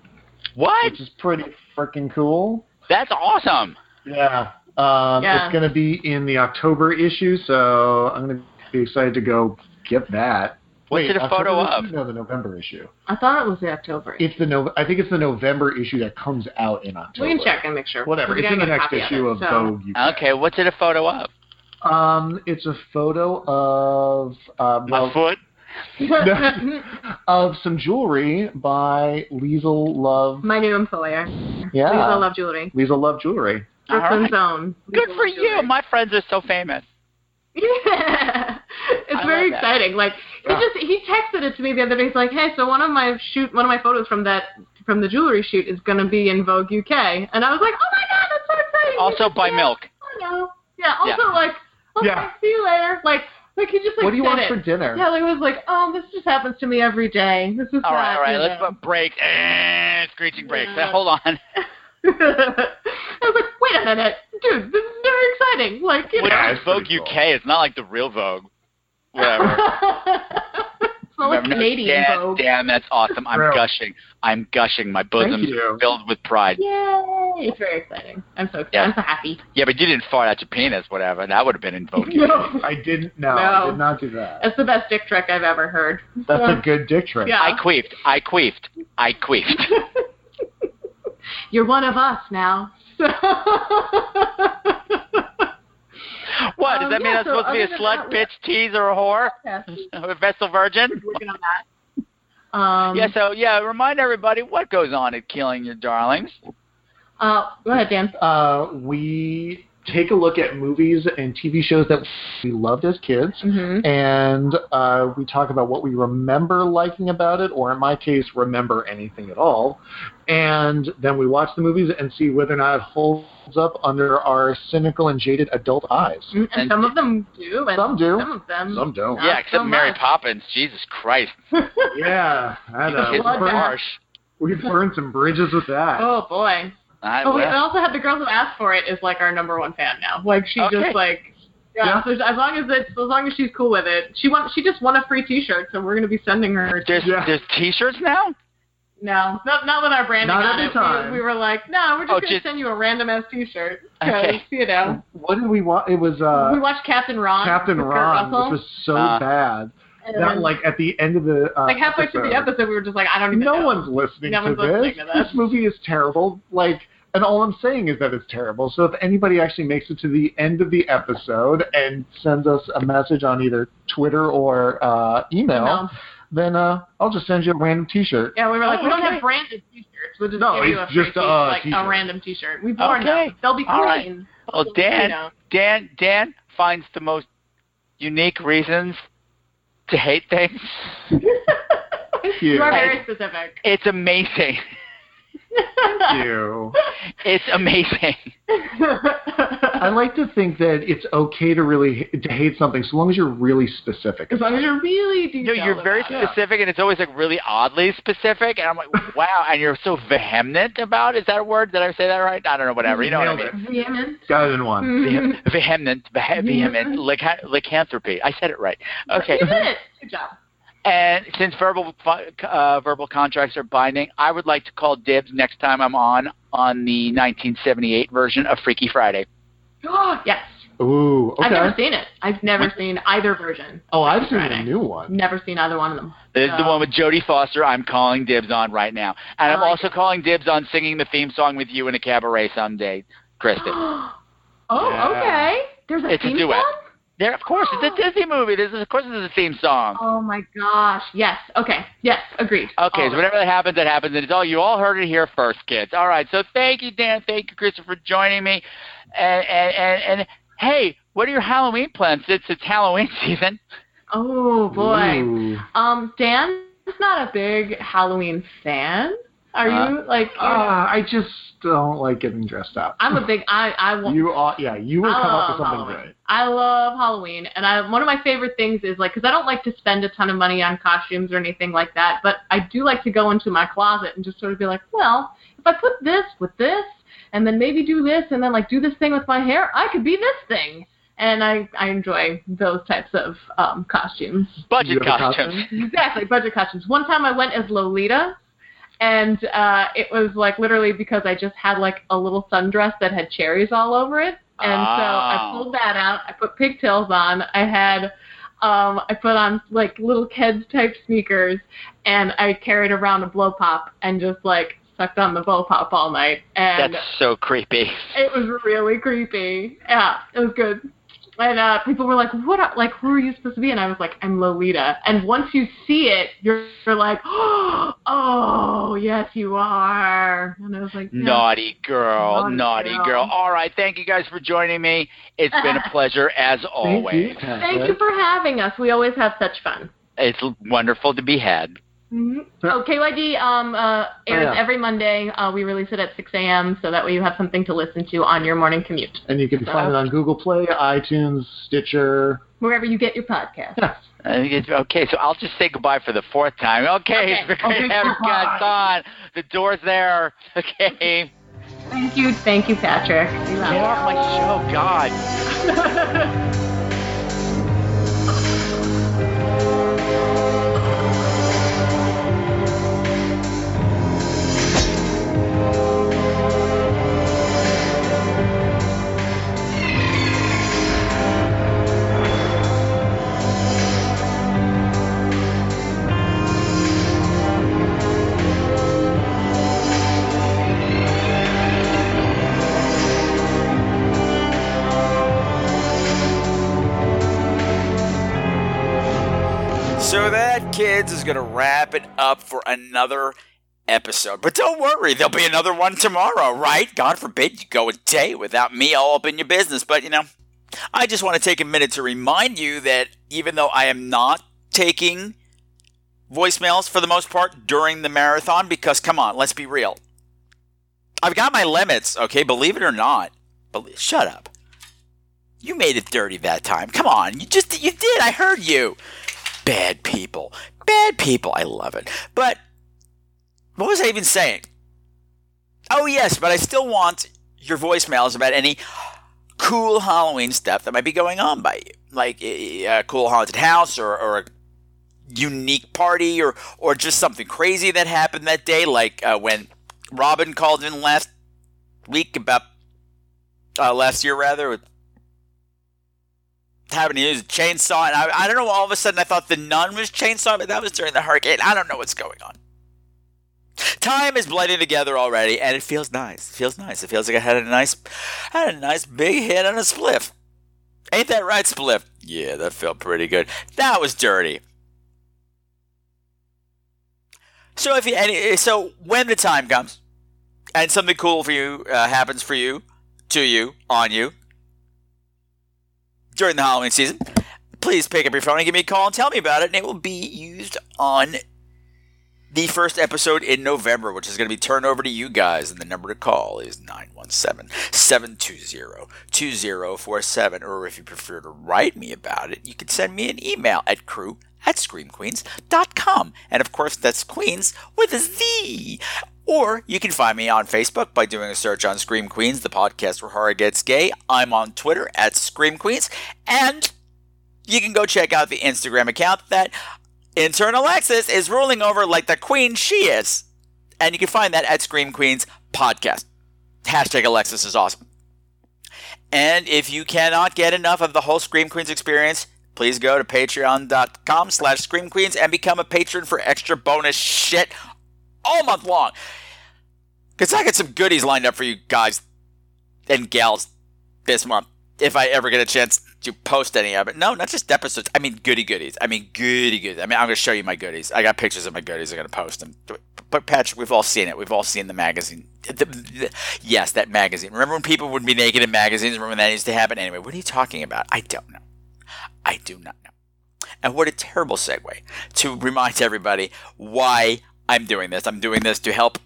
What?
Which is pretty freaking cool.
That's awesome.
Yeah. Um,
Yeah.
It's going to be in the October issue, so I'm going to be excited to go get that.
What's
Wait,
it a photo
October
of?
issue? No, the November issue.
I thought it was the October.
It's the no- I think it's the November issue that comes out in October.
we can check and make sure.
Whatever.
We
It's
got
in the
a
next
copy
issue
it,
of
so.
Vogue
Okay. What's it a photo of?
Um, it's a photo of uh, well,
foot
of some jewelry by Liesel Love.
My new employer.
Yeah.
Lisa Love Jewelry.
Liesel Love Jewelry.
Brooklyn's own.
Good for you. My friends are so famous.
Yeah. It's
I
very
love that.
exciting. Like he
Yeah.
just he texted it to me the other day. He's like, "Hey, so one of my shoot, one of my photos from that from the jewelry shoot is going to be in Vogue UK," and I was like, "Oh my god, that's so exciting!"
Also
He's like,
by
yeah,
milk.
I know. Oh, Yeah. Also,
Yeah.
like, okay,
Yeah.
see you later. Like, like he just like.
What do you
said
want
it.
for dinner?
Yeah, like, I was like, "Oh, this just happens to me every day. This is
All right.
that,
All right.
you
Let's
know."
put break. Eh, screeching brakes.
Yeah.
Hold on.
I was like, "Wait a minute, dude, this is very exciting." Like, you
Well,
know,
it's Vogue UK. It's not like the real Vogue. Whatever.
Oh, it's not like
Remember-
Canadian
damn,
Vogue.
damn, that's awesome. I'm
Real.
gushing. I'm gushing. My bosom's
you.
filled with pride.
Yay! It's very exciting. I'm so excited.
Yeah.
I'm so happy.
Yeah, but you didn't fart out your penis, whatever. That would have been invoked.
No.
I didn't. No,
No.
I did not do that.
That's the best dick trick I've ever heard.
That's
So,
a good dick trick.
Yeah.
I queefed. I queefed. I queefed.
You're one of us now. So,
What?
Um,
Does that mean
yeah,
I'm
so
supposed to be a
other than
slut,
that, we're-
bitch, tease, or a whore? a vessel virgin?
Working on that. Um,
yeah, so, yeah, remind everybody what goes on at Killing Your Darlings.
Uh, go ahead, Dan.
Uh, we take a look at movies and TV shows that we loved as kids, and uh, we talk about what we remember liking about it, or in my case, remember anything at all. And then we watch the movies and see whether or not it holds up under our cynical and jaded adult eyes.
and, some of them do, and
Some do.
Some of them.
Some don't.
yeah, except
so
Mary
much.
Poppins. Jesus Christ.
yeah, I know.
It's
We've burned,
harsh.
we've burned some bridges with that.
Oh boy.
I
oh, we
will.
also have the girl who asked for it is like our number one fan now. Like she
Okay.
just like yeah. so as long as it's as long as she's cool with it, she wants she just won a free T-shirt, so we're gonna be sending her.
There's, there's T-shirts now?
No, not not with our branding
Not
on
every
it. We-
time.
We, were like, no, we're just
Oh,
gonna
just-
send you a random ass T-shirt 'cause,
Okay.
you know
Oh, What did we watch? It was uh,
we watched Captain Ron.
Captain
with Kurt
Ron,
Russell,
which was so bad
and
that like at the end of the uh,
like halfway through the episode, we were just like, I don't even.
no
know.
one's listening,
No
to,
one's
this.
listening to this.
This movie is terrible. Like, and all I'm saying is that it's terrible. So if anybody actually makes it to the end of the episode and sends us a message on either Twitter or uh, email,
Email.
then uh, I'll just send you a random T-shirt.
Yeah, we were like,
Oh,
we don't
okay.
have branded T-shirts. We'll just
No,
give you a
it's
free
just,
t-
uh,
like
t-shirt.
a random T-shirt. We born
Okay.
them. They'll be
All right.
clean.
Well,
You
Dan,
know.
Dan, Dan finds the most unique reasons to hate things.
Thank you.
You are very specific.
It's amazing.
Thank you.
It's amazing.
I like to think that it's okay to really to hate something so long as you're really specific.
As long as you're really
No,
detailed.
you're very
about it.
specific, and it's always like really oddly specific. And I'm like, wow, and you're so vehement about. Is that a word? Did I say that right? I don't know. Whatever. You know what I
Nailed
mean?
Vehement.
I didn't want.
Vehem- Vehement, vehe- vehement, lyca- lycanthropy. I said it right. Okay.
You did it. Good job.
And since verbal fu- uh, verbal contracts are binding, I would like to call dibs next time I'm on on the 1978 version of Freaky Friday.
Oh, yes.
Ooh, okay.
I've never seen it. I've never seen either version.
oh, I've seen a new one.
Never seen either one of them.
There's the
No.
one with Jodie Foster. I'm calling dibs on right now, and I'm also calling dibs on singing the theme song with you in a cabaret someday, Kristen.
oh,
Yeah.
okay. There's a
It's a
theme
duet.
song?
There, of course, it's a Disney movie. This is, of course, it's a theme song.
Oh my gosh. Yes. Okay. Yes. Agreed.
Okay, so whenever that happens, that happens, and it's all you all heard it here first, kids. All right, so thank you, Dan. Thank you, Kristen, for joining me. And and and, and hey, what are your Halloween plans? It's it's Halloween season.
Oh boy.
Ooh.
Um, Dan is not a big Halloween fan. Are you like?
Uh, I just don't like getting dressed up.
I'm a big. I I want.
You ought, yeah, you would come up
I
with
love
Oh,
something
Halloween.
great.
I love Halloween, and I one of my favorite things is like because I don't like to spend a ton of money on costumes or anything like that, but I do like to go into my closet and just sort of be like, well, if I put this with this, and then maybe do this, and then like do this thing with my hair, I could be this thing, and I I enjoy those types of um, costumes.
Budget
You have a
costumes.
Exactly, budget costumes. One time I went as Lolita, and uh, it was like literally because I just had like a little sundress that had cherries all over it, and so I
Ah.
pulled that out. I put pigtails on. I had, um, I put on like little kids type sneakers, and I carried around a blow pop and just like sucked on the blow pop all night, and
That's so creepy.
it was really creepy. Yeah, it was good. And uh, people were like, "What? Are, like, who are you supposed to be?" And I was like, "I'm Lolita." And once you see it, you're, you're like, "Oh, yes, you are." And I was like, yeah.
Naughty girl, naughty,
Naughty
girl.
girl.
All right, thank you guys for joining me. It's been a pleasure as always.
Thank you for having us. We always have such fun.
It's wonderful to be had.
Mm-hmm. Oh, KYD um, uh, airs
Oh, yeah.
every Monday. Uh, we release it at 6 a.m. so that way you have something to listen to on your morning commute,
And you can find it on Google Play, iTunes, Stitcher.
wherever you get your podcast.
Uh, it's- Okay, so I'll just say goodbye for the fourth time. Okay, it's been great
Okay,
having you guys on. The door's there. Okay.
Thank you, thank you, Patrick. We love
Get
you.
off my show, Oh, God. So that, kids, is going to wrap it up for another episode. But don't worry, there'll be another one tomorrow, right? God forbid you go a day without me all up in your business. But, you know, I just want to take a minute to remind you that even though I am not taking voicemails for the most part during the marathon, because come on, let's be real. I've got my limits, okay? Believe it or not. Bel- Shut up. You made it dirty that time. Come on. You just, you did. I heard you bad people. Bad people. I love it. But what was I even saying? Oh, yes, but I still want your voicemails about any cool Halloween stuff that might be going on by you, like a, a cool haunted house or, or a unique party or, or just something crazy that happened that day, like uh, when Robin called in last week about uh, last year, rather, with having to use a chainsaw. And I, I don't know, all of a sudden I thought the nun was chainsaw, but that was during the hurricane. I don't know what's going on. Time is blending together already, and it feels nice. It feels nice. It feels like I had a nice, had a nice big hit on a spliff. Ain't that right, spliff? Yeah, that felt pretty good. That was dirty. So if you, any, so when the time comes, and something cool for you uh, happens for you, to you, on you, during the Halloween season, please pick up your phone and give me a call and tell me about it. And it will be used on the first episode in November, which is going to be turned over to you guys. And the number to call is 917 720 2047. Or if you prefer to write me about it, you can send me an email at crew at screamqueens.com. And of course, that's Queens with a Z. Or you can find me on Facebook by doing a search on Scream Queens, the podcast where horror gets gay. I'm on Twitter at Scream Queens. And you can go check out the Instagram account that intern Alexis is ruling over like the queen she is. And you can find that at Scream Queens Podcast. Hashtag Alexis is awesome. And if you cannot get enough of the whole Scream Queens experience, please go to patreon.com slash Scream Queens and become a patron for extra bonus shit all month long. Because I got some goodies lined up for you guys and gals this month if I ever get a chance to post any of it. No, not just episodes. I mean goody goodies. I mean goody goodies. I mean I'm gonna show you my goodies. I got pictures of my goodies. I'm gonna post them. But Patrick, we've all seen it. We've all seen the magazine. The, the, yes, that magazine. Remember when people would be naked in magazines? Remember when that used to happen? Anyway, what are you talking about? I don't know. I do not know. And what a terrible segue to remind everybody why I'm doing this. I'm doing this to help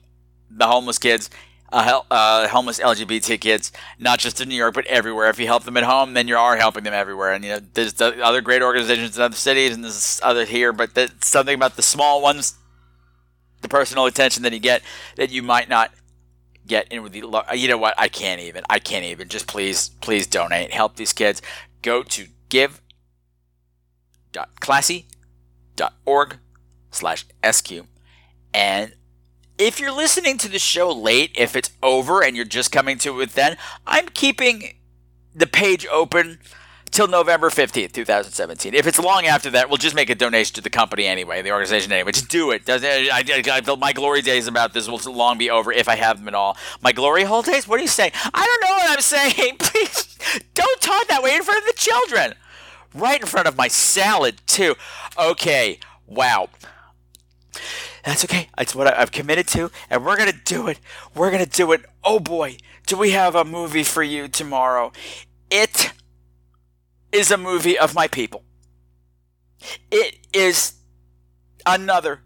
the homeless kids uh, hel- uh, homeless LGBT kids, not just in New York but everywhere. If you help them at home, then you are helping them everywhere. And you know, there's the other great organizations in other cities, and there's other here, but the, something about the small ones, the personal attention that you get that you might not get in with the. Lo- you know what? I can't even. I can't even. Just please, please donate. Help these kids. Go to give.classy.org slash sq and if you're listening to the show late, if it's over and you're just coming to it then, I'm keeping the page open till November 15th, 2017. If it's long after that, we'll just make a donation to the company anyway, the organization anyway. Just do it. Does- I, I, I, my glory days about this will long be over if I have them at all. My glory hole days? What are you saying? I don't know what I'm saying. Please don't talk that way in front of the children. Right in front of my salad, too. Okay, wow. That's okay. It's what I, have committed to, and we're gonna do it. We're gonna do it. Oh boy, do we have a movie for you tomorrow? It is a movie of my people. It is another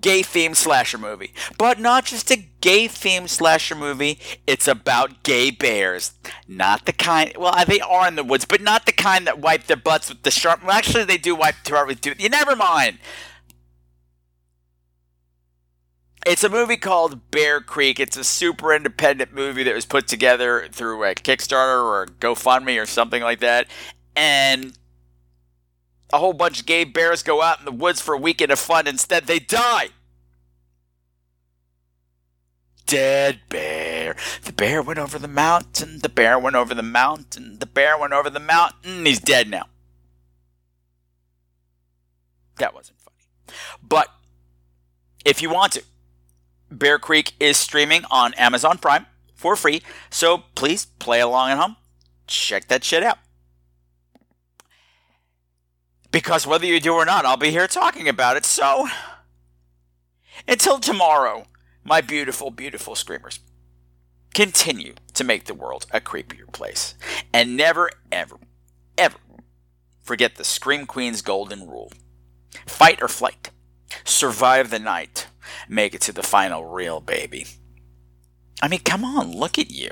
gay themed slasher movie, but not just a gay themed slasher movie. It's about gay bears, not the kind. Well, uh, they are in the woods, but not the kind that wipe their butts with the sharp. Well, actually, they do wipe their butts with. Do, you never mind. It's a movie called Bear Creek. It's a super independent movie that was put together through a Kickstarter or a GoFundMe or something like that. And a whole bunch of gay bears go out in the woods for a weekend of fun. Instead, they die. Dead bear. The bear went over the mountain. The bear went over the mountain. The bear went over the mountain. He's dead now. That wasn't funny. But if you want to, Bear Creek is streaming on Amazon Prime for free, so please play along at home. Check that shit out. Because whether you do or not, I'll be here talking about it, so. Until tomorrow, my beautiful, beautiful screamers, continue to make the world a creepier place. And never, ever, ever forget the Scream Queen's golden rule fight or flight, survive the night make it to the final reel, baby. I mean, come on, look at you.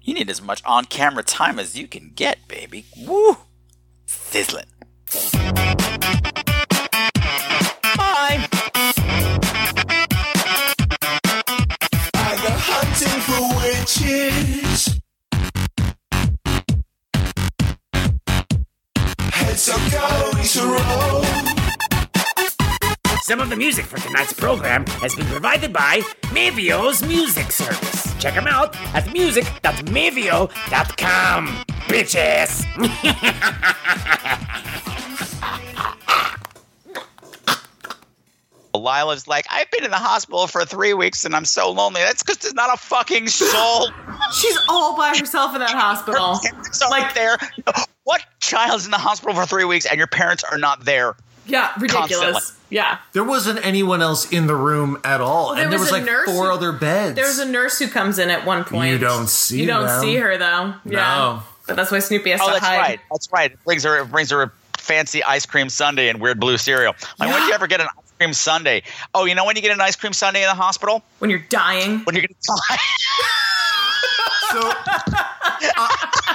You need as much on camera time as you can get, baby. Woo! Sizzling. Bye!
I go hunting for witches. Heads so calories to roll.
Some of the music for tonight's program has been provided by Mavio's Music Service. Check them out at music.mavio.com, bitches!
Lila's like, I've been in the hospital for three weeks and I'm so lonely. That's because there's not a fucking soul.
She's all by herself in that hospital.
like there. What child's in the hospital for three weeks and your parents are not there?
Yeah, ridiculous. Constantly. Yeah.
There wasn't anyone else in the room at all. Well, there and there was, was like
nurse
four other beds.
There was a nurse who comes in at one point.
You don't see
You don't
them.
see her though.
No. Yeah.
But that's why Snoopy has
oh,
to
that's
hide.
right. That's right. It brings her. It brings her a fancy ice cream sundae and weird blue cereal. Like, when do you ever get an ice cream sundae? Oh, you know when you get an ice cream sundae in the hospital?
When you're dying.
When you're gonna die.
So, uh,